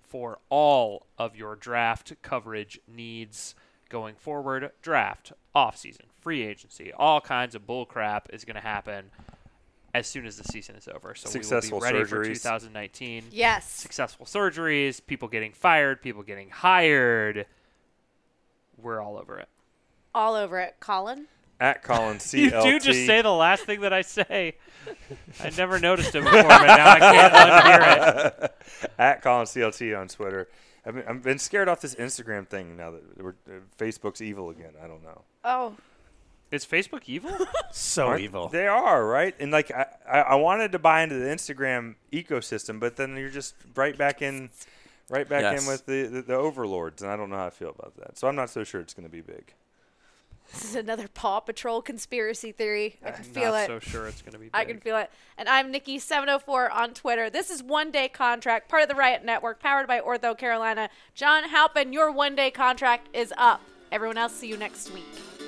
S3: for all of your draft coverage needs going forward. Draft, offseason, free agency, all kinds of bull crap is going to happen as soon as the season is over. So
S2: Successful
S3: we will be ready for
S2: surgeries.
S3: 2019
S1: Yes.
S3: successful surgeries, people getting fired, people getting hired. We're all over it.
S1: All over it. Colin.
S2: At Colin
S3: You
S2: CLT.
S3: do just say the last thing that I say. I never noticed it before, but now I can't unhear it.
S2: at Colin CLT on Twitter. I've been, I've been scared off this Instagram thing now that we're, uh, Facebook's evil again. I don't know.
S1: Oh.
S3: Is Facebook evil?
S4: So
S2: Aren't-
S4: evil.
S2: They are right, and like I, I, I wanted to buy into the Instagram ecosystem, but then you're just right back in, right back
S4: Yes.
S2: in with the, the the overlords, and I don't know how I feel about that. So I'm not so sure it's going to be big.
S1: This is another Paw Patrol conspiracy theory. I can feel
S3: Uh, Not
S1: it.
S3: so sure it's going to be. Big.
S1: I can feel it. And I'm Nikki704 on Twitter. This is One Day Contract, part of the Riot Network, powered by Ortho Carolina. John Halpin, your one day contract is up. Everyone else, see you next week.